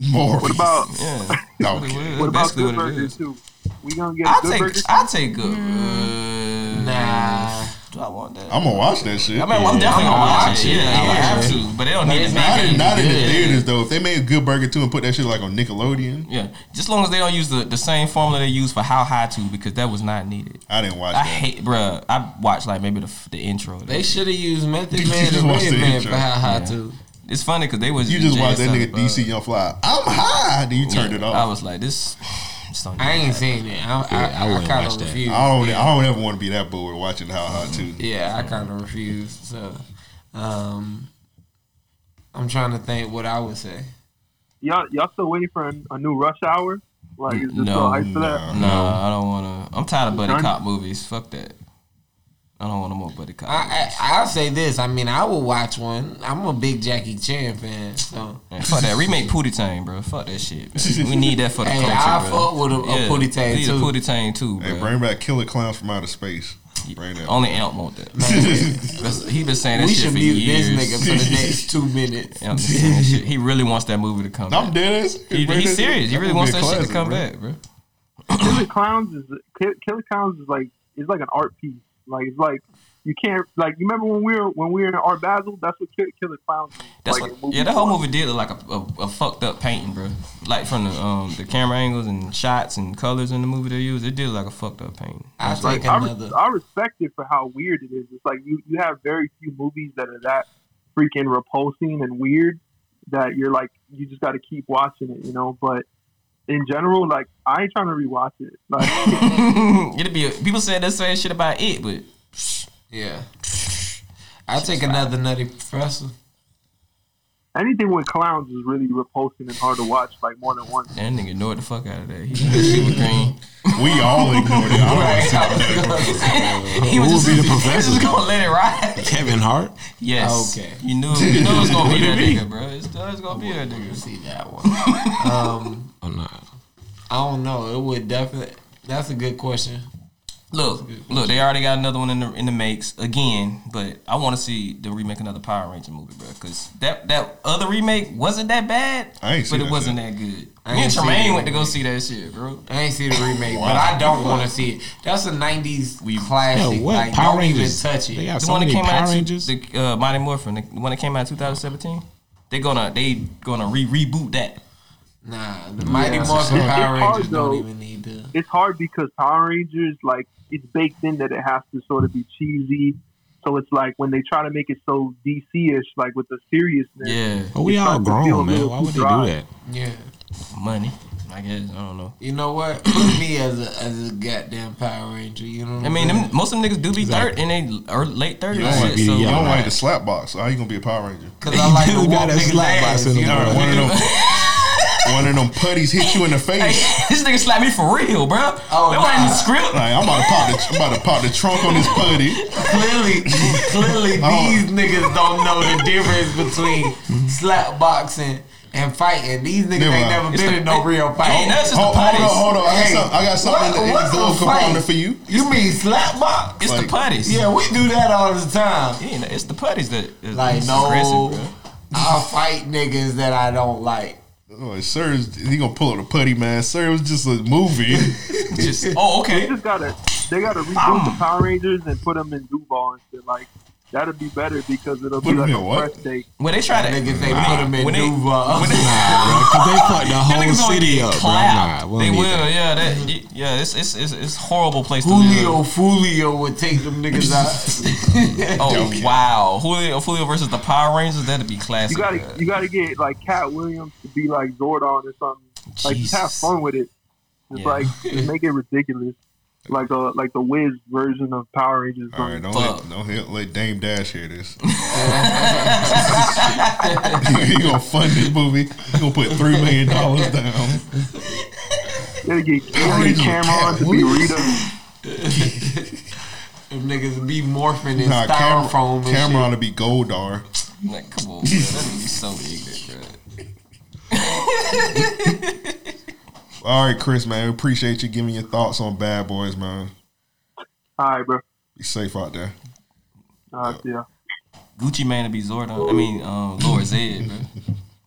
F: you- Morbius.
A: What about
D: Yeah,
F: Okay.
A: what about
D: Basically
A: Good
D: what it
A: Burger
D: is.
A: too? We gonna get
D: I
A: Good
D: take
A: Burger?
D: I take good. uh, nah, do I want that?
F: I'm gonna watch that shit.
D: I mean, well, I'm definitely gonna watch it. Yeah,
B: I
D: you
B: like
D: have
B: it.
D: to, but they don't need
F: Not,
D: to make
F: in,
D: it
F: not in the
D: good.
F: theaters though. If they made a good burger too and put that shit like on Nickelodeon,
D: Yeah, just as long as they don't use the, the same formula they use for How High to, because that was not needed.
F: I didn't watch
D: I
F: that.
D: hate, bruh. I watched like maybe the the intro.
I: They should have used Method
F: You
I: Man
F: just
I: and
F: watched the
I: Red Man
F: intro.
I: for How High
D: Yeah.
I: Two.
D: It's funny because they was
F: you just watched that
D: jazzed
F: nigga
D: up, uh,
F: DC Young Fly. I'm high. Then you turned
D: yeah,
F: it off.
D: I was like, this. this don't
I: I
D: need
I: ain't
D: that.
I: seen it. I,
B: Yeah, I
I: I, I,
B: wouldn't
I: kind
B: watch
I: of
B: that.
I: refuse.
F: I don't.
I: Yeah.
F: I don't ever want to be that bored watching How Hot Two.
I: Yeah, I kind of refuse. So, um, I'm trying to think what I would say.
A: Y'all, y'all still waiting for a, a new Rush Hour? Like, is this
D: No,
A: no, hype for that?
D: No, I don't want to. I'm tired of buddy
A: Done?
D: cop movies. Fuck that. I don't want no more buddy cop.
I: I, I I'll say this. I mean, I will watch one. I'm a big Jackie Chan fan, so
D: Man, fuck that. Remake Pootie Tang, bro. Fuck that shit. Man. We need that for the
I: Hey,
D: culture,
I: I
D: bro.
I: fuck with a- a Pootie Tang,
D: we need
I: too.
D: a Pootie Tang too, bro.
F: Hey, bring back Killer Clowns from Outer Space. Bring that.
D: Only Amp want that. That's- he been saying that
I: we
D: shit
I: should
D: for
I: mute
D: years.
I: this nigga for the next two minutes.
D: Amp been saying that shit. He really wants that movie to come.
F: I'm
D: back.
F: dead. ass.
D: He,
F: Bring
D: he's
F: that-
D: serious. He
F: that
D: really
F: would
D: wants
F: be a
D: that shit
F: classic,
D: to come
F: bro.
D: back, bro.
A: Killer Clowns is Ki- Killer Clowns is like it's like an art piece. Like it's like you can't like you remember when we were when we were in Art Basel. That's what Ki- Killer Clowns. Is.
D: That's
A: like,
D: what, yeah, the whole movie did look like a, a, a fucked up painting, bro. Like from the um, the camera angles and shots and colors in the movie they used, it did look like a fucked up painting.
I: I'll
D: That's like-
I: take
A: I, res-
I: another.
A: I respect it for how weird it is. It's like you, you have very few movies that are that freaking repulsing and weird that you're like you just got to keep watching it, you know. But in general, like I ain't trying to rewatch it. Like
D: It'd be people said that same shit about it, but
I: Yeah, I'll take another Nutty Professor.
A: anything with clowns is really repulsing and hard to watch, like more than once.
D: that nigga ignored the fuck out of that. He knew that shit was green.
F: We all ignored it. I don't wanna see that.
D: He was
B: Who would
D: just,
B: be the
D: he was
B: professor?
D: just gonna let it ride.
B: Kevin Hart.
D: Yes.
I: Okay.
D: You knew you knew it was gonna be that nigga, bro. It's, it's gonna be that
I: You
D: nigga.
I: see that one? um,
B: Oh no.
I: I don't know. It would definitely. That's a good question.
D: Look, look, they already got another one in the in the makes again, but I want to see the remake another Power Ranger movie, bro, because that that other remake wasn't that bad,
F: I ain't
D: but
F: seen
D: it
F: that
D: wasn't that good.
I: I
D: Me and
I: ain't seen
D: Tremaine
I: that
D: went to go see that shit, bro.
I: I ain't see the remake, but I don't want to see it. That's a '90s
B: Yeah,
I: classic.
B: what
I: like,
B: Power
I: don't
B: Rangers?
I: even touch it.
B: They got
D: The
B: so
D: one that
B: many
D: came
B: Power
D: out, in two-
B: Rangers.
D: the uh, Mighty Morphin, the one that came out in 2017. They gonna they gonna re reboot that.
I: Nah, the Mighty
B: Yeah.
I: Morphin
B: It's
I: Power
A: hard,
I: Rangers
A: though.
I: don't even need to.
A: It's hard because Power Rangers, like it's baked in that it has to sort of be cheesy. So it's like when they try to make it so DC-ish, like with the seriousness.
D: Yeah,
B: But we
A: It's
B: all
A: starting to feel a
B: grown, man.
A: little
B: Why
A: too
B: would they
A: dry.
B: do that?
I: Yeah,
D: money. I guess I don't know.
I: you know what? Put me as a as a goddamn Power Ranger. You know what
D: I mean,
I: I'm
D: them, most of them niggas do be third in they or late
F: You
D: thirties.
F: don't
D: and
F: like
D: shit,
F: you
D: so
F: don't
B: right.
F: like the slap box. so How you gonna be a Power Ranger?
I: because I like to
B: You
I: walk
B: got a
I: niggas
B: slap
I: ass.
B: box in
I: you
B: the
I: know
F: All
I: what
F: right,
I: I'm
F: one of
I: saying?
F: them. One of them putties hit you in the face.
D: this nigga slapped me for real, bro.
I: Oh,
D: Oh, that wasn't in
I: nah.
D: the script.
F: Like I'm about to pop the, I'm about to pop the trunk on this putty.
I: Clearly, clearly,
F: Oh.
I: these niggas don't know the difference between slap boxing and fighting. These niggas
F: Never
I: ain't
F: mind.
I: never
D: It's
I: been
D: the-
I: in no real fight.
D: Hey, that's just
F: Hold,
D: the
F: hold
D: putties.
F: on, hold on. I got
I: Hey,
F: something. I got something in the, in
I: What-
F: the glove
I: what's a
F: compartment
I: fight?
F: for you.
I: You mean slap box?
D: It's
F: Like-
D: the putties.
I: Yeah, we do that all the time.
D: Yeah, no, it's the putties that is
I: Like,
D: is
I: no,
D: aggressive,
I: I fight niggas that I don't like.
F: Oh, sir, is- he gonna pull up the putty, man. Sir, it was just a movie.
D: bro. Just oh, okay.
A: You just gotta They gotta reboot the
I: Um.
A: Power Rangers and put them in Duval and shit. Like that'll be better because it'll be
D: Put 'em
A: like
D: in
A: a
D: what?
A: fresh take.
D: When they try to niggas, they put them in Duval. When they,
B: Cause they fucked the whole
D: niggas gonna
B: city
D: get
B: up, bro.
D: clapped.
B: Nah, we
D: they
B: don't
D: will,
B: need that.
D: yeah. That, y- yeah, it's it's it's, it's a horrible place
I: Julio
B: oh,
I: Fulio would take them niggas
D: to live. oh wow, Julio Julio versus the Power Rangers, that'd be
A: You
D: classic.
A: gotta you gotta get like Cat Williams to be like Zordon or something. Like just have
D: Jesus.
A: fun with it. It's
D: Yeah.
A: like just make it ridiculous. Like a like the Wiz version of Power Rangers.
F: All right, don't let, don't hit- let Dame Dash hear this. you gonna fund this movie? You gonna put three million dollars down?
A: Gotta get
I: Cameron,
F: Cameron
I: to be Rita. Them niggas be morphing in
F: Nah, Cameron,
I: styrofoam and shit.
F: Cameron ought to be Goldar.
D: Like, come on, man. that'd be so ignorant, bro.
F: All right, Chris, man, we appreciate you giving your thoughts on Bad Boys, man.
A: All right, bro.
F: Be safe out there.
A: Uh, yeah.
D: Gucci man to be Zordon. I mean, um, Lord Zed, bro.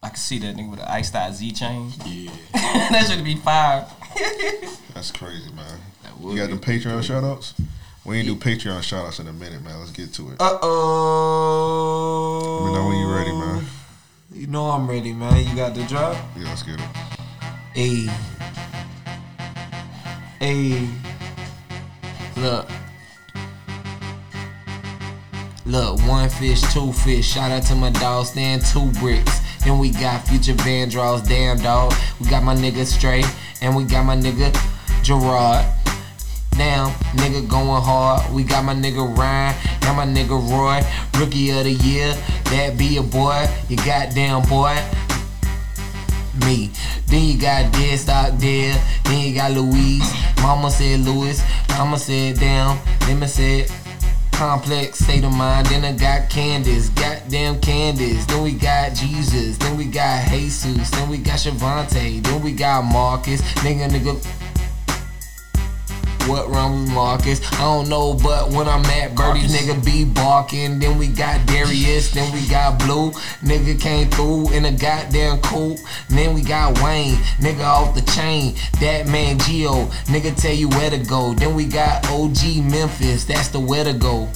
D: I can see that nigga with the iced out Z chain. Yeah, that should be fire.
F: That's crazy, man. You got them Patreon shout outs? We ain't do Patreon shout outs in a minute, man. Let's get to it.
I: Uh oh.
F: Let me know when you ready, man.
I: You know I'm ready, man. You got the drop?
F: Yeah, let's get it.
I: Hey. Hey. Look. Look, one fish, two fish. Shout out to my dog, stand two bricks. Then we got future Van Draws, damn dog. We got my nigga Stray, and we got my nigga Gerard. Now, nigga going hard. We got my nigga Ryan and my nigga Roy. Rookie of the year, that be a boy, you goddamn boy me. Then you got Dead Stock Dead. Then you got Louise. Mama said Louis. Mama said damn. Mama said complex state of mind. Then I got Candace. Goddamn Candace. Then we got Jesus. Then we got Jesus. Then we got Shavante. Then we got Marcus. Nigga, nigga. What wrong with Marcus? I don't know, but when I'm at Birdie's, nigga be barking. Then we got Darius, then we got Blue. Nigga came through in a goddamn coupe. Then we got Wayne, nigga off the chain. That man Geo, nigga tell you where to go. Then we got OG Memphis, that's the where to go.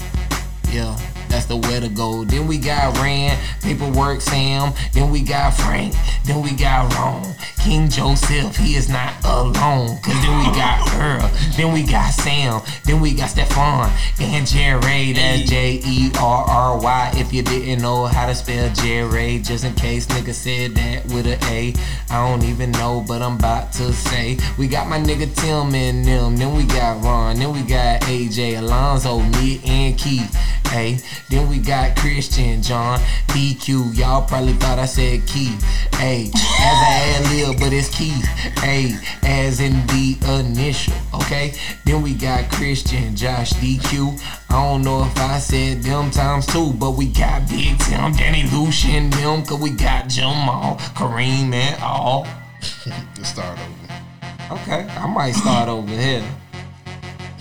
I: Yeah, that's the way to go. Then we got Rand, Paperwork Sam. Then we got Frank. Then we got Ron. King Joseph, he is not alone. Cause then we got Earl. Then we got Sam. Then we got Stefan. And Jerry. That's J E R R Y. If you didn't know how to spell Jerry, just in case nigga said that with an A. I don't even know, but I'm about to say. We got my nigga Tim and them. Then we got Ron. Then we got AJ, Alonzo, me, and Keith. Hey, then we got Christian, John, DQ. Y'all probably thought I said Keith. Hey, as an ad lib, but it's Keith. Hey, as in the initial. Okay, then we got Christian, Josh, DQ. I don't know if I said them times too, but we got Big Tim, Danny Lucian, them, cause we got Jamal, Kareem, and all.
F: Let's start over.
I: Okay, I might start over here.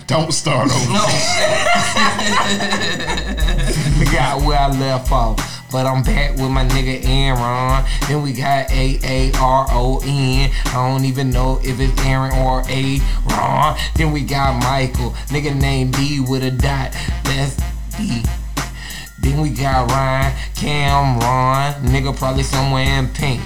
F: Don't start over.
I: Forgot where I left off, but I'm back with my nigga Aaron. Then we got A A R O N. I don't even know if it's Aaron or A Ron. Then we got Michael, nigga named D with a dot. That's D. Then we got Ryan, Cameron, nigga probably somewhere in pink.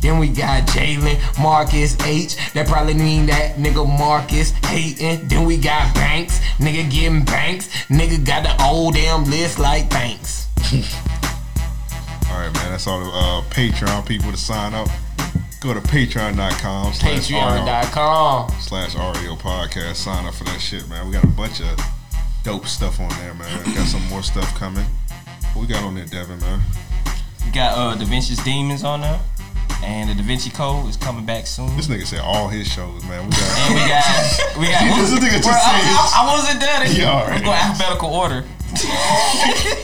I: Then we got Jalen, Marcus H. That probably mean that nigga Marcus hating. Then we got Banks, nigga getting Banks. Nigga got the old damn list like Banks.
F: All right, man. That's all the uh, Patreon people to sign up. Go to patreon.com slash
I: Patreon.com
F: slash REO podcast. Sign up for that shit, man. We got a bunch of dope stuff on there, man. We got some more stuff coming. What we got on there, Devin, man?
D: You got uh Da Vinci's Demons on there, and the Da Vinci Code is coming back soon.
F: This nigga said all his shows, man. We got,
D: And we got we got.
F: This nigga just
D: Bro,
F: said his-
D: I, I, I wasn't there.
F: He all
D: We're
F: right.
D: going alphabetical order.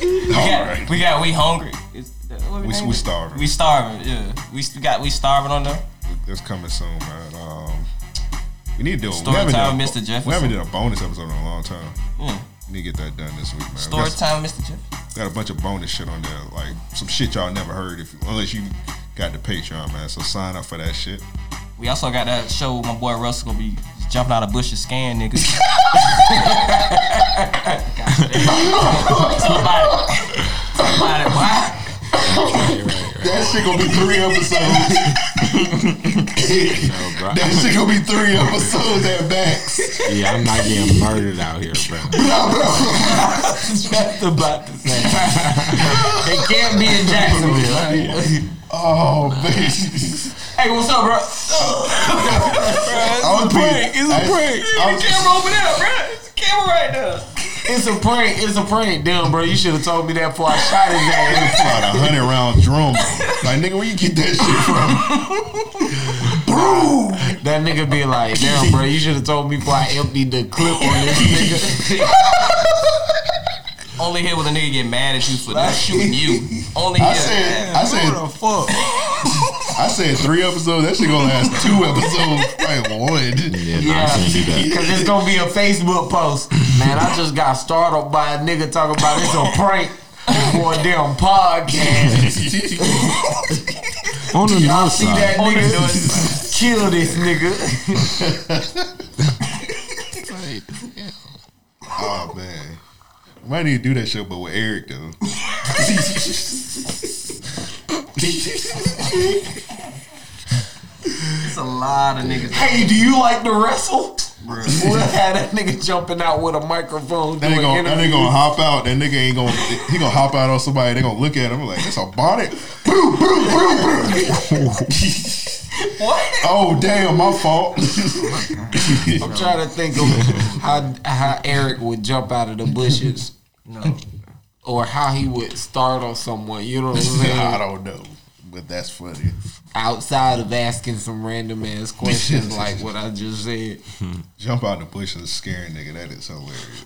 D: we, got, we got we hungry. Is- what
F: We-
D: named
F: we
D: it?
F: starving.
D: We starving. Yeah, we s- we got we starving on there.
F: That's coming soon, man. Um, we need to do a
D: Story
F: we haven't
D: time,
F: done a-
D: Mr. Jefferson.
F: We haven't did a bonus episode in a long time.
D: Mm.
F: We need to get that done this week, man. We
D: Story
F: got some-
D: time, Mr. Jeff.
F: Got a bunch of bonus shit on there, like some shit y'all never heard if unless you got the Patreon, man. So sign up for that shit.
D: We also got that show with my boy Russ gonna be jumping out of bushes, scan niggas.
F: That shit gonna be three episodes. that shit gonna be three episodes at max.
B: Yeah, I'm not getting murdered out here, bro.
I: That's about to say. it can't be in Jacksonville.
F: Oh, man.
I: Hey, what's up, bro?
F: I would be- I- I was-
D: over there, bro. It's a camera right there.
I: It's a prank. It's a prank, damn, bro. You should have told me that before I shot his ass.
F: It's about a hundred round drum. Like nigga, where you get that shit from?
I: That nigga be like, damn, bro. You should have told me before I emptied the clip on this nigga.
D: Only here when a nigga get mad at you for not shooting you. Only here.
F: I said, I said,
B: The fuck?
F: I said three episodes. That shit gonna last two episodes. Like one.
B: Yeah,
I: Yeah.
B: I can't do that.
I: Cause it's gonna be a Facebook post. Man, I just got startled by a nigga talking about it's a prank for a damn podcast.
B: On the north
I: See that
B: side,
I: nigga kill this nigga.
F: Oh man, might need to do that show, but with Eric though.
D: It's a lot of niggas.
I: Hey, do you like to wrestle? We'll have that nigga jumping out with a microphone.
F: That
I: doing
F: nigga, gonna, that nigga
I: interviews.
F: gonna hop out. That nigga ain't gonna. He gonna hop out on somebody. They gonna look at him like that's a bonnet. Boo, boo, boo, boo.
D: What?
F: oh damn, my fault.
I: I'm trying to think of how how Eric would jump out of the bushes
D: No.
I: or how he would startle someone. You know what I'm
F: I
I: saying?
F: don't know, but that's funny.
I: Outside of asking some random ass questions like what I just said.
F: Jump out the bush and scare a nigga. That is hilarious.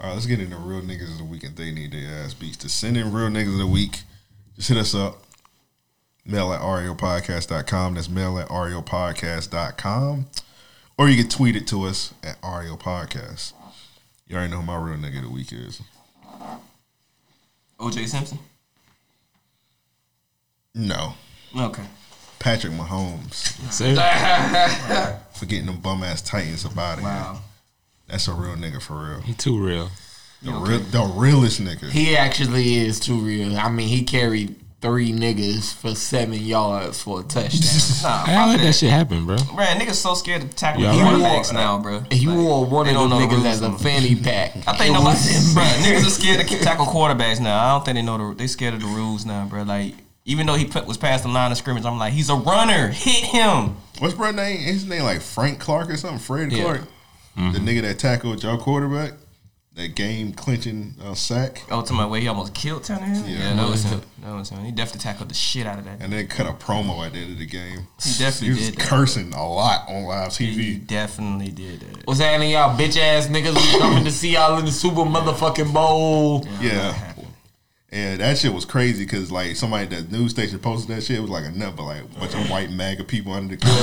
F: All right, let's get into real niggas of the week and they need their ass beats. To send in real niggas of the week, just hit us up. Mail at ariopodcast.com. That's mail at ariopodcast.com. Or you can tweet it to us at ariopodcast. You already know who my real nigga of the week is.
D: OJ Simpson.
F: No.
D: Okay.
F: Patrick Mahomes.
B: Sir,
F: For getting them bum ass Titans about it.
D: Wow.
F: That's a real nigga for real.
B: he too real.
F: The, real, the realest nigga.
I: He actually is too real. I mean, he carried three niggas for seven yards for a touchdown.
D: Nah,
B: How
D: fuck
B: let
D: that.
B: that shit happen, bro?
D: Man, niggas so scared to tackle
B: Yeah,
D: running
I: right.
D: backs now, bro.
I: He wore one
D: they
I: of
D: don't
I: them
D: know the
I: niggas
D: rules
I: as
D: no
I: a
D: more.
I: fanny pack.
D: I think nobody, bro, niggas are scared to tackle quarterbacks now. I don't think they know the, they scared of the rules now, bro. Like, even though he put, was past the line of scrimmage, I'm like, he's a runner. Hit him.
F: What's bro name? His name like Frank Clark or something. Fred
I: Yeah.
F: Clark, the
B: Mm-hmm.
F: nigga that tackled your quarterback, that game clinching uh, sack,
D: Oh, to my way, he almost killed Tannehill.
F: Yeah.
D: Yeah, that was him. That was him. He definitely tackled the shit out of that.
F: and then cut a promo at the end of the game.
D: He
F: He
D: definitely
F: was
D: did that.
F: cursing a lot on live
D: He
F: TV.
D: definitely did that.
I: What's happening, y'all bitch ass niggas? We coming to see y'all in the Super motherfucking Bowl.
F: Yeah, and that shit was crazy because like somebody that news station posted that shit it was like a number like a bunch of white MAGA people under the car.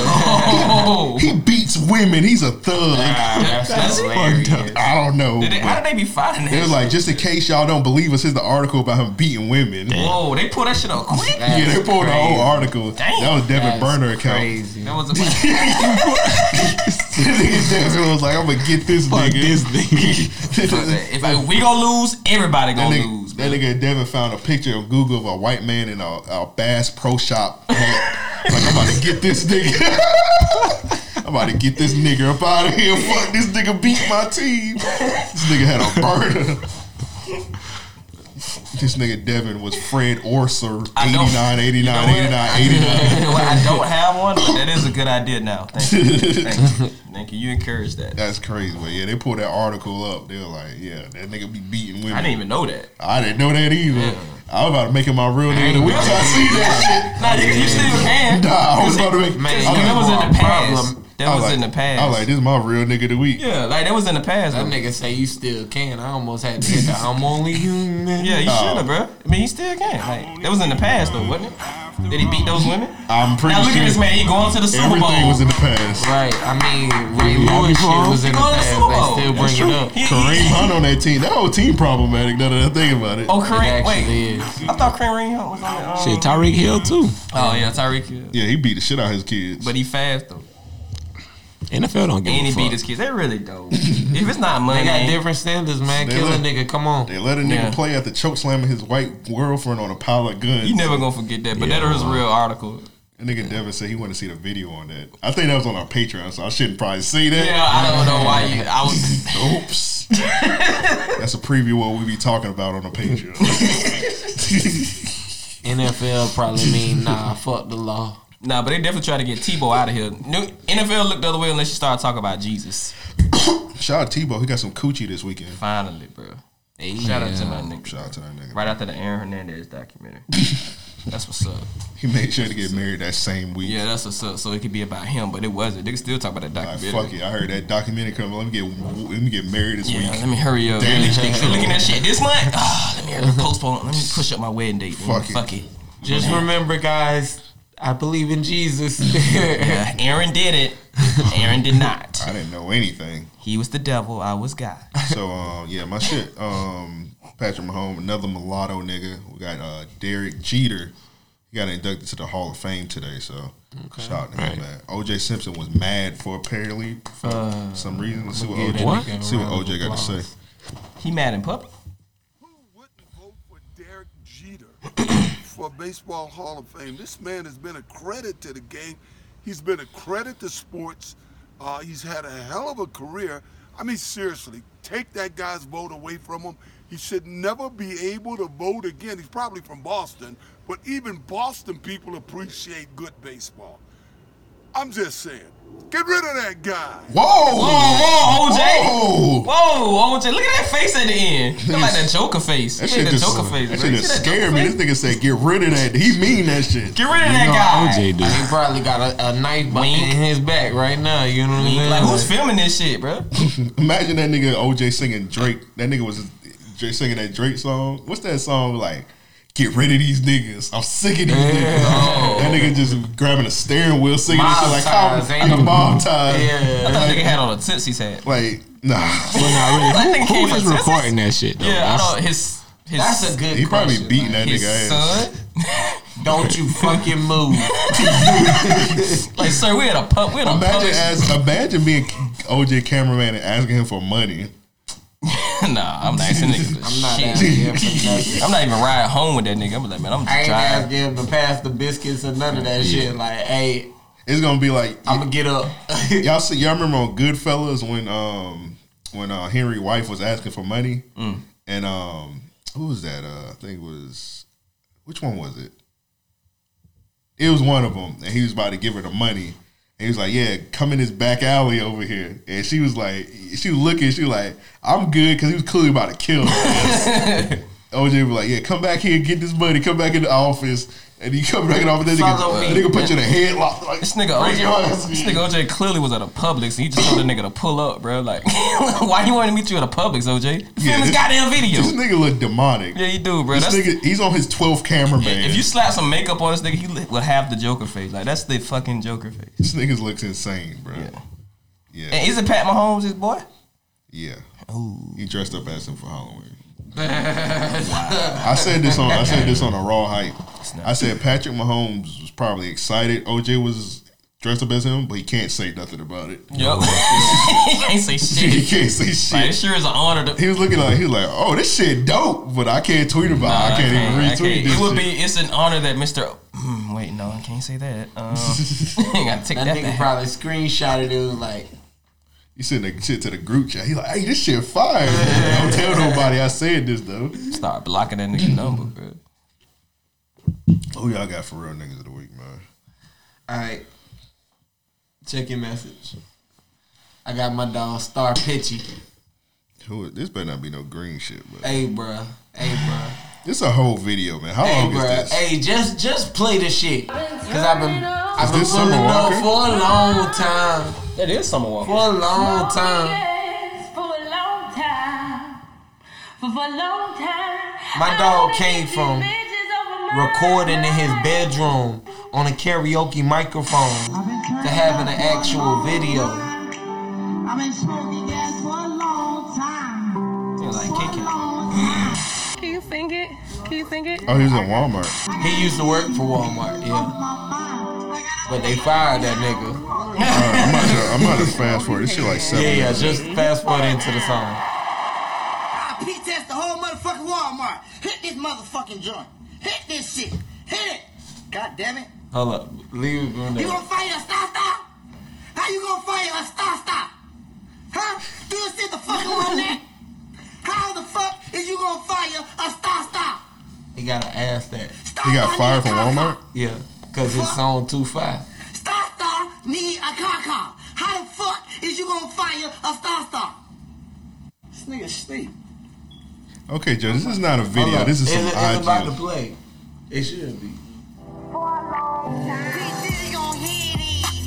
D: Oh,
F: he beats women. He's a thug.
D: that's, that's hilarious.
F: I don't know.
D: Did they, how
F: but
D: did they be finding
F: It was
D: that?
F: like just in case y'all don't believe us, here's the article about him beating women.
D: Whoa, they pulled that shit up quick. That
F: Yeah, they pulled the whole article.
D: Damn.
F: that was Devin
I: That's
F: Burner account.
I: Crazy.
D: was a.
F: Devin was like, "I'm gonna get this
B: Fuck
F: nigga."
B: this nigga.
F: that,
D: if we gonna lose, everybody gonna
F: nigga,
D: lose.
F: that nigga Devin found a picture on Google of a white man in a, a Bass Pro Shop. hat. like, I'm about to get this nigga. I'm about to get this nigga up out of here. Fuck this nigga beat my team. This nigga had a burner. This nigga Devin was Fred Orser,
D: I know.
F: 89, 89,
D: You know
F: 89, 89.
D: You know what? I don't have one, but that is a good idea now. Thank you. Thank you. Thank you. You encouraged that.
F: That's crazy. But yeah, they pulled that article up. They were like, yeah, that nigga be beating women.
D: I didn't even know that.
F: I didn't know that either. I was about to make it my real name of the week till I see that shit.
D: Nah, you, you still can.
F: Nah, I was about to make
D: Man,
F: I was-
D: that was in the past.
I: Problem.
D: That
F: I
D: was
F: like-
D: in the past.
F: I like this. Is my real nigga of the week.
D: Yeah, like that was in the past.
I: That nigga say you still can. I almost had to hit the I'm only human.
D: Yeah, you should have, bro. I mean, he still can. Like, that was in the past, though, wasn't it? Did he beat those women?
F: I'm pretty
D: Now look at
F: sure
D: this man, he going to the Super
F: everything
D: Bowl.
F: was in the past.
I: Right. I mean, Ray Lewis shit was in the
D: going to the
I: past.
D: Super
I: They
D: Bowl.
I: still
D: That's
I: bring it up.
F: Kareem Hunt on that team. That whole team problematic. Now that I think about it.
D: Oh, Kareem, wait.
I: is.
D: I thought Kareem Hunt was on that. Um,
F: Shit, Tyreek Hill too.
D: Oh, yeah, Tyreek Hill.
F: Yeah, he beat the shit out of his kids.
D: But he fast, though.
B: NFL don't give
D: And
B: a
D: he
B: fuck.
D: beat his kids. They really dope. if it's not money.
I: They got different standards, man.
F: They
I: Kill a
F: let-
I: nigga. Come on.
F: They let a nigga
D: Yeah.
F: play after choke slamming his white girlfriend on a pile of guns.
D: You never gonna forget that, but that was a real article.
F: That nigga Devin said he wanted to see the video on that. I think that was on our Patreon, so I shouldn't probably see that.
D: Yeah, I don't know why you. I was.
F: Oops. That's a preview of what we be talking about on the Patreon.
I: NFL probably mean nah. Fuck the law.
D: Nah, but they definitely try to get Tebow out of here. New, NFL look the other way unless you start talking about Jesus.
F: Shout out to Tebow. He got some coochie this weekend.
D: Finally, bro. Shout out to my nigga.
F: Shout out to that nigga.
D: Right after the Aaron Hernandez documentary. that's what's up.
F: He made sure to get married that same week.
D: Yeah, that's what's up. So it could be about him, but it wasn't. They could still talk about that
F: Like,
D: documentary.
F: fuck it. I heard that documentary coming. Let me get let me get married this
D: Yeah,
F: week.
D: let me hurry up.
F: Damn it.
D: They keep looking at shit this month. Ah, let me hurry up. postpone. Let me push up my wedding date.
F: Fuck it.
D: Fuck it.
I: Just remember, guys. I believe in Jesus.
D: Yeah, Aaron did it. Aaron did not.
F: I didn't know anything.
D: He was the devil. I was God.
F: So um, yeah, my shit. Um, Patrick Mahomes, another mulatto nigga. We got uh, Derek Jeter. He got inducted to the Hall of Fame today. So shout out to him, man. OJ Simpson was mad for apparently for
D: Uh,
F: some reason. Let's see what
D: give
F: OJ,
D: that What? nigga a
F: see what
D: round of
F: OJ got to say.
D: applause. He mad in public.
K: Derek Jeter for Baseball Hall of Fame. This man has been a credit to the game. He's been a credit to sports. Uh, he's had a hell of a career. I mean, seriously, take that guy's vote away from him. He should never be able to vote again. He's probably from Boston, but even Boston people appreciate good baseball. I'm just saying, get rid of that guy.
F: Whoa,
D: whoa, whoa,
F: Whoa.
D: OJ. Whoa, OJ. Look at that face at the end. Look like that Joker face.
F: That
D: Look at
F: shit
D: that
F: just,
D: Joker face.
F: that
D: bro.
F: shit
D: You
F: just
D: see that
F: scared me. This nigga said, "Get rid of that." He mean that shit.
D: Get rid of that guy.
I: OJ do. He probably got a, a knife bu- in his back right now. You know what I mean?
D: Like who's filming this shit, bro?
F: Imagine that nigga OJ singing Drake. That nigga was Drake singing that Drake song. What's that song like? Get rid of these niggas. I'm sick of these niggas. That nigga just grabbing a steering wheel, singing this shit
I: Mob
F: like
I: ties,
F: how
I: ain't
F: like a
I: it?
F: mob tie.
D: I
F: Yeah,
D: thought nigga
F: like,
D: had on a tipsy's hat.
F: like nah.
D: That nigga
B: Well, nah, really.
D: came
B: Who, who
D: with
B: is
D: scissors?
B: recording that shit though?
D: Yeah, I
B: That's-
D: don't. His his.
I: That's a good.
F: He probably
I: question.
F: beating that
D: his
F: nigga ass.
D: son.
I: Don't you fucking move.
D: Like, sir, we had a pump. We had a
F: Imagine
D: public.
F: as imagine being OJ cameraman and asking him for money.
D: nah, I'm not asking niggas. for
I: I'm not
D: shit.
I: asking him for nothing.
D: I'm not even riding home with that nigga. I'm like, man, I'm
I: I
D: just
I: ain't
D: tired.
I: asking him to pass the biscuits or none of that shit. Like, hey,
F: It's gonna be like
I: I'm gonna get up.
F: y'all see y'all remember on Goodfellas when um when uh Henry Wife was asking for money
D: Mm.
F: and um who was that uh I think it was which one was it it was one of them and he was about to give her the money and he was like yeah come in this back alley over here and she was like she was looking she was like I'm good because he was clearly about to kill her OJ was like yeah come back here get this money come back in the office and he come back in the office that
I: Follow
F: nigga,
I: me.
F: that nigga put you in a headlock like
D: This nigga
F: break your ass
D: OJ, this nigga OJ clearly was at a Publix and he just told the nigga to pull up, bro. Like, why you want to meet you at a Publix, OJ?
F: Yeah,
D: Film his
F: this-
D: goddamn video.
F: This nigga look demonic.
D: Yeah, you do, bro.
F: this
D: That's,
F: nigga, he's on his 12th cameraman.
D: if you slap some makeup on this nigga, he li- will have the Joker face. Like, that's the fucking Joker face.
F: this nigga looks insane, bro. Yeah.
D: And
F: Yeah.
D: isn't Pat Mahomes his boy?
F: He dressed up as him for Halloween. I said this on I said this on a raw hype. I said Patrick Mahomes was probably excited. OJ was dressed up as him, but he can't say nothing about it.
D: Yup. he can't say
F: he
D: shit.
F: can't say shit.
D: Like, it sure is an honor to.
F: He was looking like he was like, "Oh, this shit dope," but I can't tweet about.
D: Nah,
F: it. I can't even
D: I
F: retweet
D: can't.
F: this.
D: It would
F: shit.
D: be. It's an honor that Mister. hmm, wait, no, I can't say that. Um, I gotta take
I: That
D: that,
I: nigga
D: back.
I: probably screenshotted it. Was like,
F: You send that shit to the group chat. He like, "Hey, this shit fire." Don't tell nobody I said this though.
D: Start blocking that nigga number, bro.
F: Who y'all got for real niggas of the week, man?
I: all right, check your message. I got my dog Star Pitchy.
F: Who this better not be no green shit, but
I: Hey, bruh. Hey, bruh.
F: this a whole video, man. How
I: hey,
F: long is
I: bruh.
F: this?
I: Hey, just just play the shit. Cause I've been I've been putting it up for a long time.
D: That is Summer Walker.
I: For a long time. My dog came from recording in his bedroom on a karaoke microphone to having an actual video.
L: I've been smoking gas for a long time. Can you sing it? Can you sing it?
F: Oh, he was at Walmart.
I: He used to work for Walmart, yeah. But they fired that nigga.
F: Uh, I'm not sure. I'm not as fast forward. This shit like seven.
I: Yeah, yeah,
F: minutes.
I: just fast forward into the song.
L: I pee test the whole motherfucking Walmart. Hit this motherfucking joint. Hit this shit. Hit it. God damn it.
I: Hold up. Leave it going
L: You
I: there.
L: gonna fight a star star? How you gonna fight a star star? Huh? Do you see the fuck on that? How the fuck is you gonna fire a star star?
I: He got to ask that.
F: He got fired from Walmart.
I: Yeah, because his song too fast.
L: Star star need a car car. How the fuck is you gonna fire a star star? This nigga sleep.
F: Okay, Joe, this is not a
I: Hold
F: video.
I: up.
F: This is
I: It's-
F: some
I: it's about to
F: IG.
I: play. It should be. P. Diddy gon' hear this.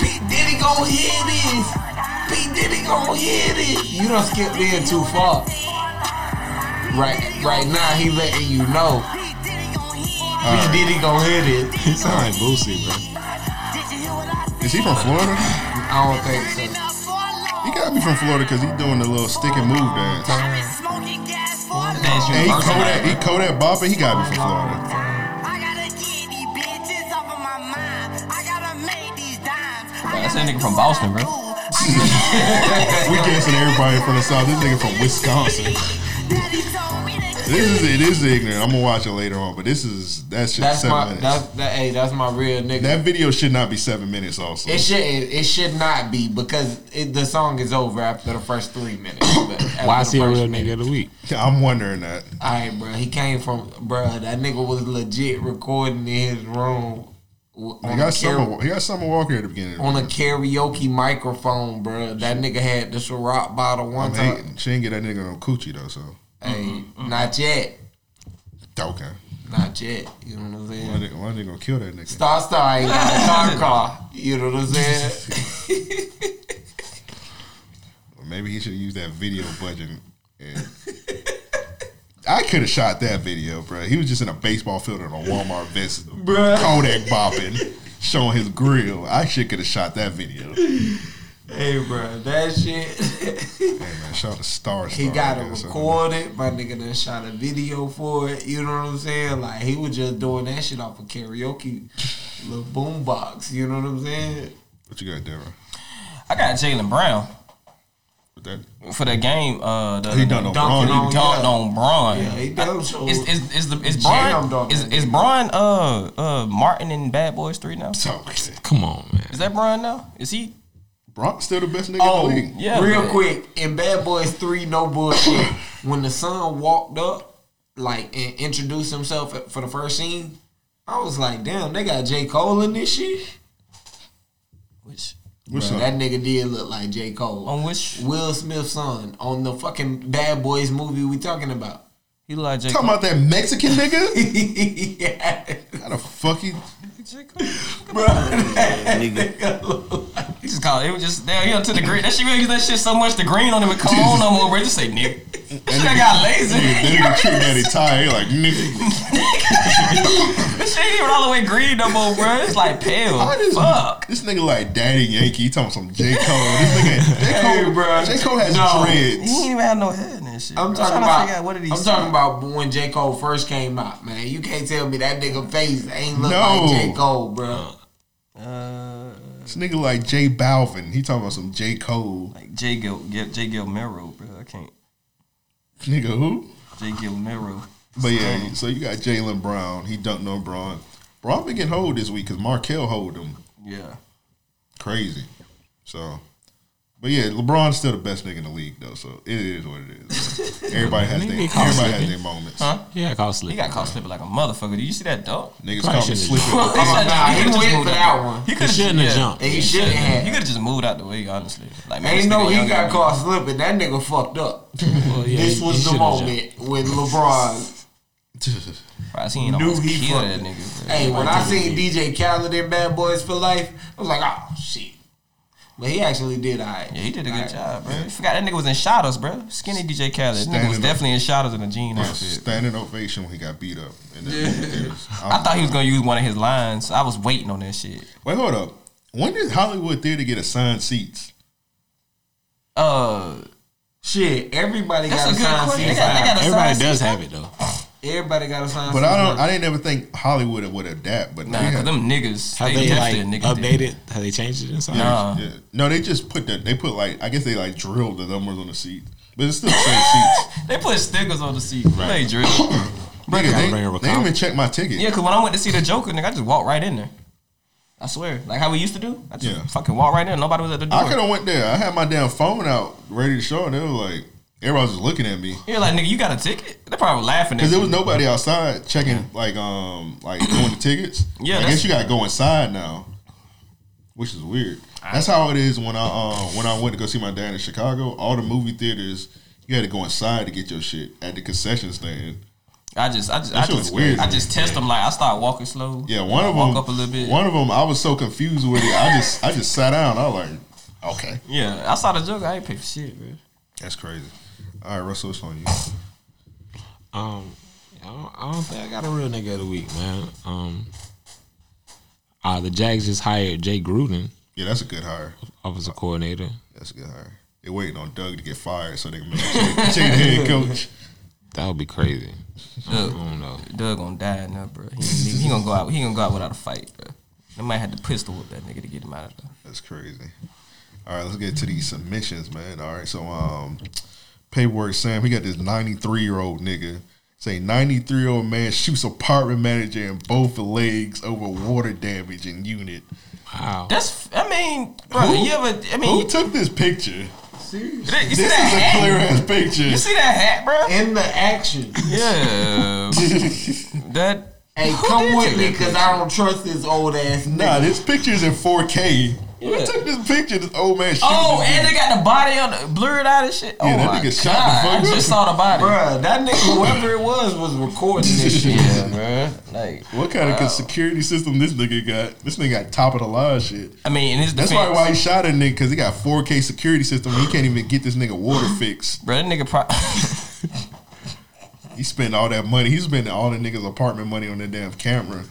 I: P. Diddy gon' hear this. You done skipped in too far. Right, right now he letting you know.
F: right.
I: P. Diddy gon' hear this.
F: He sound like Boosie, bro. Is he from Florida?
I: I don't think so.
F: He gotta be from Florida because he doing the little stick and move dance. And he Kodak, he Kodak Bopper. He gotta be from Florida.
D: That's that nigga from Boston, bro.
F: we dancing everybody from the south. This nigga from Wisconsin. This is it is ignorant. I'm gonna watch it later on, but this is that shit
I: That's
F: seven
I: my
F: minutes.
I: that's that. Hey, that's my real nigga.
F: that video should not be seven minutes. Also,
I: It should it, it should not be because it, the song is over after the first three minutes. but after
B: Why
I: the
B: is he a
I: first
B: real
I: minute-
B: nigga of the week?
F: I'm wondering that.
I: All right, bro. He came from bro. That nigga was legit recording in his room w-
F: He
I: on,
F: got
I: a, kara-
F: summer. He got summer Walker at the beginning.
I: on a karaoke microphone, bro. That nigga had the Ciroc bottle
F: I'm
I: one time.
F: hating. She didn't get that nigga no coochie though. So
I: Hey, not yet,
F: okay,
I: not yet. You know what
F: why
I: I'm saying?
F: nigga, why nigga gonna kill that nigga?
I: Star Star ain't got a car car. You know what I'm saying?
F: Or Maybe he should use that video budget. and- I could have shot that video, bro. He was just in a baseball field in a Walmart vest,
I: Bruh.
F: Kodak bopping, showing his grill. I shit could have shot that video. Hey
I: Hey, bro, that shit.
F: man, shot a star.
I: He
F: Star,
I: got
F: I
I: it
F: guess.
I: recorded. My nigga done shot a video for it. You know what I'm saying? Like he was just doing that shit off a karaoke little boombox. You know what I'm saying?
F: What you got, Devin?
D: I got Jalen Brown
F: With that,
D: for the game. Uh, the,
F: he done no wrong.
I: Dunking on-
F: He-
D: dunked
I: yeah.
D: on Braun.
I: Yeah, he done so.
D: Is is is the is
I: Jammed on
D: Braun is
I: that
D: is
I: nigga.
D: Braun uh uh Martin in Bad Boys Three now?
F: So, okay.
B: Come on, man.
D: Is that Braun now? Is he?
F: Brock still the best nigga
I: Oh,
F: in the league.
D: Yeah,
I: real
D: man.
I: quick in Bad Boys Three, no bullshit. when the son walked up, like and introduced himself for the first scene, I was like, damn, they got J Cole in this shit.
D: Which
F: What's
I: Bruh,
F: up?
I: That nigga did look like J Cole.
D: on which
I: Will Smith's son on the fucking Bad Boys movie we talking about.
D: he look like J.
F: Talking
D: Cole.
F: about that Mexican nigga?
I: yeah,
F: How the fuck he?
I: bro.
D: He just called it was just down here to the green. That shit really gives that shit so much the green on him. It come on no more, bro. Just say nigga. That shit got
F: That
D: lazy.
F: nigga treating that attire he like nigga.
D: This shit ain't even all the way green no more, bro. It's like pale.
F: How this,
D: Fuck.
F: this nigga like Daddy Yankee. He talking some J Cole. This nigga J Cole,
I: Hey, bruh.
F: J Cole has
I: No.
D: He
F: dreads.
D: ain't even have no head in that shit.
I: I'm
D: bro.
I: talking
D: trying to figure
I: about.
D: out what did he
I: I'm
D: say.
I: talking about when J Cole first came out, man. You can't tell me that nigga face ain't look
F: No.
I: like J Cole, bro.
D: Uh,
F: This nigga like J Balvin. He talking about some J Cole.
D: like J. Gil, Gil J. Gil Mero, bro. I can't.
F: Nigga who?
D: J. Gil Mero.
F: But yeah, so you got Jalen Brown. He dunked on Braun. Braun been getting hold this week because Markel hold him
D: Yeah.
F: crazy. So, but yeah, LeBron's still the best nigga in the league though. So it is what it is. everybody has their
B: Nigga, call
F: everybody
B: slipping.
F: has their moments.
D: Huh?
B: Yeah, call slip.
D: He got caught slipping like a motherfucker. Did you see that dog?
F: Niggas
B: Probably
F: caught me
B: should've-
F: slipping.
I: Oh, nah, he
D: could've just
I: went
D: moved
I: for
D: out
I: that
D: the-
I: one.
D: He could've-
B: shouldn't have
D: yeah.
B: jumped.
I: He shouldn't have.
D: You could have just moved out the way, honestly. Like, man, this
I: Ain't
D: nigga
I: no, he
D: young
I: got
D: nigga.
I: caught slipping. That nigga fucked up.
B: Well, yeah,
I: this
B: he-
I: was
B: he
I: the
B: should've jumped.
I: moment when LeBron
D: surprised he ain't
I: Knew
D: almost
I: he
D: killed that
I: fucked.
D: nigga. bro.
I: Hey, when I
D: Like,
I: seen DJ Khaled in Bad Boys for Life, I was like, oh shit. But he actually did all right.
D: Yeah, he did a good job, bro. You forgot that nigga was in shadows, bro. Skinny DJ Khaled. That nigga
F: Standing
D: was
F: up.
D: definitely in shadows in a jean and shit.
F: Standing ovation when he got beat up. in the-
D: I thought he was gonna use one of his lines. I was waiting on that shit.
F: Wait, hold up. When did Hollywood Theater get assigned seats?
D: Uh,
I: shit. Everybody
F: That's a
I: got a
F: good
I: sign.
F: question.
I: seat.
F: They got- they got a Everybody sign does seat.
B: have it though.
I: Everybody got a sign.
F: But
I: seat.
F: I don't. I didn't ever think Hollywood would adapt. But
D: Nah,
F: they
D: 'cause
F: had-
D: them niggas,
B: Have they, like updated? Have they changed it inside?
F: Yeah, yeah. No, they just put that. They put like I guess they like drilled the numbers on the seat, but it's still the same seats.
D: They put stickers on the seat. Right. They drill.
F: Nigga,
D: gotta
F: they,
D: bring a
F: they
D: recount.
F: didn't even check my ticket.
D: Yeah, cause when I went to see the Joker, nigga, I just walked right in there. I swear, like how we used to do. I just
F: Yeah.
D: fucking walked right in. Nobody was at the door.
F: I could have went there. I had my damn phone out ready to show, and they were like, everybody was just looking at me
D: You're like, nigga, you got a ticket? They probably laughing at
F: because there was
D: you.
F: nobody outside checking like um like doing the tickets. I
D: Yeah, that's-
F: guess you got to go inside now, which is weird. That's how it is when I uh, when I went to go see my dad in Chicago. All the movie theaters, you had to go inside to get your shit at the concession stand.
D: I just, I just,
F: That
D: I
F: shit was
D: just,
F: weird.
D: I just test them. Like I start walking slow.
F: Yeah, one of
D: walk
F: them.
D: up a little bit.
F: One of them, I was so confused with it. I just, I just sat down. I was like, okay,
D: Yeah, I saw the Joker. I ain't pay for shit, man.
F: that's crazy. All right, Russell, it's on you.
B: Um, I don't, I don't think I got a real nigga of the week, man. Um, uh, the Jags just hired Jay Gruden,
F: Yeah, that's a good hire.
B: offensive coordinator.
F: That's a good hire. They're waiting on Doug to get fired so they can make him take the head coach.
B: That would be crazy. I don't, I don't know.
D: Doug gonna die now, bro. He, he, gonna go out. He gonna go out without a fight, bro. They might have to pistol whip that nigga to get him out of there.
F: That's crazy. All right, let's get to these submissions, man. All right, so um, paperwork Sam, he got this ninety-three year old nigga. Say ninety-three year old man shoots apartment manager in both legs over water damage in unit.
B: Wow,
D: That's. I mean, bro. You ever? I mean,
F: who took this picture?
I: Seriously.
D: you
F: This
D: see
F: is
D: that
F: a
D: hat?
F: clear ass picture.
D: You see that hat, bro?
I: In the action.
D: Yeah. that.
I: Hey,
D: Who
I: come
D: did
I: with
D: take
I: me
D: that
I: because I don't trust this old ass nigga.
F: Nah, this picture is in 4K.
D: Yeah.
F: Who took this picture? This old man. Shooting
D: Oh,
F: this
D: and
F: dude?
D: they got the body on the, blurred out and shit.
F: Yeah,
D: oh
F: that
D: my
F: nigga shot the
D: god!
F: fuck
D: I
F: up.
D: just saw the body.
I: Bruh, that nigga, whoever it was, was recording this shit.
D: yeah, bruh. Like,
F: What kind
D: wow.
F: of security system this nigga got? This nigga got top of the line shit.
D: I mean, in his
F: That's
D: defense,
F: probably why he shot a nigga because he got 4K security system. He can't even get this nigga water fixed.
D: bro, that nigga probably.
F: He spent all that money. He spent all the niggas' apartment money on that damn camera.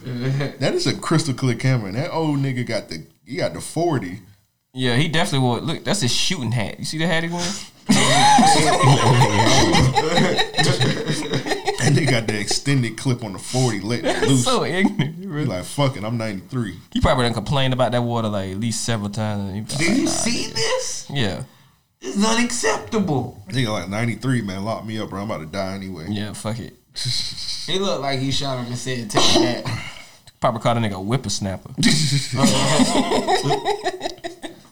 F: that is a crystal clear camera. And that old nigga got the he got the 40.
D: yeah, he definitely would. Look, that's his shooting hat. You see the hat he wearing?
F: And they got the extended clip on the 40 let it loose.
D: so ignorant.
F: He like fucking, I'm 93.
D: He probably done complained about that water like at least several times. He probably
I: Did you
D: like,
I: see this?
D: "Nah." Yeah.
I: It's unacceptable.
F: Nigga like 93, man. Lock me up, bro. I'm about to die anyway.
D: Yeah, fuck it.
I: He looked like he shot him and said, "Take that."
D: Probably called a nigga a whippersnapper.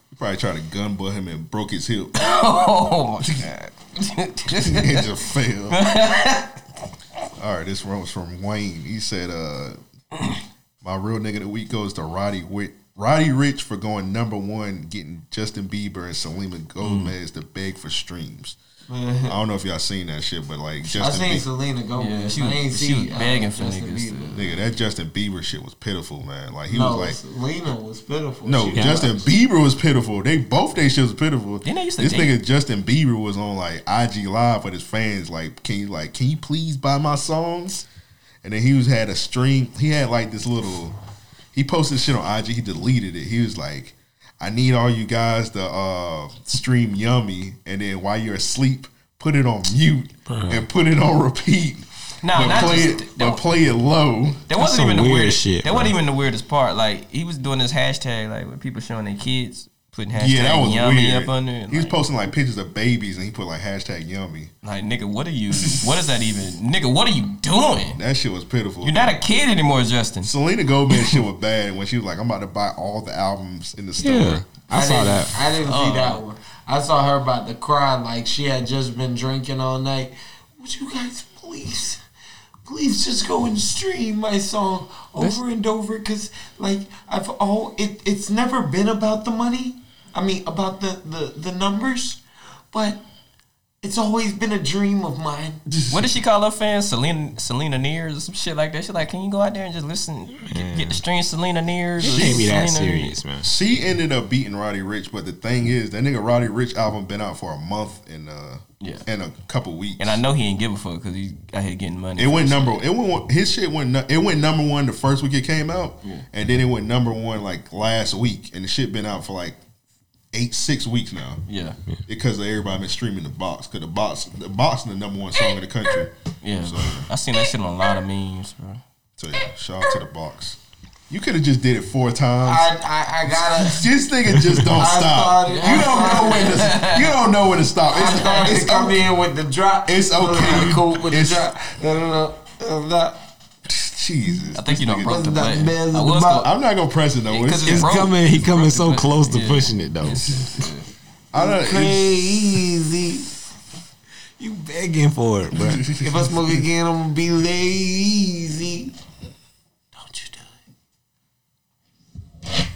F: He probably tried to gun butt him and broke his hip.
D: oh my god.
F: it just fell. All right, this one was from Wayne. He said, uh, "My real nigga of the week goes to Roddy Rich, Roddy Rich for going number one, getting Justin Bieber and Selena Gomez to beg for streams." I don't know if y'all seen that shit, but like
I: I
F: Justin,
I: seen
F: Bie-
I: Selena
D: Yeah,
I: Gomez.
D: she
I: I ain't
D: was, she was
I: see, uh,
D: begging for
I: Justin
D: niggas.
I: Bieber.
D: To,
F: nigga, that Justin Bieber shit was pitiful, man. Like he
I: no,
F: was like.
I: Selena was pitiful.
F: No,
I: She-
F: Justin Bieber was pitiful. They both they shit was pitiful.
D: Didn't they used to
F: this
D: date?
F: nigga Justin Bieber was on like IG live with his fans, like, can you like, can you please buy my songs? And then he was had a string. He had like this little. He posted shit on IG. He deleted it. He was like, I need all you guys to uh stream Yummy, and then while you're asleep, put it on mute and put it on repeat.
D: No,
F: but
D: not
F: play
D: just-
F: it, but play it low.
D: That wasn't
B: some
D: even the
B: weird
D: weirdest
B: shit,
D: That
B: bro.
D: wasn't even the weirdest part. Like he was doing this hashtag like with people showing their kids putting hashtag
F: yeah, that was
D: yummy
F: weird.
D: up on there.
F: he was
D: Like,
F: posting like pictures of babies, and he put like hashtag Yummy.
D: like nigga, what are you? What is that even? Nigga, what are you doing?
F: That shit was pitiful.
D: You're not a kid anymore, Justin.
F: Selena Gomez shit was bad when she was like, "I'm about to buy all the albums in the store."
B: Yeah, I, saw
I: didn't,
B: that.
I: I didn't see that one. I saw her about to cry, like she had just been drinking all night. Would you guys please, please just go and stream my song over and over? Cause like I've all it, it's never been about the money. I mean about the the the numbers, but It's always been a dream of mine.
D: What did she call her fans? Selena Selena Nears or some shit like that. She like, can you go out there and just listen, get, get the stream Selena Nears? or Selena-
F: man. She ended up beating Roddy Rich, but the thing is, that nigga Roddy Rich album been out for a month and uh
D: Yeah.
F: and a couple weeks.
D: And I know he ain't give a fuck because he out here getting money.
F: It went number. It went. His shit went. nu- It went number one the first week it came out,
D: Yeah.
F: and then it went number one like last week, and the shit been out for like eight six weeks now.
D: Yeah,
F: because of everybody been streaming the box. Cause the box, the box, is the number one song in the country.
D: Yeah,
F: So,
D: I seen that shit on a lot of memes, bro.
F: so yeah, shout out to the box. You could have just did it four times.
I: I, I, I gotta.
F: this nigga just don't
I: I
F: stop.
I: thought-
F: you
I: I
F: don't know
I: thought-
F: when to. You don't know when to stop. It's,
I: I thought
F: it's
I: to come in with the drop.
F: It's okay.
I: Cool with
F: It's-
I: the drop. No, no, no, no, no.
F: Jesus.
D: I think you done broke the
I: Wasn't
D: button.
I: that better
D: I
I: than
D: was
I: the
D: gonna-
F: I'm not gonna press it though.
D: Yeah,
F: It's-
D: 'cause it's
B: He's
D: broke.
B: coming. He coming so
D: broke the
B: close to
D: button.
B: pushing it though.
F: I don't.
I: Crazy.
B: You begging for it, bro.
I: If I smoke again, I'm gonna be lazy. Don't you do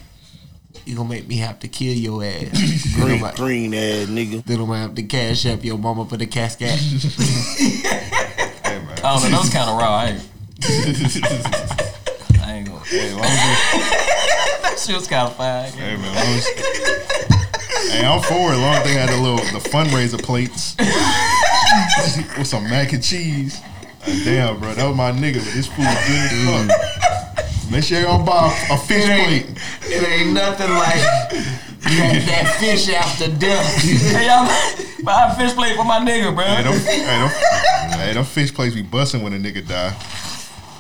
I: it. You gonna make me have to kill your ass.
J: Green,
I: Then
J: green ass nigga.
I: I'm gonna have to cash up your mama for the casket.
D: I don't know. That was kind of raw. I ain't, I ain't gonna.
F: Hey, long as
D: that shit was kind of fire.
F: you- hey, man, long as- hey, I'm for it. Long as they had a little the fundraiser plates with some mac and cheese. Uh, damn, bro, that was my nigga. But this food good as fuck.
D: Mm.
F: Make sure y'all buy a fish plate.
I: It ain't nothing like that, that fish after death.
D: Hey, y'all, buy a fish plate for my nigga, bro.
F: Hey, them, hey, them, hey, them fish plates be busting when a nigga die.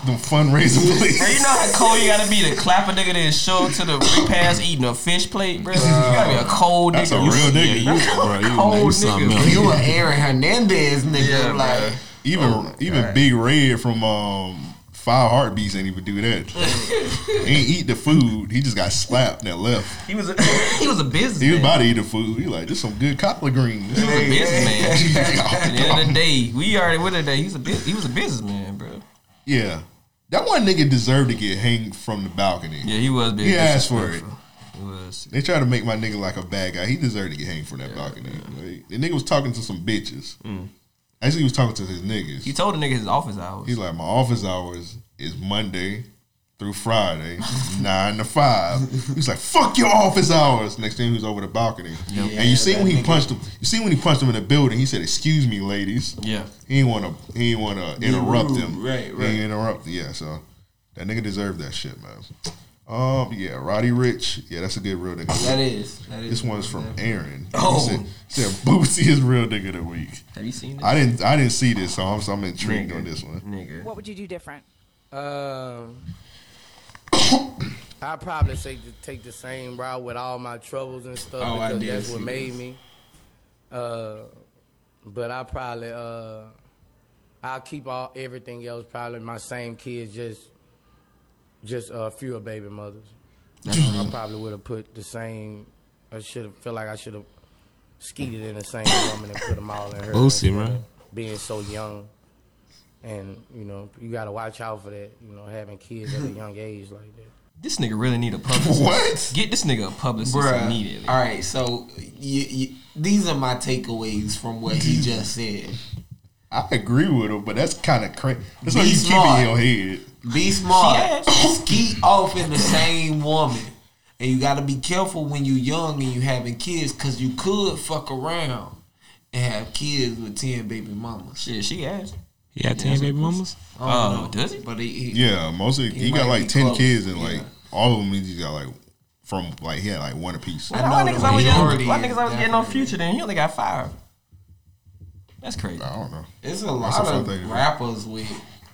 F: Them fundraiser
D: Bro, you
F: plates.
D: know how cold you gotta be to clap a nigga to show up to the repast eating a fish plate, bro. You gotta be a cold nigga.
F: That's a real nigga.
D: Yeah, you-
F: bro, you-
D: cold
F: you something
D: nigga.
F: else.
I: You a Aaron Hernandez nigga,
D: Yeah,
I: like. Oh,
D: bruh.
F: Even
D: Oh,
F: even Big Red from um, Five Heartbeats ain't even do that. he ain't eat the food. He just got slapped and left.
D: He was a, he was a businessman.
F: He was about to eat the food. He like, this some good collard greens.
D: He was a businessman. At the end of the day, we already with it. That he's a bus- he was a businessman, bro.
F: yeah, that one nigga deserved to get hanged from the balcony.
D: Yeah, he was. Being
F: He asked for it.
D: He was.
F: They try to make my nigga like a bad guy. He deserved to get hanged from that balcony. Like, the nigga was talking to some bitches. Actually, he was talking to his niggas.
D: Mm. He told the nigga his office hours.
F: He's like, my office hours is Monday through Friday, nine to five. He's like, fuck your office hours. Next thing he was over the balcony, and you see when he punched him. You see when he punched him in the building. He said, "Excuse me, ladies."
D: Yeah.
F: He didn't want to. He didn't want to interrupt
I: rude.
F: him.
I: Right, right.
F: He didn't interrupt. Yeah. So that nigga deserved that shit, man. Um. Yeah. Roddy Rich. Yeah, that's a good real nigga.
I: That is. That is.
F: This one's from Aaron.
D: Oh.
F: He said, said Boosie is real nigga of the week.
D: Have you seen this?
F: I didn't. I didn't see this, so I'm, so I'm intrigued on this one.
D: Nigga.
M: What would you do different?
N: Um, I probably take the, take the same route with all my troubles and stuff
B: Oh, I
N: because
B: did
N: that's what
B: see
N: made
B: this.
N: me. Uh, but I probably uh, I'll keep all everything else. Probably my same kids, just just uh, fewer baby mothers. I probably would have put the same. I should have feel like I should have skeeted in the same woman and put them all in her.
B: Boosie, man.
N: Being so young, and you know you gotta watch out for that. You know having kids at a young age like that.
D: This nigga really need a publicist.
F: What?
D: Get this nigga a publicist
I: Bruh.
D: immediately.
I: All right, so you, you, these are my takeaways from what he just said.
F: I agree with him, but that's kind of crazy. That's what
I: Be
F: you keep
I: smart.
F: in your head.
I: Be smart. Skeet off in the same woman. And you got to be careful when you're young and you having kids because you could fuck around and have kids with 10 baby mamas.
D: Shit, she asked.
B: He had ten baby mamas.
I: I don't
D: Oh,
I: know.
D: does he?
I: But he, he-
F: Yeah, most of
I: He
F: he, got
I: might
F: like
I: be
F: ten
I: close.
F: kids, and like all of them, he got like from like he had like one apiece.
D: Why niggas always
I: majority
D: getting- why niggas
I: is
D: always getting on future then? He only got five. That's crazy.
F: I don't know.
I: It's a
F: That's
I: lot
F: what I'm
I: of
F: thinking.
I: rappers with,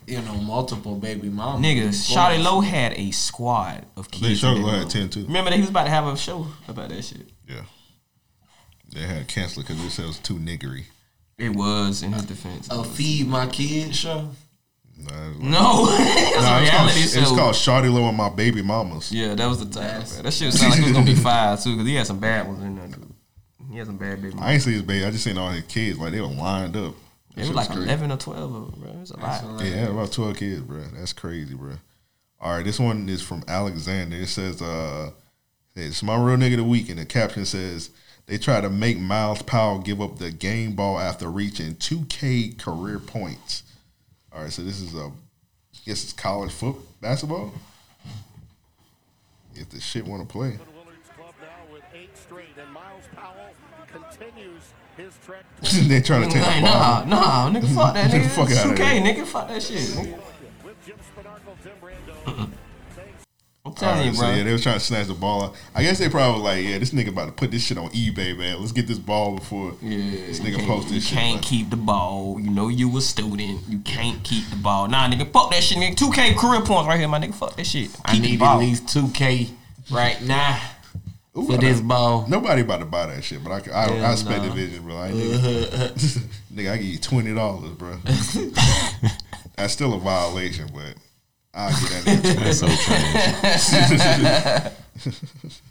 I: you know, multiple baby mamas.
D: Nigga,
I: Of
D: Shawty
I: course.
D: Low had a squad of
F: They
D: kids.
F: sure
D: in that
F: had
D: room.
F: ten too.
D: Remember that he was about to have a show about that shit.
F: Yeah, they had to cancel because it sounds too niggery.
D: It was in his defense.
I: A Feed My Kids show.
F: Nah, it's like-
D: No, that's
F: Nah,
D: a
F: it's called,
D: reality
F: it's
D: show.
F: called Shawty Low and My Baby Mamas.
D: yeah, that was the title. bro. That shit sounded like it was gonna be five too, because he had some bad ones in there. Too. He had some bad baby.
F: I ain't see his baby. I just seen all his kids. Like they were lined up. That
D: It
F: shit
D: was like
F: crazy.
D: eleven or twelve of them, bro. It's a lot.
F: Yeah, yeah, about 12 kids, bro. That's crazy, bro. All right, this one is from Alexander. It says, uh, it's my real nigga of the week, and the caption says, They tried to make Miles Powell give up the game ball after reaching 2K career points. All right, so this is a, I guess it's college foot basketball. If the shit want to play, they trying to take
D: Like,
F: the ball.
D: nah, nah, nigga, fuck that,
F: Get
D: nigga.
F: the fuck
D: It's
F: outta
D: okay,
F: here.
D: nigga, fuck that shit. Nigga. I'm
F: All
D: telling
F: right,
D: you,
F: so
D: bro.
F: yeah, they was trying to snatch the ball. out. I guess they probably was like, yeah, this nigga about to put this shit on eBay, man. Let's get this ball before this
D: You
F: nigga
D: can't-
F: posts
D: you
F: this shit.
D: can't keep the ball. You know you a student. You can't keep the ball. Nah, nigga, fuck that shit, nigga. 2K career points right here, my nigga. Fuck that shit.
I: I
D: Keep the
I: need
D: ball.
I: at least two K right now.
F: Ooh,
I: for
F: I-
I: this ball.
F: Nobody about to buy that shit, but I c- I,
I: Hell
F: I expect
I: nah. Uh,
F: the vision, bro. I ain't nigga, nigga, I give you twenty dollars, bro. That's still a violation, but I'll get that nigga twenty.
B: That's so
F: trash.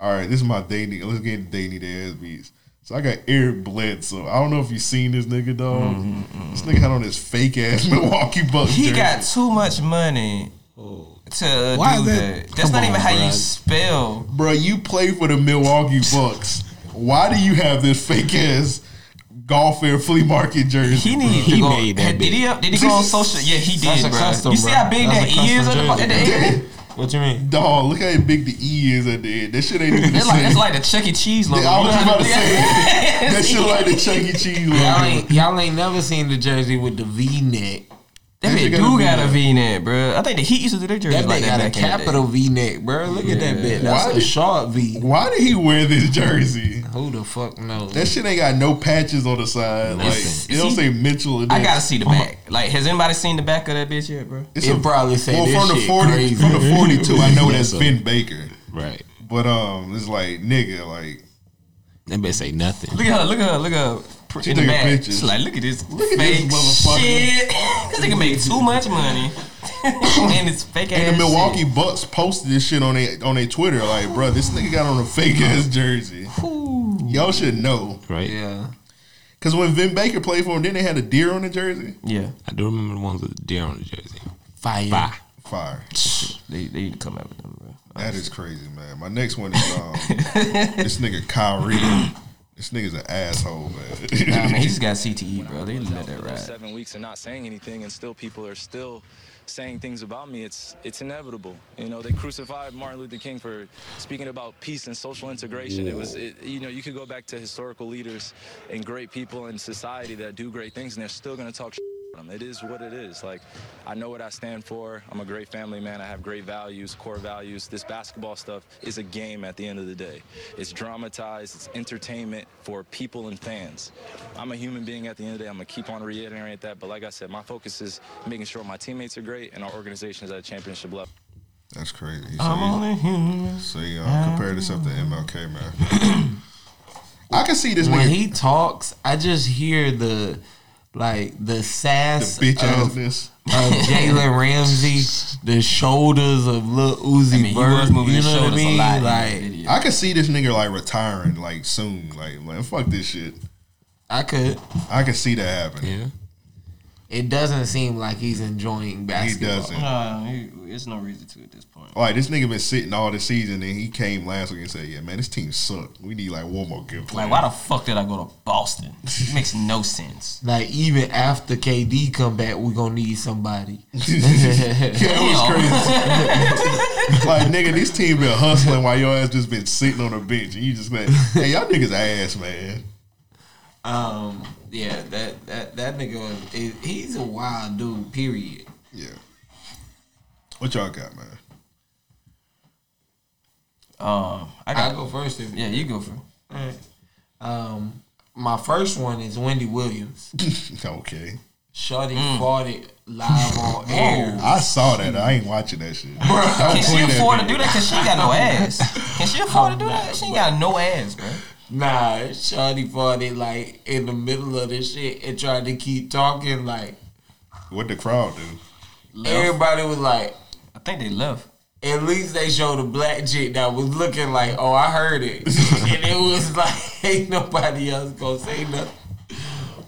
F: All right, this is my daily. Let's get into daily the ass beats. So I got Eric Bledsoe. I don't know if you seen this nigga, dog.
I: Mm-hmm,
F: This nigga had on his fake ass Milwaukee Bucks.
D: He
F: jersey.
D: got too much money to
F: Why
D: do
F: is that-
D: that. That's
F: Come
D: not even
F: on,
D: how you
F: bruh.
D: spell.
F: Bro, you play for the Milwaukee Bucks. Why do you have this fake ass golf and flea market jersey? He
D: needs to go- made that did he up- did he go on social? Yeah, he did, That's a bro. custom, You see bro. how big That's that a E is custom at the- at the jersey. end?
F: What you mean? Dog, look how big the E is at the end. That shit ain't even the
D: It's like,
F: same.
D: it's like the Chuck E. Cheese logo.
F: I was
D: You know
F: about to
D: how-
F: say that shit like the Chuck E. Cheese
I: Y'all
F: logo.
I: ain't, y'all ain't never seen the jersey with the V neck.
D: That bitch do got a V neck, bro. I think the Heat used to do their jerseys
I: That
D: like
I: bitch
D: that
I: got a
D: back in the day.
I: capital V neck, bro. Look at that
D: Yeah.
I: bitch. That's
D: Why
I: a
D: did-
I: short V.
F: Why did he wear this jersey?
I: Who the fuck knows?
F: That shit ain't got no patches on the side.
D: Listen,
F: like it don't
D: see,
F: say Mitchell. and
D: I
F: then-
D: gotta see the back. Like, has anybody seen the back of that bitch yet, bro?
F: It's a- well, from the
I: crazy.
F: From the forty-two, I know that's
B: Yes, sir.
F: Ben Baker.
B: Right.
F: But um, it's like nigga, like
B: That bitch say nothing.
D: Look at her. Look at her. Look at her.
F: She
D: in the
F: taking
D: back.
F: pictures.
D: She's like, look at this
F: Look at this
D: fake
F: motherfucker.
D: shit. this nigga make too much money, and it's fake ass.
F: and the Milwaukee
D: shit.
F: Bucks posted this shit on their on their Twitter. Like, bro, this nigga got on a fake ass jersey. Y'all should know,
B: Right.
I: Yeah.
F: Cause when Vin Baker played for him, then they had a deer on the jersey.
D: Yeah.
B: I do remember the ones with the deer on the jersey.
I: Fire.
B: Fire.
F: Fire.
D: They they need to come out with them, bro.
F: That is crazy, man. My next one is um, this nigga Kyrie. This nigga's an asshole, man.
D: Nah, man, he just got CTE, bro. They let that
M: for
D: ride.
M: seven weeks and not saying anything, and still people are still saying things about me. It's it's inevitable. You know, they crucified Martin Luther King for speaking about peace and social integration. It was, it, you know, you could go back to historical leaders and great people in society that do great things, and they're still going to talk. shit about 'em. It is what it is. Like, I know what I stand for. I'm a great family man. I have great values, core values. This basketball stuff is a game at the end of the day. It's dramatized, it's entertainment for people and fans. I'm a human being at the end of the day. I'm going to keep on reiterating that. But like I said, my focus is making sure my teammates are great and our organization is at a championship level.
F: That's crazy.
M: I'm
F: So you-
M: only human.
F: So you uh, compare this up to MLK, man. I can see this
I: when
F: nigga-
I: he talks. I just hear the like the sass,
F: The bitch
I: of,
F: assness.
I: of Jalen Ramsey, the shoulders of Lil Uzi
F: he
I: Vert.
F: was moving
I: You
F: his
I: know what I
F: shoulders a
I: mean?
F: lot in
I: Like
F: I could see this nigga like retiring like soon. Like, like fuck this shit.
I: I could.
F: I could see that happen. Yeah.
I: it doesn't seem like he's enjoying basketball.
F: doesn't.
D: Nah, he- it's no reason to at this point.
F: Like this nigga been sitting all this season and he came last week and said, Yeah, man, this team suck. We need like one more good player.
D: Like, why the fuck did I go to Boston? It makes no sense.
I: Like even after KD come back, we gonna need somebody.
F: like nigga, this team been hustling while your ass just been sitting on the bench and you just like, Hey, y'all niggas ass, man.
I: Um, yeah, that that that nigga was, is, he's a wild dude. Period.
F: Yeah. What y'all got, man?
D: Um, I
I: I
D: got-
I: go first. If
D: Yeah, you go first.
I: All right. Um, my first one is Wendy Williams.
F: okay. Oh,
I: Shorty
D: Mm.
I: fought it live on air.
F: I saw that. I ain't watching that shit.
D: Oh, Can she
F: play that
D: afford to
F: game.
D: do that? Cause she ain't got no ass. Can she afford to do that? She ain't got no ass, bro.
I: Nah, Shorty fought it like in the middle of the shit and tried to keep talking. Like
F: What the crowd do?
I: everybody was like,
D: I think they left.
I: At least they showed a black chick that was looking like, oh, I heard it, and it was like, ain't nobody else gonna say nothing.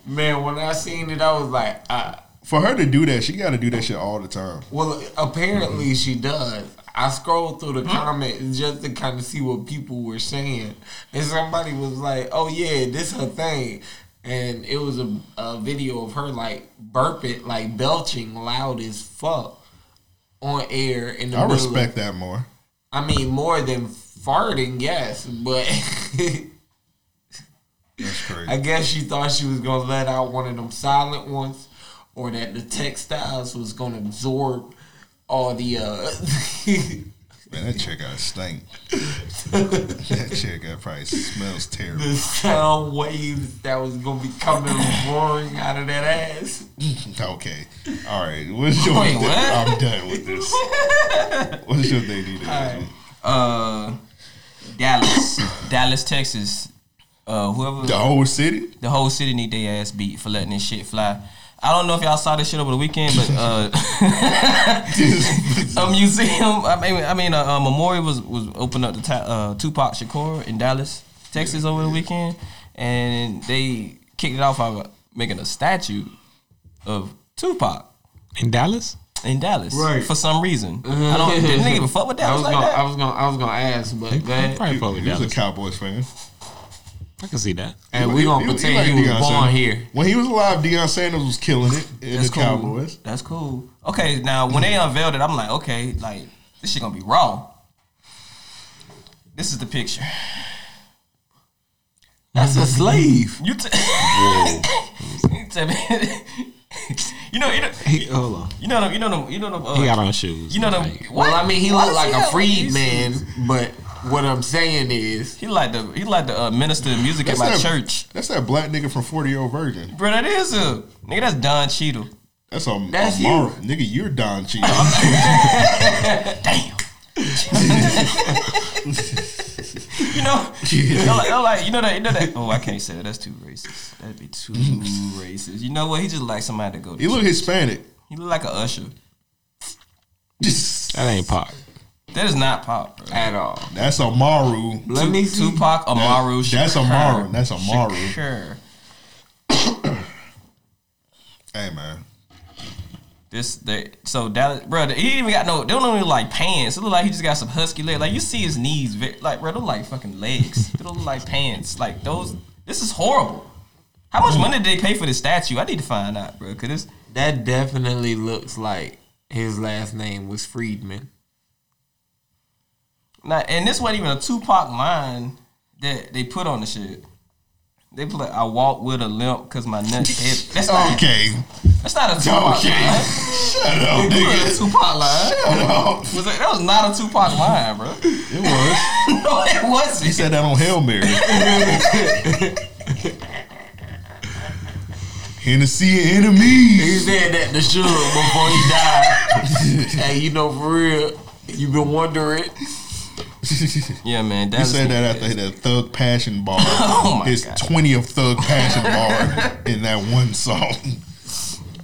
I: Man, when I seen it, I was like, ah.
F: For her to do that, she got to do that shit all the time. Mm-hmm.
I: Well, apparently she does. I scrolled through the comments just to kind of see what people were saying, and somebody was like, "Oh yeah, this her thing," and it was a, a video of her like burping, like belching loud as fuck on air. In the
F: I
I: middle of-
F: respect that more.
I: I mean, more than farting, yes, but I guess she thought she was gonna let out one of them silent ones, or that the textiles was gonna absorb all the. uh
F: Man, that chick got stink. that chick got probably smells terrible.
I: The sound waves that was gonna be coming roaring out of that ass.
F: Okay. All right. What's your
I: Wait, what?
F: I'm done with this. What's your thing you do?
D: Uh, Dallas, Dallas, Texas. Uh, whoever
F: The whole city,
D: the whole city need their ass beat for letting this shit fly. I don't know if y'all saw this shit over the weekend, but uh, a museum, I mean, I mean, a, a memorial was was opened up to Ta- uh, Tupac Shakur in Dallas, Texas over the weekend, and they kicked it off by making a statue of Tupac
B: in Dallas.
D: In Dallas,
I: Right.
D: For some reason, I don't. Didn't they give a fuck with Dallas
I: I was
D: like
I: gonna,
D: that?
I: I was gonna, I was gonna ask, but go ahead.
B: probably fuck with He was a Dallas.
F: Cowboys fan.
B: I can see that.
I: And we gonna pretend he, was
F: Deion
I: born
F: Sanders.
I: here.
F: When he was alive, Deion Sanders was killing it in
D: That's
F: the
D: cool.
F: Cowboys.
D: That's cool. Okay, now when they unveiled it, I'm like, okay, like this shit gonna be raw. This is the picture.
I: That's a slave.
D: You t- You tell me- you know, you know,
B: He, hold on.
D: you know them, you know them, you know them. Uh,
B: He got on shoes.
D: You know them.
I: Well, I mean, he
D: Why does
I: looked like a
D: have on these
I: freedman,
D: shoes?
I: but what I'm saying is,
D: he like the he like the uh, minister of music at my
F: that,
D: church,
F: That's that black nigga from Forty Year Old Virgin.
D: bro. That is a nigga. That's Don Cheadle.
F: That's a,
D: That's
F: a
D: you.
F: moral. nigga. You're Don Cheadle.
D: You know, they're like, they're like, you know that, you know that. Oh, I can't say that. That's too racist. That'd be too racist. You know what? He just like somebody to go. To
F: Mm-hmm. He look
D: church.
F: Hispanic.
D: He look like an usher.
B: That ain't pop.
D: That is not pop bro.
I: at all.
F: That's Amaru.
D: Tu- Tupac Amaru.
F: That- that's
D: Shakur.
F: Amaru. That's Amaru.
D: Shakur.
F: Hey man,
D: This they, so Dallas, bro. He ain't even got no. They don't even like pants. It look like he just got some husky leg. Like you see his knees, ve- like bro, they look like fucking legs. They don't look like pants. Like those. This is horrible. How much money did they pay for this statue? I need to find out, bro. Cause it's
I: that definitely looks like his last name was Friedman.
D: Now, and this wasn't even a Tupac line that they put on the shit. They put like, I walk with a limp because my nuts heavy. That's not,
F: Okay.
D: That's not a Tupac
F: Okay.
D: line.
F: Shut up,
D: They put
F: nigga.
D: a Tupac line.
F: Shut up.
D: Was that, that was not a Tupac line, bro.
F: it was.
D: no, it wasn't.
F: He said that on Hail Mary. Hennessy and
I: He
F: enemies.
I: said that to Suge before he died. hey, you know for real, you been wondering.
D: Yeah, man.
F: He
D: Dallas
F: said that
D: need
F: after that Thug Passion Bar.
D: Oh, my
F: His
D: God.
F: 20th Thug Passion Bar in that one song.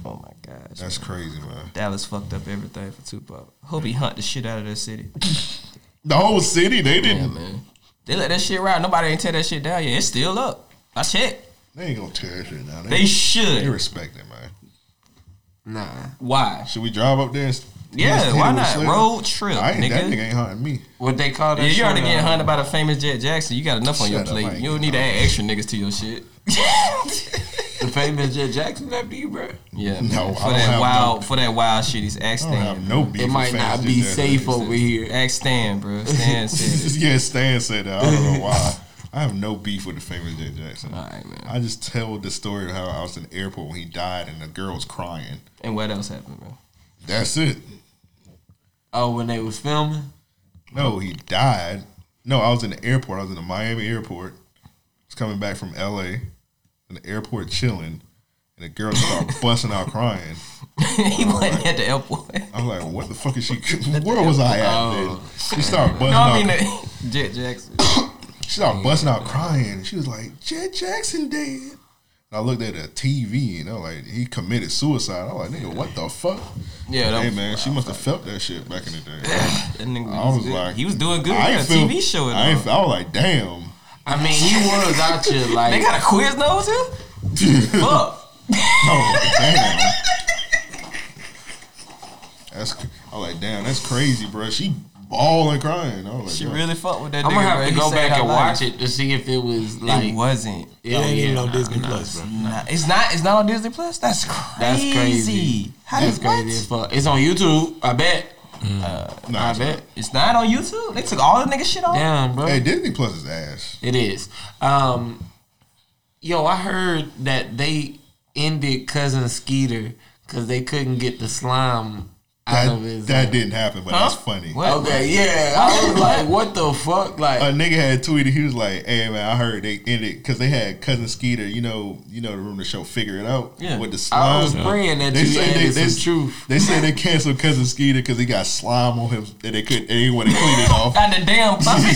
D: Oh my gosh.
F: That's crazy, man.
D: Dallas fucked up everything for Tupac. Hope he hunt the shit out of that city.
F: The whole city, they
D: Yeah,
F: didn't.
D: man. They let that shit ride. Nobody ain't tear that shit down yet. It's still up. I checked.
F: They ain't gonna tear that shit down.
D: They should.
F: They respect it, man.
I: Nah.
D: Why?
F: Should we drive up there? And
D: Yeah,
F: let's hit
D: why
F: it with
D: not?
F: Slim?
D: Road trip,
F: I ain't, That
D: nigga.
F: nigga ain't hunting me.
I: What they call that?
D: Yeah, you already
I: shit,
D: getting
I: uh,
D: hunted by the famous Jet Jackson. You got enough on
I: Shut
D: your
I: up,
D: plate.
I: Mike.
D: You don't need to add extra niggas to your shit.
I: The famous Jet Jackson after you, bro.
F: No,
D: Yeah, man.
F: I
D: for
F: don't
D: that
F: have
D: wild, for that wild shit, he's
F: I
D: ax
F: don't have
D: stand.
F: no beef.
I: It
F: with
I: might
F: fans
I: not
F: that
I: be
F: do that.
I: safe over here.
D: Ax stand, bro. Stan said it.
F: yeah, Stan said that. I don't know why. I have no beef with the famous Jay Jackson.
D: All right, man.
F: I just tell the story of how I was in the airport when he died and the girl was crying.
D: And what else happened, bro?
F: That's it.
I: Oh, when they was filming.
F: No, he died. No, I was in the airport. I was in the Miami airport. I was coming back from LA in the airport chilling, and the girl started busting out crying.
D: he wasn't at the airport.
F: I was like, what the fuck is she? Where was I at? man? She started busting
D: Oh. No, I mean
F: out
D: the, Jet Jackson.
F: She started busting out crying. She was like, Jet Jackson dead. And I looked at the TV and I was like, he committed suicide. I was like, nigga, what the fuck?
D: Yeah, that
F: hey
D: was
F: man, she must have felt that shit back in the day.
D: That nigga
F: I was
D: good.
F: like,
D: he was doing good.
F: I
D: He
F: ain't
D: had
F: feel-
D: a TV show. And
F: I, ain't,
D: all.
F: I was like, damn.
I: I mean, he was out here like
D: They got a quiz nose here. Fuck.
F: Oh, damn. That's. cr- I was like, damn, that's crazy, bro. She bawling, crying. I was like,
D: She
F: "Bro."
D: really fucked with that.
I: I'm
D: nigga,
I: gonna have
D: bro.
I: to
D: He
I: go
D: saved
I: back
D: her
I: and
D: life.
I: watch it to see if it was like
D: It wasn't.
I: Yeah,
D: It ain't
I: yeah,
D: even
I: nah,
D: on Disney
I: nah,
D: Plus, bro.
I: nah.
D: It's not. It's not on Disney Plus. That's crazy.
I: That's crazy.
D: How
I: That's
D: did- what?
I: crazy as fuck. It's on YouTube. I bet.
F: Mm.
D: Uh,
I: I bet.
D: It's not on YouTube. They took all the nigga shit off.
I: Damn, bro.
F: Hey, Disney Plus is ass.
I: It is. Um, yo, I heard that they ended cousin Skeeter because they couldn't get the slime out
F: That-
I: of his.
F: that didn't happen, but that's funny. What?
I: Okay, yeah. I was like, what the fuck? Like,
F: a nigga had tweeted. He was like, "Hey man, I heard they ended because they had cousin Skeeter. You know, you know the rumor show. Figure it out.
I: Yeah.
F: with the slime.
I: I was praying that you added some truth.
F: They say they canceled cousin Skeeter because he got slime on him and they couldn't. And he wanted to clean it off.
D: Got the damn puppy.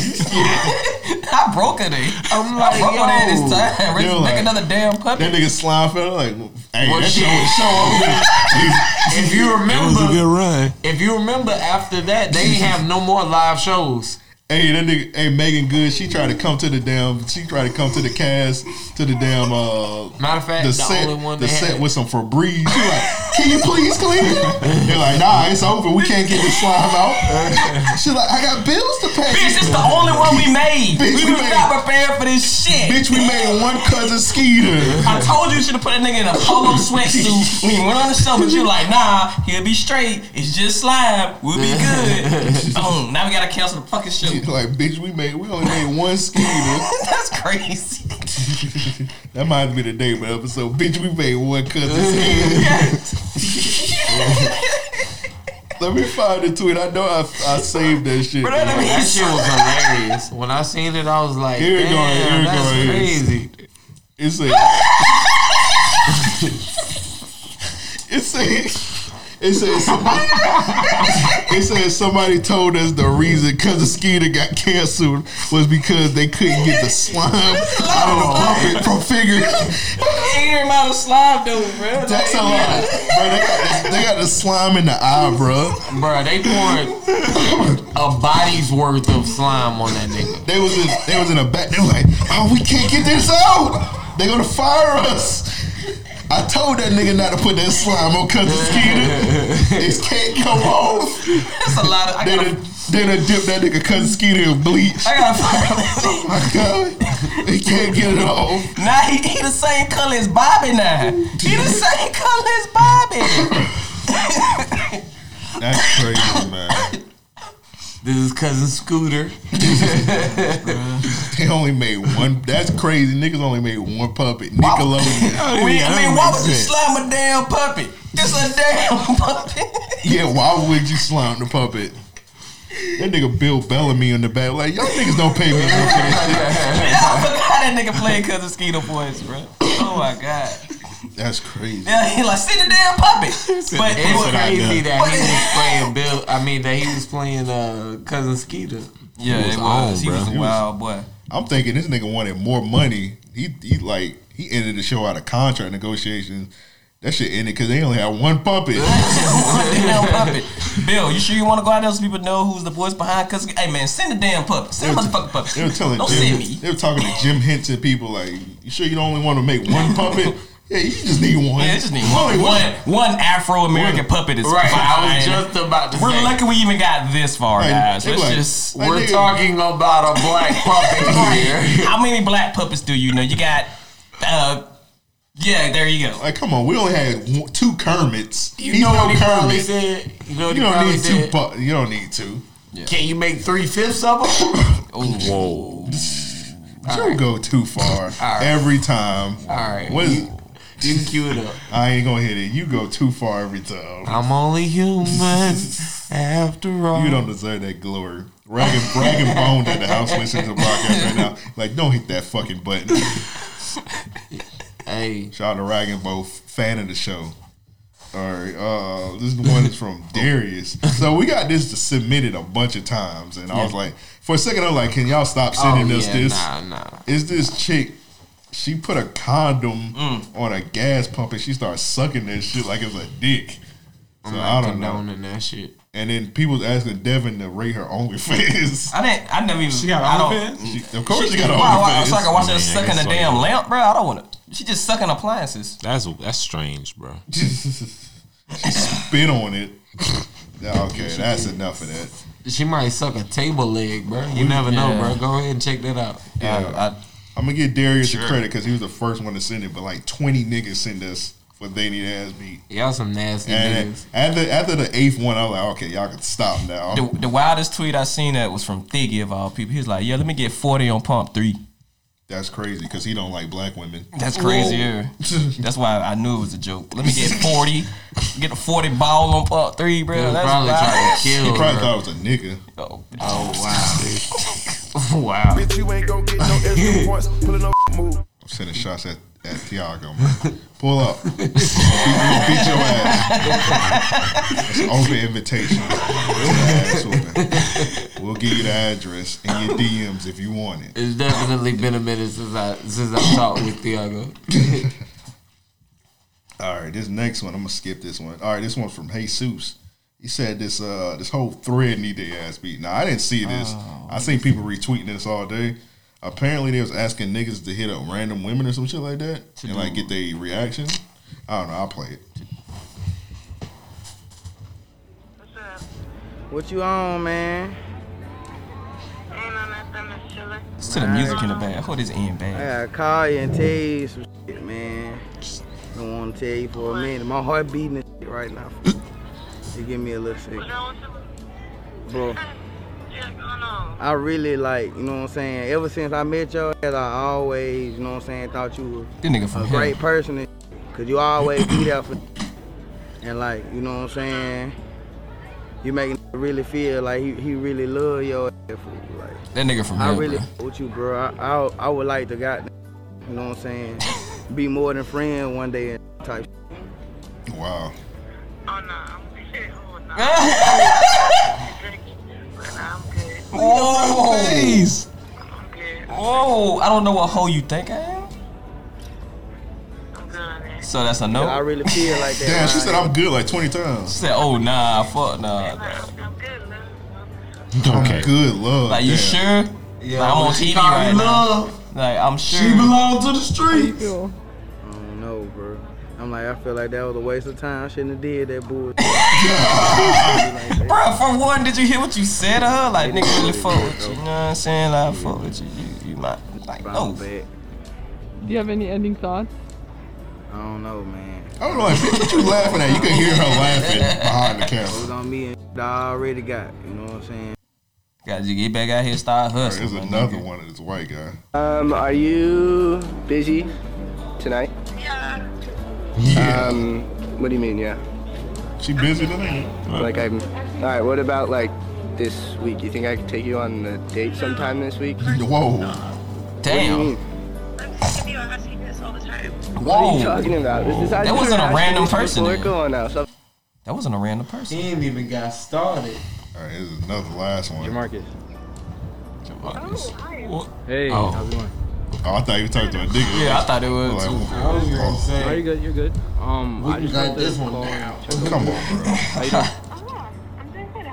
D: I broke it.
I: I'm
D: like, I broke
F: yo.
D: her there this time. Rick,
F: They're
D: make
F: like-
D: another damn puppy.
F: That nigga slime fell like, hey,
I: Well,
F: that
I: shit.
F: show was show off.
I: if you remember,
B: run.
I: if you remember, after that they didn't have no more live shows.
F: Hey, that nigga, hey Megan Good, she tried to come to the damn, she tried to come to the cast, to the damn. uh
I: Matter of fact, the
F: set,
I: only one
F: the
I: they
F: set
I: had.
F: with some Febreze. She like, can you please clean it? They're like, nah, it's over. We can't get the slime out. She's like, I got bills to pay.
D: Bitch, it's the only one we made.
F: Bitch,
D: we,
F: we
D: was
F: made-
D: not prepared for this shit.
F: Bitch, we made one cousin Skeeter.
D: I told you you should have put a nigga in a polo sweatsuit when you went on the show, but you like, nah, he'll be straight. It's just slime. We'll be good. Boom. Now we gotta cancel the fucking show.
F: like, bitch, we made we only made one Skeeter.
D: That's crazy.
F: That might be the name of the episode. Bitch, we made one cousin Skeeter. Let me find the tweet. I know I, I saved that shit.
I: that shit was hilarious. When I seen it, I was like,
F: Here it goes. Here
I: damn,
F: it
I: that's
F: goes.
I: crazy.
F: It say. it say. It says somebody, it says somebody told us the reason cousin Skeeter got canceled was because they couldn't get the slime out of the puppet from figure.
D: Ain't amount of slime though, bro.
F: That's a lot. Bro, they, got the, they got the slime in the eye, bro.
I: Bro, they poured a body's worth of slime on that nigga.
F: They was in, they was in a back. They were like, oh, we can't get this out. They gonna fire us. I told that nigga not to put that slime on cousin Skeeter. It can't come off.
D: That's a lot of. I
F: They done, they done dipped that nigga cousin Skeeter in bleach.
D: I gotta find
F: Oh my god, he can't get it off.
D: Now he, he the same color as Bobby now. He the same color as Bobby.
F: That's crazy, man.
I: This is cousin Scooter.
F: They only made one. That's crazy. Niggas only made one puppet. Nickelodeon.
D: We- I mean, why would you
F: slime?
D: slime a damn puppet? It's a damn puppet.
F: Yeah, why would you slime the puppet? That nigga Bill Bellamy in the back, like y'all niggas don't pay me enough for this
D: Man, I forgot that nigga playing cousin Skeeter voice, bro. Oh my god.
F: shit. That's crazy.
D: Yeah, he like sit the damn puppet. But it
I: It's
D: was
I: crazy that he was playing Bill. I mean, that he was playing uh, cousin Skeeter.
D: Yeah, it was. He was a wild boy.
F: I'm thinking this nigga wanted more money. He he like he ended the show out of contract negotiations. That shit ended because they only had one puppet.
D: One damn puppet. Bill, you sure you want to go out there so people know who's the voice behind cousin? Hey man, send the damn puppet. Send the motherfucking puppet.
F: They were telling
D: Don't send me.
F: Jim, they were talking to Jim Henson people like, you sure you don't only want to make one puppet? Yeah, you just need one.
D: Yeah, it just need one, one, one Afro American puppet is
I: Right,
D: fine.
I: I was just about to
D: We're
I: say.
D: lucky we even got this far,
I: Like,
D: guys.
I: they
D: Let's
I: like-
D: just.
I: like, We're nigga- talking about a black puppet here.
D: How many black puppets do you know? You got. Uh, yeah, there you go.
F: Like, come on, we only had one, two Kermits.
I: You
F: He's
I: know
F: no
I: what he probably
F: Kermit.
I: said? You know what
F: You
I: he
F: don't
I: probably
F: need two.
I: said?
F: Bu- you don't need two.
I: Can you make three fifths of them?
F: Whoa. Don't go too far every time. All
I: right.
F: What is,
I: You can cue it up.
F: I ain't gonna hit it. You go too far every time.
I: I'm only human after all.
F: You don't deserve that glory. Ragging, ragging boned at the house listening to the podcast right now. Like, don't hit that fucking button.
I: Hey.
F: Shout out to Ragging Bone, fan of the show. All right, uh, this is the one that's from Darius. So we got this submitted a bunch of times, and I was
I: Yeah.
F: like, for a second, I'm like, can y'all stop sending
I: Oh,
F: us
I: yeah,
F: this?
I: nah, nah.
F: Is this chick? She put a condom
I: Mm.
F: on a gas pump and she started sucking that shit like it was a dick. So
I: I'm
F: I
I: not
F: don't know.
I: condoning that shit.
F: And then people was asking Devin to rate her OnlyFans.
D: I didn't. I never even. She got I don't.
F: She, of course, she, got an
D: why- why-
F: OnlyFans.
D: So I can watch her
B: I mean, I
D: sucking
B: guess
D: a
B: so,
D: damn
B: yeah.
D: lamp, bro. I don't want to. She just sucking appliances.
B: That's that's strange, bro.
F: she spit on it. Yeah, okay, that's enough of that.
I: She might suck a table leg, bro. You never know, bro. Go ahead and check that out.
F: Yeah.
I: I- I-
F: I, am gonna get Darius the
I: Sure.
F: credit because he was the first one to send it, but like 20 niggas sent us for they need ass beat.
I: Y'all some nasty
F: And
I: niggas.
F: after, after the eighth one, I was like, okay, y'all can stop now.
D: The, the wildest tweet I seen that was from Thiggy of all people. He's like, "Yeah, let me get forty on pump three.
F: That's crazy because he don't like black women.
D: That's crazier. That's why I knew it was a joke. Let me get forty, get a forty ball on pump three, bro.
F: Dude,
D: That's
F: probably
D: wild.
F: trying to kill, He probably bro. thought it was a nigga.
D: Oh,
I: wow, wow.
O: Bitch, you ain't gonna get no extra points. Pulling no move.
F: I'm sending shots at, at Tiago. man. Pull up. Beat- beat your ass. It's an open invitation. Ass whooping. We'll give you the address and your DMs if you want it.
I: It's definitely been a minute since I since I talked with Thiago.
F: All right, this next one, I'm gonna skip this one. All right, this one's from Jesus. He said this uh this whole thread need their ass beat. Now I didn't see this.
I: Oh.
F: I seen people retweeting this all day. Apparently they was asking niggas to hit up random women or some shit like that and like get their reaction. I don't know. I'll play it.
N: What you on, man?
D: It's to the music in the back. What is in
N: I
D: bad?
N: gotta call you and tell you some shit, man. Don't want to tell you for a minute. My heart beating and shit right now. you give me a little second. Bro. I really like, you know what I'm saying? Ever since I met your ass, I always, you know what I'm saying, thought you
D: This nigga
N: were
D: from
N: a
D: hell.
N: great person. and shit, Cause you always be there for and like, you know what I'm saying? You making really feel like he, he really love your ass. fool, Like,
D: That nigga from
N: I
D: hell,
N: really
D: bro.
N: f- with you, bro. I, I I would like to got, you know what I'm saying, be more than friend one day and type.
F: Wow.
D: Whoa, whoa! I don't know what hoe you think I am. So that's a no.
N: I really feel like that.
F: Damn, she said I'm good like 20 times.
D: She said, "Oh nah, fuck nah."
F: Okay. Good love.
D: Like you
F: damn.
D: sure?
F: Yeah,
D: like, I'm on
F: she
D: TV
F: called
D: right
F: me
D: now. Like I'm sure.
I: to the streets.
N: I don't know, bro. I'm like, I feel like that was a waste of time. I shouldn't have did that bullshit.
D: Bro, for one, did you hear what you said to her? Like nigga really fuck with you. You know what I'm saying? Like I fuck with you. You, you might like no.
P: Do you have any ending thoughts?
N: I don't know, man.
F: I don't know if Oh, what you laughing at. You can hear her laughing behind the camera.
N: It was on me and shit I already got. You know what I'm saying?
D: Got you get back out here, and start hustling.
F: There's another one of this white guy.
Q: Um, are you busy tonight? Yeah. Um, what do you mean, yeah?
F: She busy tonight?
Q: Like I'm. All right. What about like this week? You think I could take you on a date sometime this week?
F: Whoa.
Q: What do you
D: Damn.
Q: mean? What are you talking about? This is- I
D: that
Q: just
D: wasn't a
Q: asked you
D: random
Q: this
D: person.
Q: before.
D: then.
Q: Go on now. Stop.
D: That wasn't a random person.
I: He ain't even got started.
F: All right, this is another last one. Jamarcus.
D: What?
F: Hey,
D: Oh.
F: how's it going? Oh, I thought you talked to a nigga.
D: Yeah, I thought it was.
F: Like,
D: too.
F: oh, oh.
R: No, you're good. You're good. Um,
F: We
R: I just
F: got
R: wanted to
F: this one
R: call and
F: down.
R: check up.
F: Come on, bro.
R: How you doing? Doing all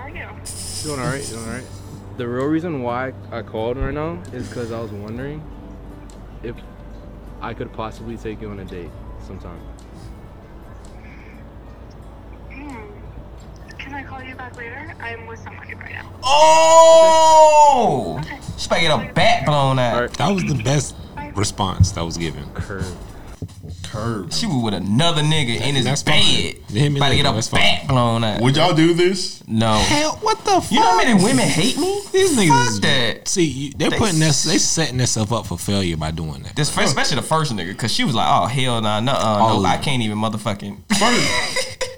R: right. Doing all right. The real reason why I called right now is because I was wondering if I could possibly take you on a date sometime.
S: Mm, Can I call you back later? I'm with somebody right now.
D: Oh! She about to get her back blown out.
B: That was the best response that was given. Curve.
F: Curve.
D: She was with another nigga in his bed.
B: Hit me
D: About to
B: later,
D: get her
B: that's fine.
D: back blown out.
F: Would y'all do this?
D: No.
B: Hell, what the fuck?
D: You know how many women hate me?
B: These niggas is
D: that.
B: See, you, they're
D: They-
B: putting this, they setting themselves up for failure by doing that.
D: This first, especially the first nigga, because she was like, "Oh hell nah, nah, uh,
B: Oh.
D: no, I can't even motherfucking."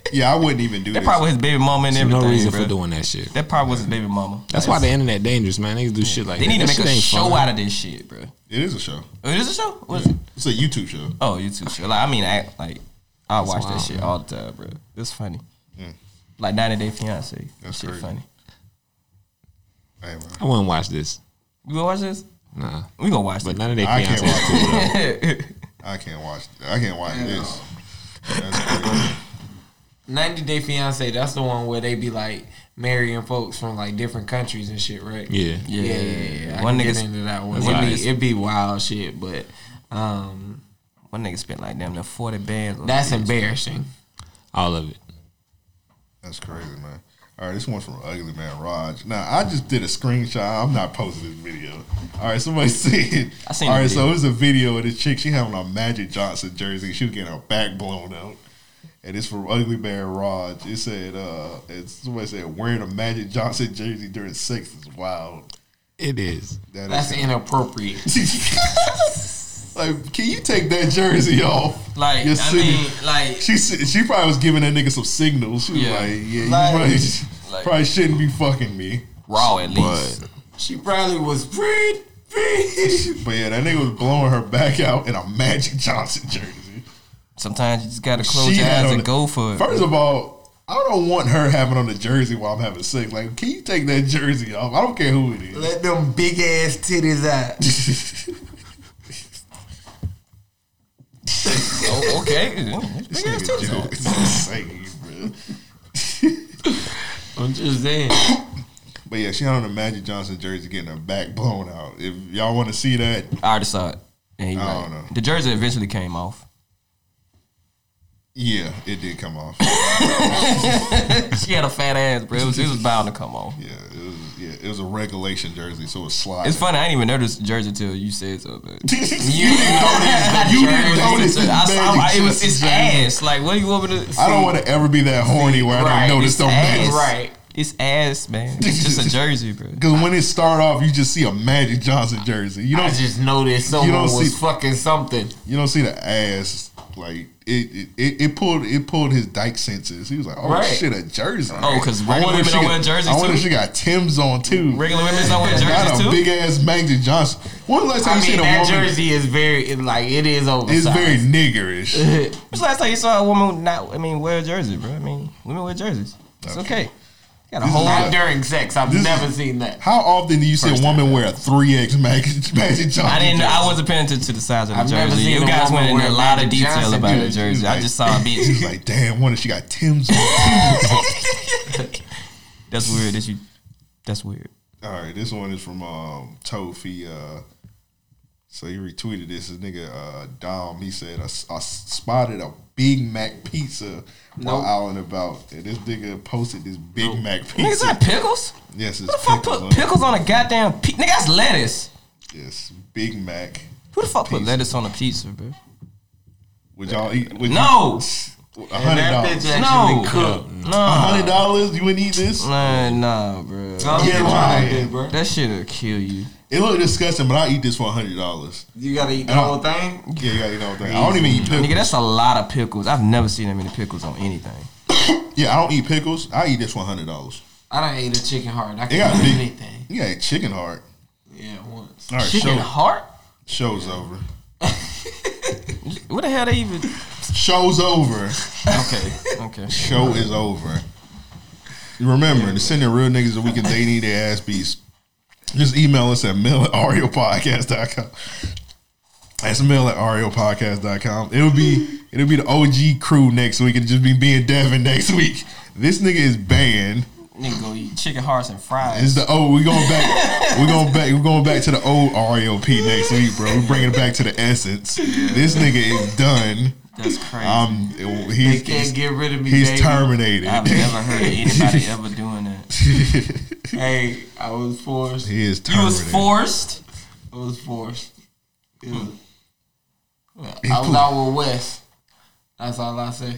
F: yeah, I wouldn't even do
D: That
F: this.
D: probably was his baby mama and
B: There's
D: everything.
B: no reason
D: bruh.
B: for doing that shit.
D: That probably was his baby mama.
B: That's why the internet dangerous, man. Niggas do shit like
D: They
B: that.
D: need to
B: That
D: make
B: shit
D: a
B: ain't
D: show
B: fun.
D: out of this shit, bro.
F: It is a show.
D: Oh, it is a show. What is it?
F: It's a YouTube show.
D: Oh, YouTube show. Like I mean, I like I
F: That's
D: watch that
F: wild,
D: shit
F: man.
D: all the time, bro. It's funny.
F: Mm.
D: Like 90 Day Fiance. That's shit
F: crazy.
D: funny.
B: I wouldn't watch this.
D: You gonna watch this?
B: Nah.
D: We gonna watch
B: But
D: this.
B: none of their
F: I
B: fiancés
F: can't watch
B: cool, though.
F: this. I can't watch. I can't watch this. That's crazy.
I: 90 Day Fiance, that's the one where they be like marrying folks from like different countries and shit, right?
B: Yeah.
I: Yeah, yeah, yeah. yeah. One
D: One
I: I can
D: nigga's-
I: get into that one.
D: one
I: It'd
D: nigga's-
I: be, it be wild shit, but um,
D: one nigga spent like damn near 40 bands. on
I: That's
D: this.
I: embarrassing.
B: All of it.
F: That's crazy, man. All right, this one's from Ugly Man Raj. Now, I just did a screenshot. I'm not posting this video. All right, somebody see it.
D: I seen
F: All
D: the
F: right, so
D: video.
F: it was a video of this chick. She having a Magic Johnson jersey. She was getting her back blown out. And it's from Ugly Man Raj. It said, uh, it's, somebody said, wearing a Magic Johnson jersey during sex is wild.
B: It is.
F: That
I: That's
F: is-
I: inappropriate.
F: like, can you take that jersey off?
D: Like,
F: You're
D: I
F: sitting-
D: mean, like,
F: she s- she probably was giving that nigga some signals. She was
D: Yeah.
F: like, yeah, you
D: Like-
F: probably,
D: like-
F: probably shouldn't be fucking me.
D: Raw at least.
I: She probably was pretty.
F: But yeah, that nigga was blowing her back out in a Magic Johnson jersey.
D: Sometimes you just gotta close your
F: had
D: eyes
F: on
D: and
F: it-
D: go for it.
F: First of all, I don't want her having on the jersey while I'm having sex. Like, can you take that jersey off? I don't care who it is.
I: Let them big ass titties out.
D: oh, okay.
F: This nigga joke is insane, bro.
I: I'm just saying.
F: But yeah, she had on a Magic Johnson jersey getting her back blown out. If y'all want to see that,
D: I already saw it. Yeah, you
F: I
D: right.
F: don't know.
D: The jersey eventually came off.
F: Yeah, it did come off.
D: she had a fat ass, bro. It was, it was bound to come off.
F: Yeah, it was. Yeah, it was a regulation jersey, so it sliding.
D: It's funny. I didn't even notice the jersey till you said so. But
F: you didn't notice the
D: I saw
F: Magic
D: it was his
F: Johnson
D: ass. Like, what do you want me to?
F: I don't want to ever be that horny where I
D: Right,
F: don't notice
D: it's
F: no magic.
D: ass. Right. It's ass, man. It's just a jersey, bro.
F: Because when it start off, you just see a Magic Johnson jersey. You don't
I: I just noticed
F: you
I: someone
F: don't
I: was
F: see-
I: fucking something.
F: You don't see the ass. Like it, it, it, it pulled, it pulled his dyke senses. He was like, "Oh
D: Right.
F: shit, a jersey."
D: Oh, 'cause
F: I
D: regular
F: wonder if
D: women
F: she
D: don't
F: got-
D: wear jerseys,
F: I wonder if she
D: too.
F: got Tim's on too.
D: Regular women don't wear jerseys,
F: Not a
D: too?
F: big ass Magic Johnson. When the last time
I: I
F: you
I: mean,
F: seen a
I: that
F: woman?
I: jersey is very it, like it is
F: It's
I: oversized.
F: very niggerish.
D: When's the last time you saw a woman not? I mean, wear a jersey, bro. I mean, women wear jerseys. It's okay. Got a
F: This is
D: whole
F: not
I: during sex. I've
F: This is-
I: never seen that.
F: How often do you see a woman wear a three X Magic Magic Johnson?
D: I didn't.
F: jersey?
D: I wasn't paying attention to the size of the
F: I've never
D: jersey.
F: seen a
D: You guys
F: woman
D: went into
F: wear
D: a lot of
F: Magic
D: detail
F: Johnson
D: about the
F: jersey.
D: jersey. I
F: Like-
D: just saw a bitch.
F: She's like, damn, wonder she got Tim's on.
D: That's weird. That you. That's weird.
F: All right, this one is from um, Tofi. Uh, so he retweeted this. This nigga uh, Dom, he said, I, s- I s- spotted a Big Mac pizza while
D: Nope.
F: out and about. And this nigga posted this Big Mac pizza.
D: Nigga, is that pickles?
F: Yes,
D: Who
F: it's
D: the fuck put pickles on a goddamn pizza? Nigga, that's lettuce.
F: Yes, Big Mac.
D: Who the fuck put lettuce on a pizza, bro?
F: Would y'all eat? Would
D: No.
F: you- A hundred dollars.
D: No.
F: A hundred dollars. You wouldn't eat this.
D: Nah, nah, bro.
F: I'm Yeah, lying. lying, bro.
D: That shit'll kill you.
F: It looked disgusting, but I eat this for a hundred dollars.
I: You gotta eat the
F: And I-
I: whole thing.
F: Yeah, you gotta eat the whole thing. I don't even eat pickles.
D: Nigga, that's a lot of pickles. I've never seen that many pickles on anything.
F: Yeah, I don't eat pickles. I eat this for hundred dollars.
I: I don't eat a chicken heart. I
F: It
I: can't
F: got
I: eat
F: big.
I: anything.
F: Yeah, chicken heart.
I: Yeah, once.
F: All right,
D: Chicken
F: show-
D: heart?
F: Show's over.
D: What the hell they even?
F: Show's over.
D: Okay, okay.
F: Show is over. Remember, to send in real niggas that we can they need their ass beats. Just email us at mail at ariopodcast.com. That's mail at ariopodcast.com. It'll be it'll be the OG crew next week. It'll just be me and Devin next week. This nigga is banned.
D: Nigga go eat chicken hearts and fries.
F: It's the oh we going back we going back we going back to the old REOP next week, bro. We bringing it back to the essence. This nigga is done.
D: That's crazy.
F: Um, he's,
I: They can't get rid of me,
F: He's
I: baby.
F: terminated.
D: I've never heard of anybody ever doing that.
I: hey, I was forced.
F: He is
I: You was
F: terminated.
I: forced. I was forced. It
F: Hmm.
I: was- I was out with Wes. That's all I say.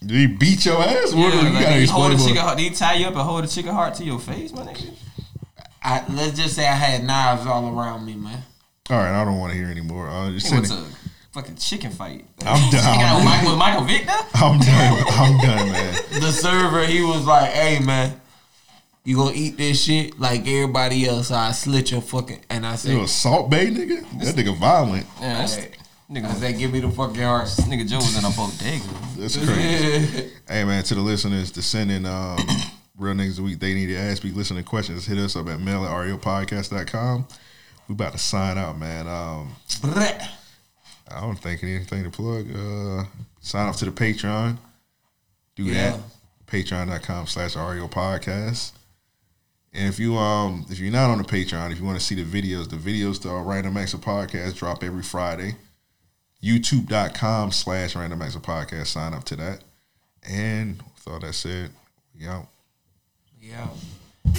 F: Did he beat your ass? What
D: Yeah,
F: you
D: like,
F: gotta
D: he
F: explain
D: hold a
F: what-
D: chicken heart. Did he tie you up and hold a chicken heart to your face, my nigga?
I: I, let's just say I had knives all around me, man.
F: All right, I don't want to hear anymore. Uh, just
D: It
F: send
D: was
F: it.
D: a fucking chicken fight.
F: I'm done.
D: Chicken
F: I'm
D: out Mike-
F: done.
D: with Michael Vick now?
F: I'm done. I'm done, man.
I: The server, he was like, "Hey, man, you gonna eat this shit like everybody else?" So I slit your fucking. And I said,
F: You a salt bay nigga? That nigga violent.
D: Yeah, that's,
I: Hey,
D: nigga,
I: I said, "Give me the fucking heart."
D: This nigga Joe was in a bodega.
F: That's crazy. hey man, to the listeners, to send in um, real niggas a week, they need to ask be listening questions. Hit us up at mail at E ariopodcast.com. We about to sign out, man. Um, I don't think anything to plug. Uh, sign up to the Patreon. Do
I: Yeah.
F: that. Patreon.com slash REO podcast. And if you um if you're not on the Patreon, if you want to see the videos, the videos to our Random Acts podcast drop every Friday. YouTube.com slash Random Acts of Podcast. Sign up to that. And with all that said, we out.
T: Yeah.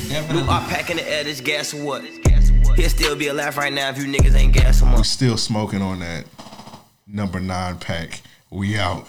D: Definitely. Loop, I'm packing the edits, guess what? He'll still be alive right now if you niggas ain't gas him
F: We still smoking on that number nine pack. We out.